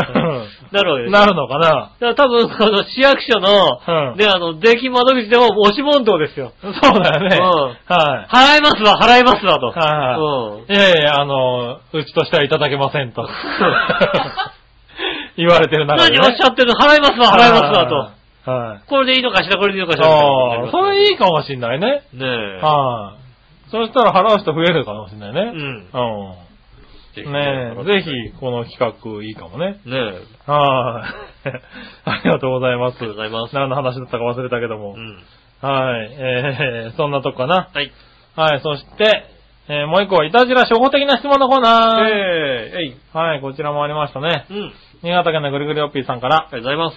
なるわけ
い。
です。
なるのかな
だから多分、あの、市役所の、
うん
ね、あの、税金窓口でも押し問答ですよ。
そうだよね。
う
は
払いますわ、払いますわ、と。
は
う
い
ん
い。いやいや、あの、うちとしてはいただけませ んと。言われてる中で、ね。
何おっしゃってるの払いますわ、払いますわ、
と。はい
と。。これでいいのかしら、これでいいのかしら。
ああ、それい
い
いかもしんないね。
ねえ。
はい。そしたら払う人増えるかもしんないうね。
ん。
うん。
ぜ
ねえ、ぜひ、この企画いいかもね。
ひ。ねえ。あり
はい。 ありがとうございま
が
す
とう。ございます。
何の話だったか忘れたけども
う。ん。
はい。えー、 そんなとこかな。
はい。
はい。そして、えー、もう一個は、いたじら初歩的な質問のコーナー。
ええ、えい。
はい、こちらもありましたね。
うん。あり
新潟県のぐるぐるおっぴーさんから
が、とうございます。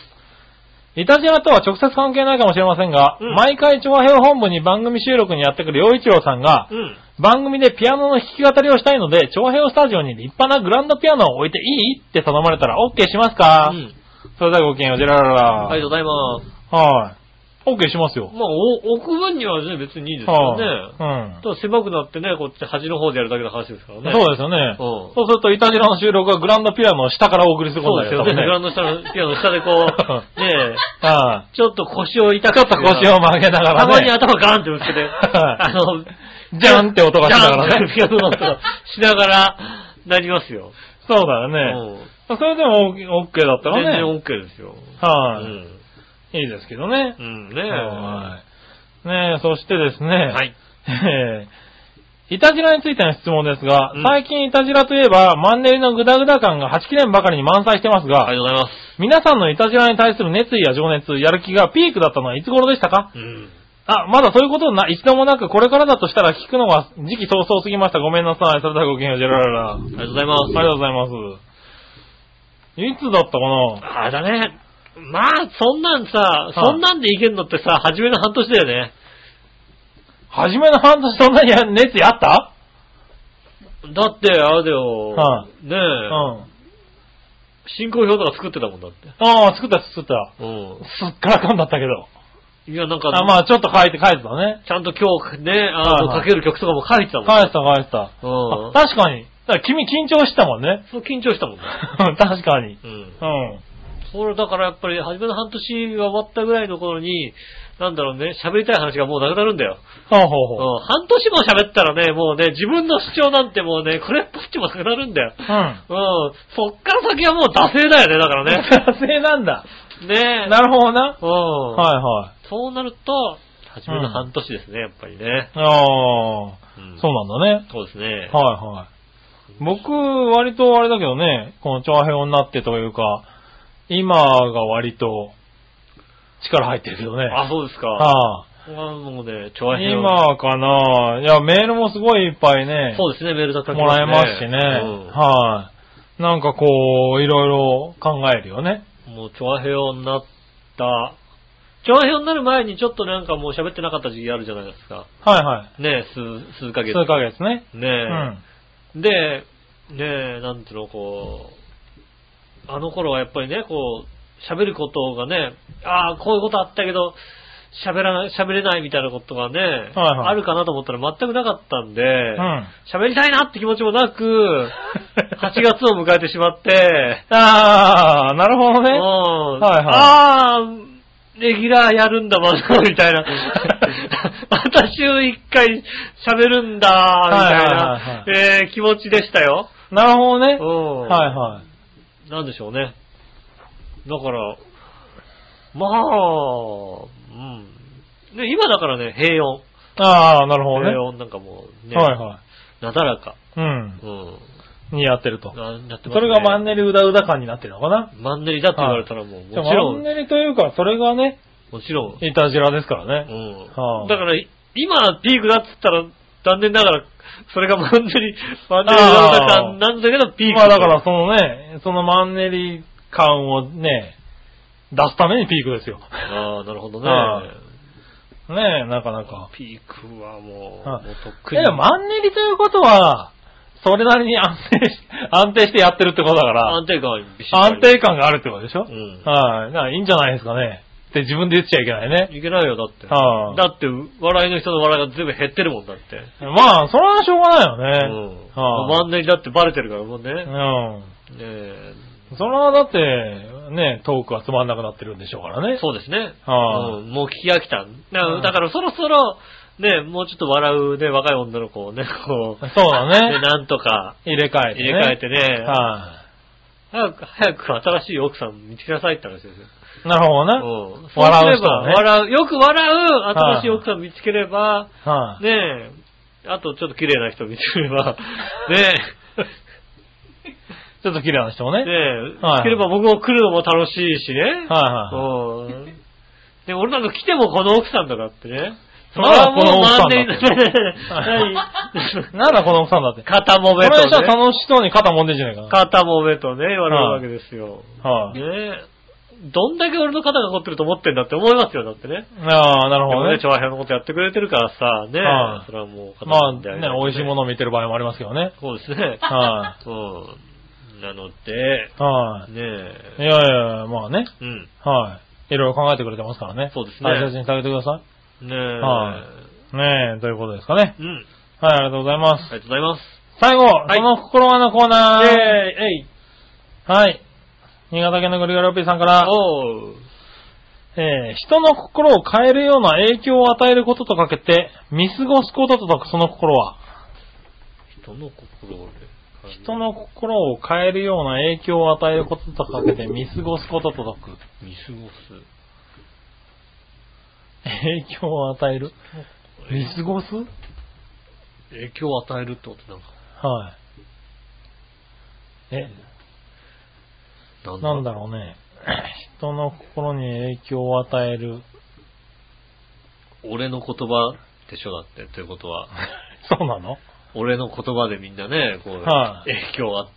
いたじらとは直接関係ないかもしれませんが、
うん
毎回長編本部に番組収録にやってくる陽一郎さんが、
うん。
番組でピアノの弾き語りをしたいので、長編スタジオに立派なグランドピアノを置いていいって頼まれたら OK しますか、
うん。
それではごきげんよう、ジェラララ。
ありがとうございます。
はい。OK しますよ。
まあ、お置く分にはね、別にいいですよね。
はい。
ただ狭くなってね、こっち端の方でやるだけの話ですから
うん。
ね。
そうですよね。
うん
そうすると、イタジラの収録はグランドピアノを下からお送りするこ
そ
と
うです
にな
よ
る
ね。グラウンド下の、ピアノ下でこ う、ねえ、
は
ちょっと腰を痛
い。ちょっと腰を曲げながらね。
たまに頭ガーンってぶつけて、あの、
ジャンって音がしながらね
ジャンってピアノの音がしながら、なりますよ。
そうだよね。
うん
それでも OK だった
全然
らね。
OK ですよ。う
はい、
ん。
いいですけどね
う。ん、ねえ。
はい。ねえ、そしてですね。
はい。
えー、いたじらについての質問ですが、
うん
最近いたじらといえば、マンネリのグダグダ感が8切れんばかりに満載してますが、
ありがとうございます。
皆さんのいたじらに対する熱意や情熱、やる気がピークだったのはいつ頃でしたか
うん。
あ、まだそういうことな、一度もなく、これからだとしたら聞くのは時期早々過ぎました。ごめんなさい。それではごきげんよう、ジェラララ。あ
あ
り
りがとうございます。
がとうございます。いつだったかな
あれだね。まあ、そんなんさ、
い
そんなんでいけんのってさ、初めの半年だよね。
初めの半年そんなに熱意あった
だって、あれだよ。
は
ねえ、
うん。あ
進行表とか作ってたもんだって。
あ、作った作った。
う
すっからかんだったけど。
ん。いや、なんか、
あまあ、ちょっと書いて書いてたね。
ちゃんと今日ね、あの、
はいはい
かける曲とかも書いてたもん。
返した返した。
うん
あ確かに。だから君緊張してたもんね。
そう緊張したもんね。
確かに。
うん。
うん。
それだからやっぱり、初めの半年が終わったぐらいの頃に、なんだろうね、喋りたい話がもうなくなるんだよ。
ほう
うん
ほうほう。。
半年も喋ったらね、もうね、自分の主張なんてもうね、これっぽっちもなくなるんだよ。
うん。
うん。そっから先はもう惰性だよね、だから ね。
達成なんだ。
ねえ。
なるほどな。
うん。
はいはい。
そうなると、初めの半年ですね、やっぱりね。
ああ、
うん
そうなんだね。
そうですね。
はいはい。僕、割とあれだけどね、この長編になってというか、今が割と力入ってるけどね。
あ、そうですか。
は
あもうね、調和
い。
編を
今かないや、メールもすごいいっぱいね。
そうですね、メールだった
もらえますしね。
うん
はい。なんかこう、いろいろ考えるよね。
もう、チョアヘヨになった。チョアヘヨになる前にちょっとなんかもう喋ってなかった時期あるじゃないですか。
はいは
ねえ、数、数ヶ
い。
月。
数ヶ月ね。
ねえ。
うん。
で、ねえ、なんていうの、こう、あの頃はやっぱりね、こう、喋ることがね、ああ、こういうことあったけど、喋らない、喋れないみたいなことがね、
はい
あるかなと思ったら全くなかったんで、
うん。
喋りたいなって気持ちもな く、8月を迎えてしまって、
あー、なるほど
うん。
ね。はい
ああ、レギュラーやるんだ、まだ、みたい な。また週一回喋るんだ、みたいな、
はいはい
えー気持ちでしたよ。
なるほどね。
うん。
はいはい。
い。なんでしょうね。だから、まあ、うん。ね、今だからね、平穏。
ああ、なるほどね。
平穏なんかもうね、
はいは
なだらか。
い。うん。
うん。
にやってると。
ななってますね
それがマンネリうだうだ感になってるのかな。
マンネリだって言われたらもう、もち
でも
ろ
マン
ん、
ネリというか、それがね、
もちろん。
いたじらですから
う
ね。
ん。
はあ
だから、今ピークだっつったら、残念ながら、それがマンネリ、マンネリ
あ
だ
ー
ったなんだけど、ピーク。
まあだから、そのね、そのマンネリ感をね、出すためにピークですよ。
ああ、なるほどね。
はいねえ、なかなか。
ピークはもう、
はい
もうとっく
い
に。
や、マンネリということは、それなりに安定し、 安定してやってるってことだから、
安定感はびっしりある
安定感があるってことでしょ、
うん
はい。だからいいんじゃないですかね。って自分で言っちゃいけないね。
いけないよ、だって。
はい
だって、笑いの人の笑いが全部減ってるもんだって。
まあ、それはしょうがな
う
いよね。
ん。
は
マンネリだってバレてるからもうね。ね
うん。
え
それはだって、ね、トークはつまんなくなってるんでしょうからね。
そうですね。
はい
うんもう聞き飽きた。
う
なんだからそろそろ、ね、もうちょっと笑うね、若い女の子をね、こう、
そうだ
ね、
ね。
なんとか
入れ替えて、
入
ね。
れ替えてね、
は
早く、早く新しい奥さん見つけなさいって話ですよ。
い。なるほ
うん
どね。。
そうす
笑う
れ
人
ば、
はね
笑う、よく笑う新しい奥さん見つければ、
はい。
ねえ、あとちょっと綺麗な人見つけれ ば、ね
ちょっと綺麗な人もね。
え、ねえ、
はい
つければ僕も来るのも楽しいしね。
はいはい。
うん。で、俺なんか来てもこの奥さんだからってね。
まだこの奥さんだ
それはもうマンネリ
って
何
なんだこの奥さんだって。
肩揉
こ
め
れじゃ
と、ね、
楽しそうに肩揉んでんじゃないか
肩揉めとね、言われるわけですよ。
な。はい。
ねえ。どんだけ俺の肩が凝ってると思ってんだって思いますよ、だってね。
ああ、なる
で
ほ
も
ど
ね、
ね。
長編のことやってくれてるからさ、ね
はい
それはもう肩
ま
揉
あ
ん
ね
であげないと、、
美味しいものを見てる場合もありますけど ね。
そうですね。
は
うん。なので、
い。
ね
は
え。
い。いやいや、まあね。
うん。
はい。いろいろ考えてくれてますからね。
そうですね
大切にされてくださ
ねえ。
はいい。ねえ、ということですかね。
うん。
はい、ありがとうございます。
ありがとうございます。
最後、
い
その心がのコーナ
え
ー。
え、えい。
はい。新潟県のグリガルピーさんから、
おう。
えー人の心を変えるような影響を与えることとかけて、見過ごすことと解くその心は、
人の心をね。
人の心を変えるような影響を与えることとかけて、見過ごすことと解く。
見過ごす。
影響を与える見過ごす
影響を与えるってことなんか。
はい。え、なんだろうね。人の心に影響を与える。
俺の言葉でしょだって。ということは、
そうなの
俺の言葉でみんなね、こう、
は
影響を与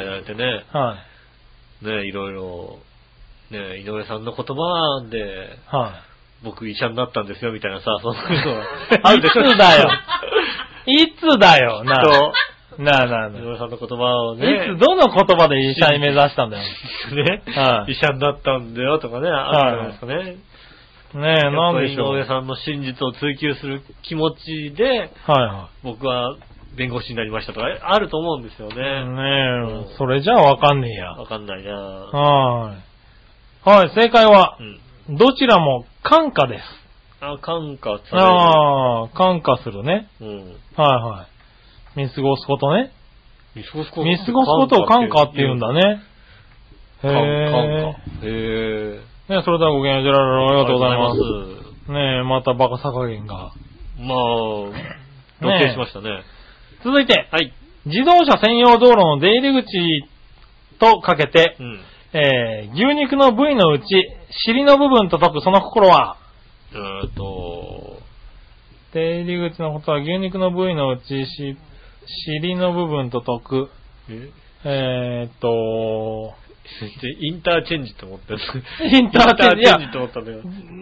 えられてね、
はい。
ね、いろいろ、ね、井上さんの言葉で、
は
僕医者になったんですよ、みたいなさ、そういうの
あるでしょ
いつ
い。いつだよ、なあ。
と、
なあなあ
井
な
上さんの言葉を
あ。
ね、
いつ、どの言葉で医者に目指したんだよ。
ね、
は い
医者になったんだよとかね、あるじゃないですかね。
ねえ、
やっ
なん
ぱ
で
り井
しょう。は
上
い
さんの真実を追求する気持ちで、
は
僕は弁護士になりましたとか、あると思うんですよね。
い。ねえ、それじゃあわかんねえや。
わかんないなぁ。
はい。はい、正解は
う、ん。
どちらも感化です。
あ、感化される。
ああ、感化するね。
うん。
はいはい。見過ごすことね。
見過ごすこと
見過ごすことを感化って言うんだ。ね。へ
感化
え。。
へえ。
ね、それではごきげんよう、ジェラララありがとうございま。
ありがとうございます
ねえ、またバカさ加減が。
す。まあ、露呈しましたね。
続いて、
はい。
自動車専用道路の出入り口とかけて
う、ん。
えー、牛肉の部位のうち、尻の部分と解くその心は、
うーんと、
出入り口のことは牛肉の部位のうち、し、尻の部分と解く。
え
えーっと、
インターチェンジって思ってる。
インターチェンジ
イターチェンジって思ったんだよ。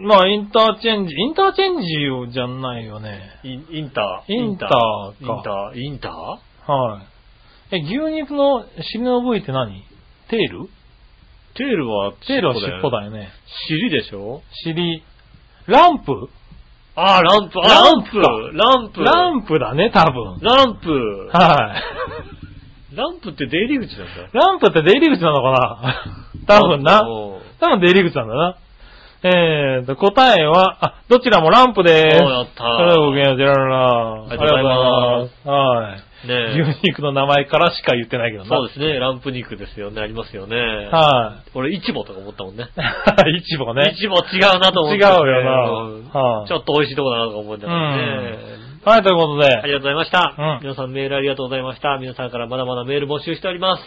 まあ、インターチェンジ、インターチェンジをじゃないよね。
インインター。
インターか
インター。インター
はい。え、牛肉の尻の部位って何テール
テールは
テールは尻尾
よ。
だよね。
尻でしょ
尻。ランプ
あー、ランプ、あ
ラ
ラ
ン
ン
プ
プ、
か
ランプ、
ランプだね、多分。
ランプ、
はい。
ランプって出入り口なんだ。
ランプって出入り口なのかな多分な。
おー
多分出入り口なんだな。えーと、答えは、あ、どちらもランプで
お
す。
やったー
それではごきげんよう、ジェララ。
ありがとうございます
はい。
ね
牛肉の名前からしか言ってないけどな。
そうですね、ランプ肉ですよね、ありますよね。
は
俺、イチボとか思ったもんね。
い。 一部ね
イ。チボ違うなと思って。
違うよな
うん
はい
ちょっと美味しいとこだなとか思ってたもんね。
はい、ということで。
ありがとうございました、
うん
皆さんメールありがとうございました。皆さんからまだまだメール募集しております。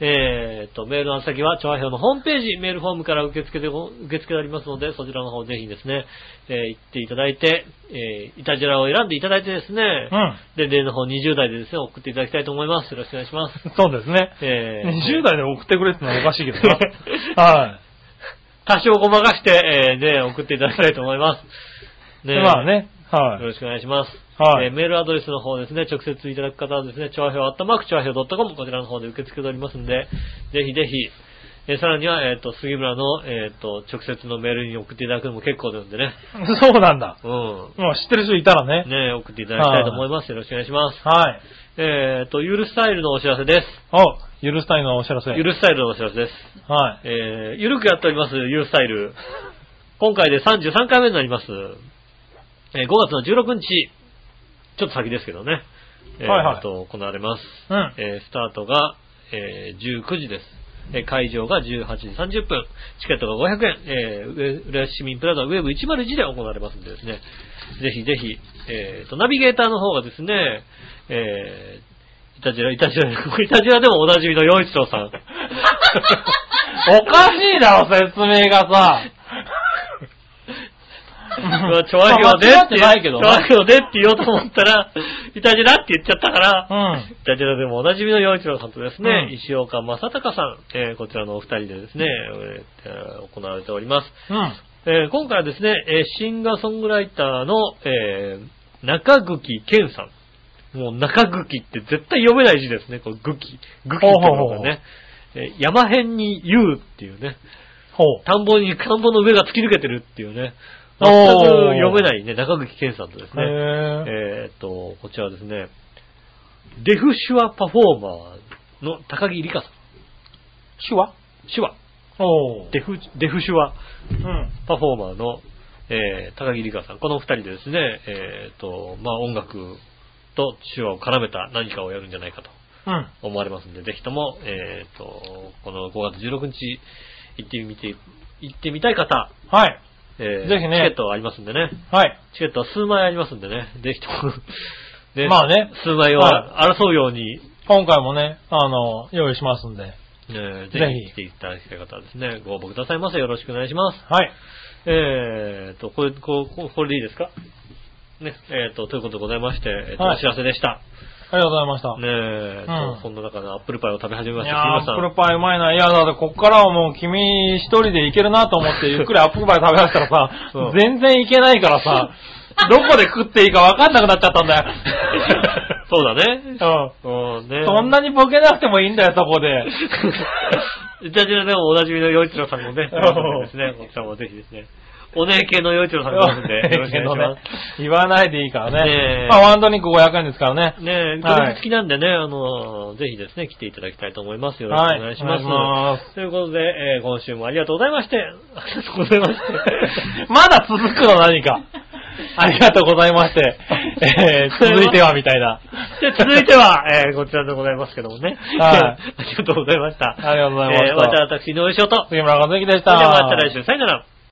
えー、と、メールの宛先は、調和表のホームページ、メールフォームから受付で、受付でありますので、そちらの方ぜひですね、えー行っていただいて、えー、イタジェラを選んでいただいてですね、
うん。
で、例の方20代でですね、送っていただきたいと思います。よろしくお願いします。
そうですね。
えー、
20代で送ってくれってのはおかしいけど な。はい。
多少ごまかして、えー、ね、送っていただきたいと思います。
でまあね。
よ
はい。
ろしくお願いします。
はい
えーメールアドレスの方ですね、直接いただく方はですね、調和表、あったまく調和表 .com、こちらの方で受け付けておりますんで、ぜひぜひ、えーさらには、えっ、と、杉村の、えっ、と、直接のメールに送っていただくのも結構ですんでね、
そうなんだ。
うん。
もう知ってる人いたらね。
ね送っていただきたいと思います。よろしくお願いします。
はい。
えっ、と、ゆるスタイルのお知らせです。
お、ゆるスタイルのお知らせ。
ゆるスタイルのお知らせです。
はい。
えー、ゆるくやっております、ゆるスタイル。今回で33回目になります。えー5月の16日、ちょっと先ですけどね。えー
はいはい
と、行われます。
うん。
えースタートが、えー19時です。えー会場が18時30分。チケットが500円。えー、うれ浦安市民プラザウェーブ101で行われますんでですね。ぜひぜひ、えーと、ナビゲーターの方がですね、えー、イタジラ、イタジ ラ、イタジラでもおなじみの洋一郎さん。
おかしいだろ、説明が さ。
まあ、ちょわひょで
まあ間違
っ、
っててないけど
ちょわひょでって言おうと思ったら、イタジラって言っちゃったから
う、ん。
イタジラでもおなじみの洋一郎さんとですね、
うん
石岡正隆さん、えーこちらのお二人でですね、えー行われております。
うん。
えー今回はですね、えーシンガーソングライターの、えー中茎健さん。もう中茎って絶対読めない字ですね、こう茎。茎っていうのがね。えー山辺に言うっていうね。
ほう。
田んぼに、田んぼの上が突き抜けてるっていうね。
お
全
ー
く読めないね、中口健さんとですね。
へ
えーっと、こちらはですね、デフ手話パフォーマーの高木理香さん。
ー。手話
手話。
おー。
デフ、デフ手話
うん。
パフォーマーの、えー高木理香さん。この二人でですね、えーっと、まあ音楽と手話を絡めた何かをやるんじゃないかと
うん。
思われますんで、ぜひとも、えーっと、この5月16日行ってみて、行ってみたい方、
はい。
えー
ぜひね
チケットありますんでね。
はい。
チケットは数枚ありますんでね。ぜひと もね
まあね
数枚を争うように、
今回もね、あの、用意しますんで。
えー
ぜ
ぜ
ひ
ひ来ていただきたい方はですね、ご応募くださいませ。よろしくお願いします。
はい。
えーと、これ、こここれでいいですかね、えーと、ということでございまして、えーと
はい
お知らせでした。
ありがとうございました。
ねえ、
うん
とそんな中でアップルパイを食べ始め
い
ました。
やー、ア
木村さ
ッ
ん
プルパイうまいな。いや、だってこっからはもう君一人でいけるなと思って、ゆっくりアップルパイ食べだしたらさ、
うん
全然いけないから さ、どこで食っていいかわかんなくなっちゃったんだ
そうだね。
よ。
うん、
う
ね
ん。そん なにボケなくてもいいんだよ、そこで。
イタジラでもおなじみの洋一郎さんもね、
うん
ですね、こちらもぜひですね、お姉系の洋一郎さん がいますんで、よろしくお願いします。
言わないでいいから
ね
ね。
え
まあ、ワンドリンク500円です からね。
ねえ、
はい
ドリンク付きなんでね、あの、ぜひですね、来ていただきたいと思います。よろしくお
はい。
願いします。
お願いします
ということで、えー今週もありがとうございま して、ありがとうございまして、
まだ続くの何か。ありがとうございまして。えー続いては、みた いな。
で続いては、えーこちらでございますけどもね、
はい
ありがとうございました。
ありがとうございました
えー、また私、井上翔と、
杉村和之でし
そ
た。
れではまた来週、さよなら。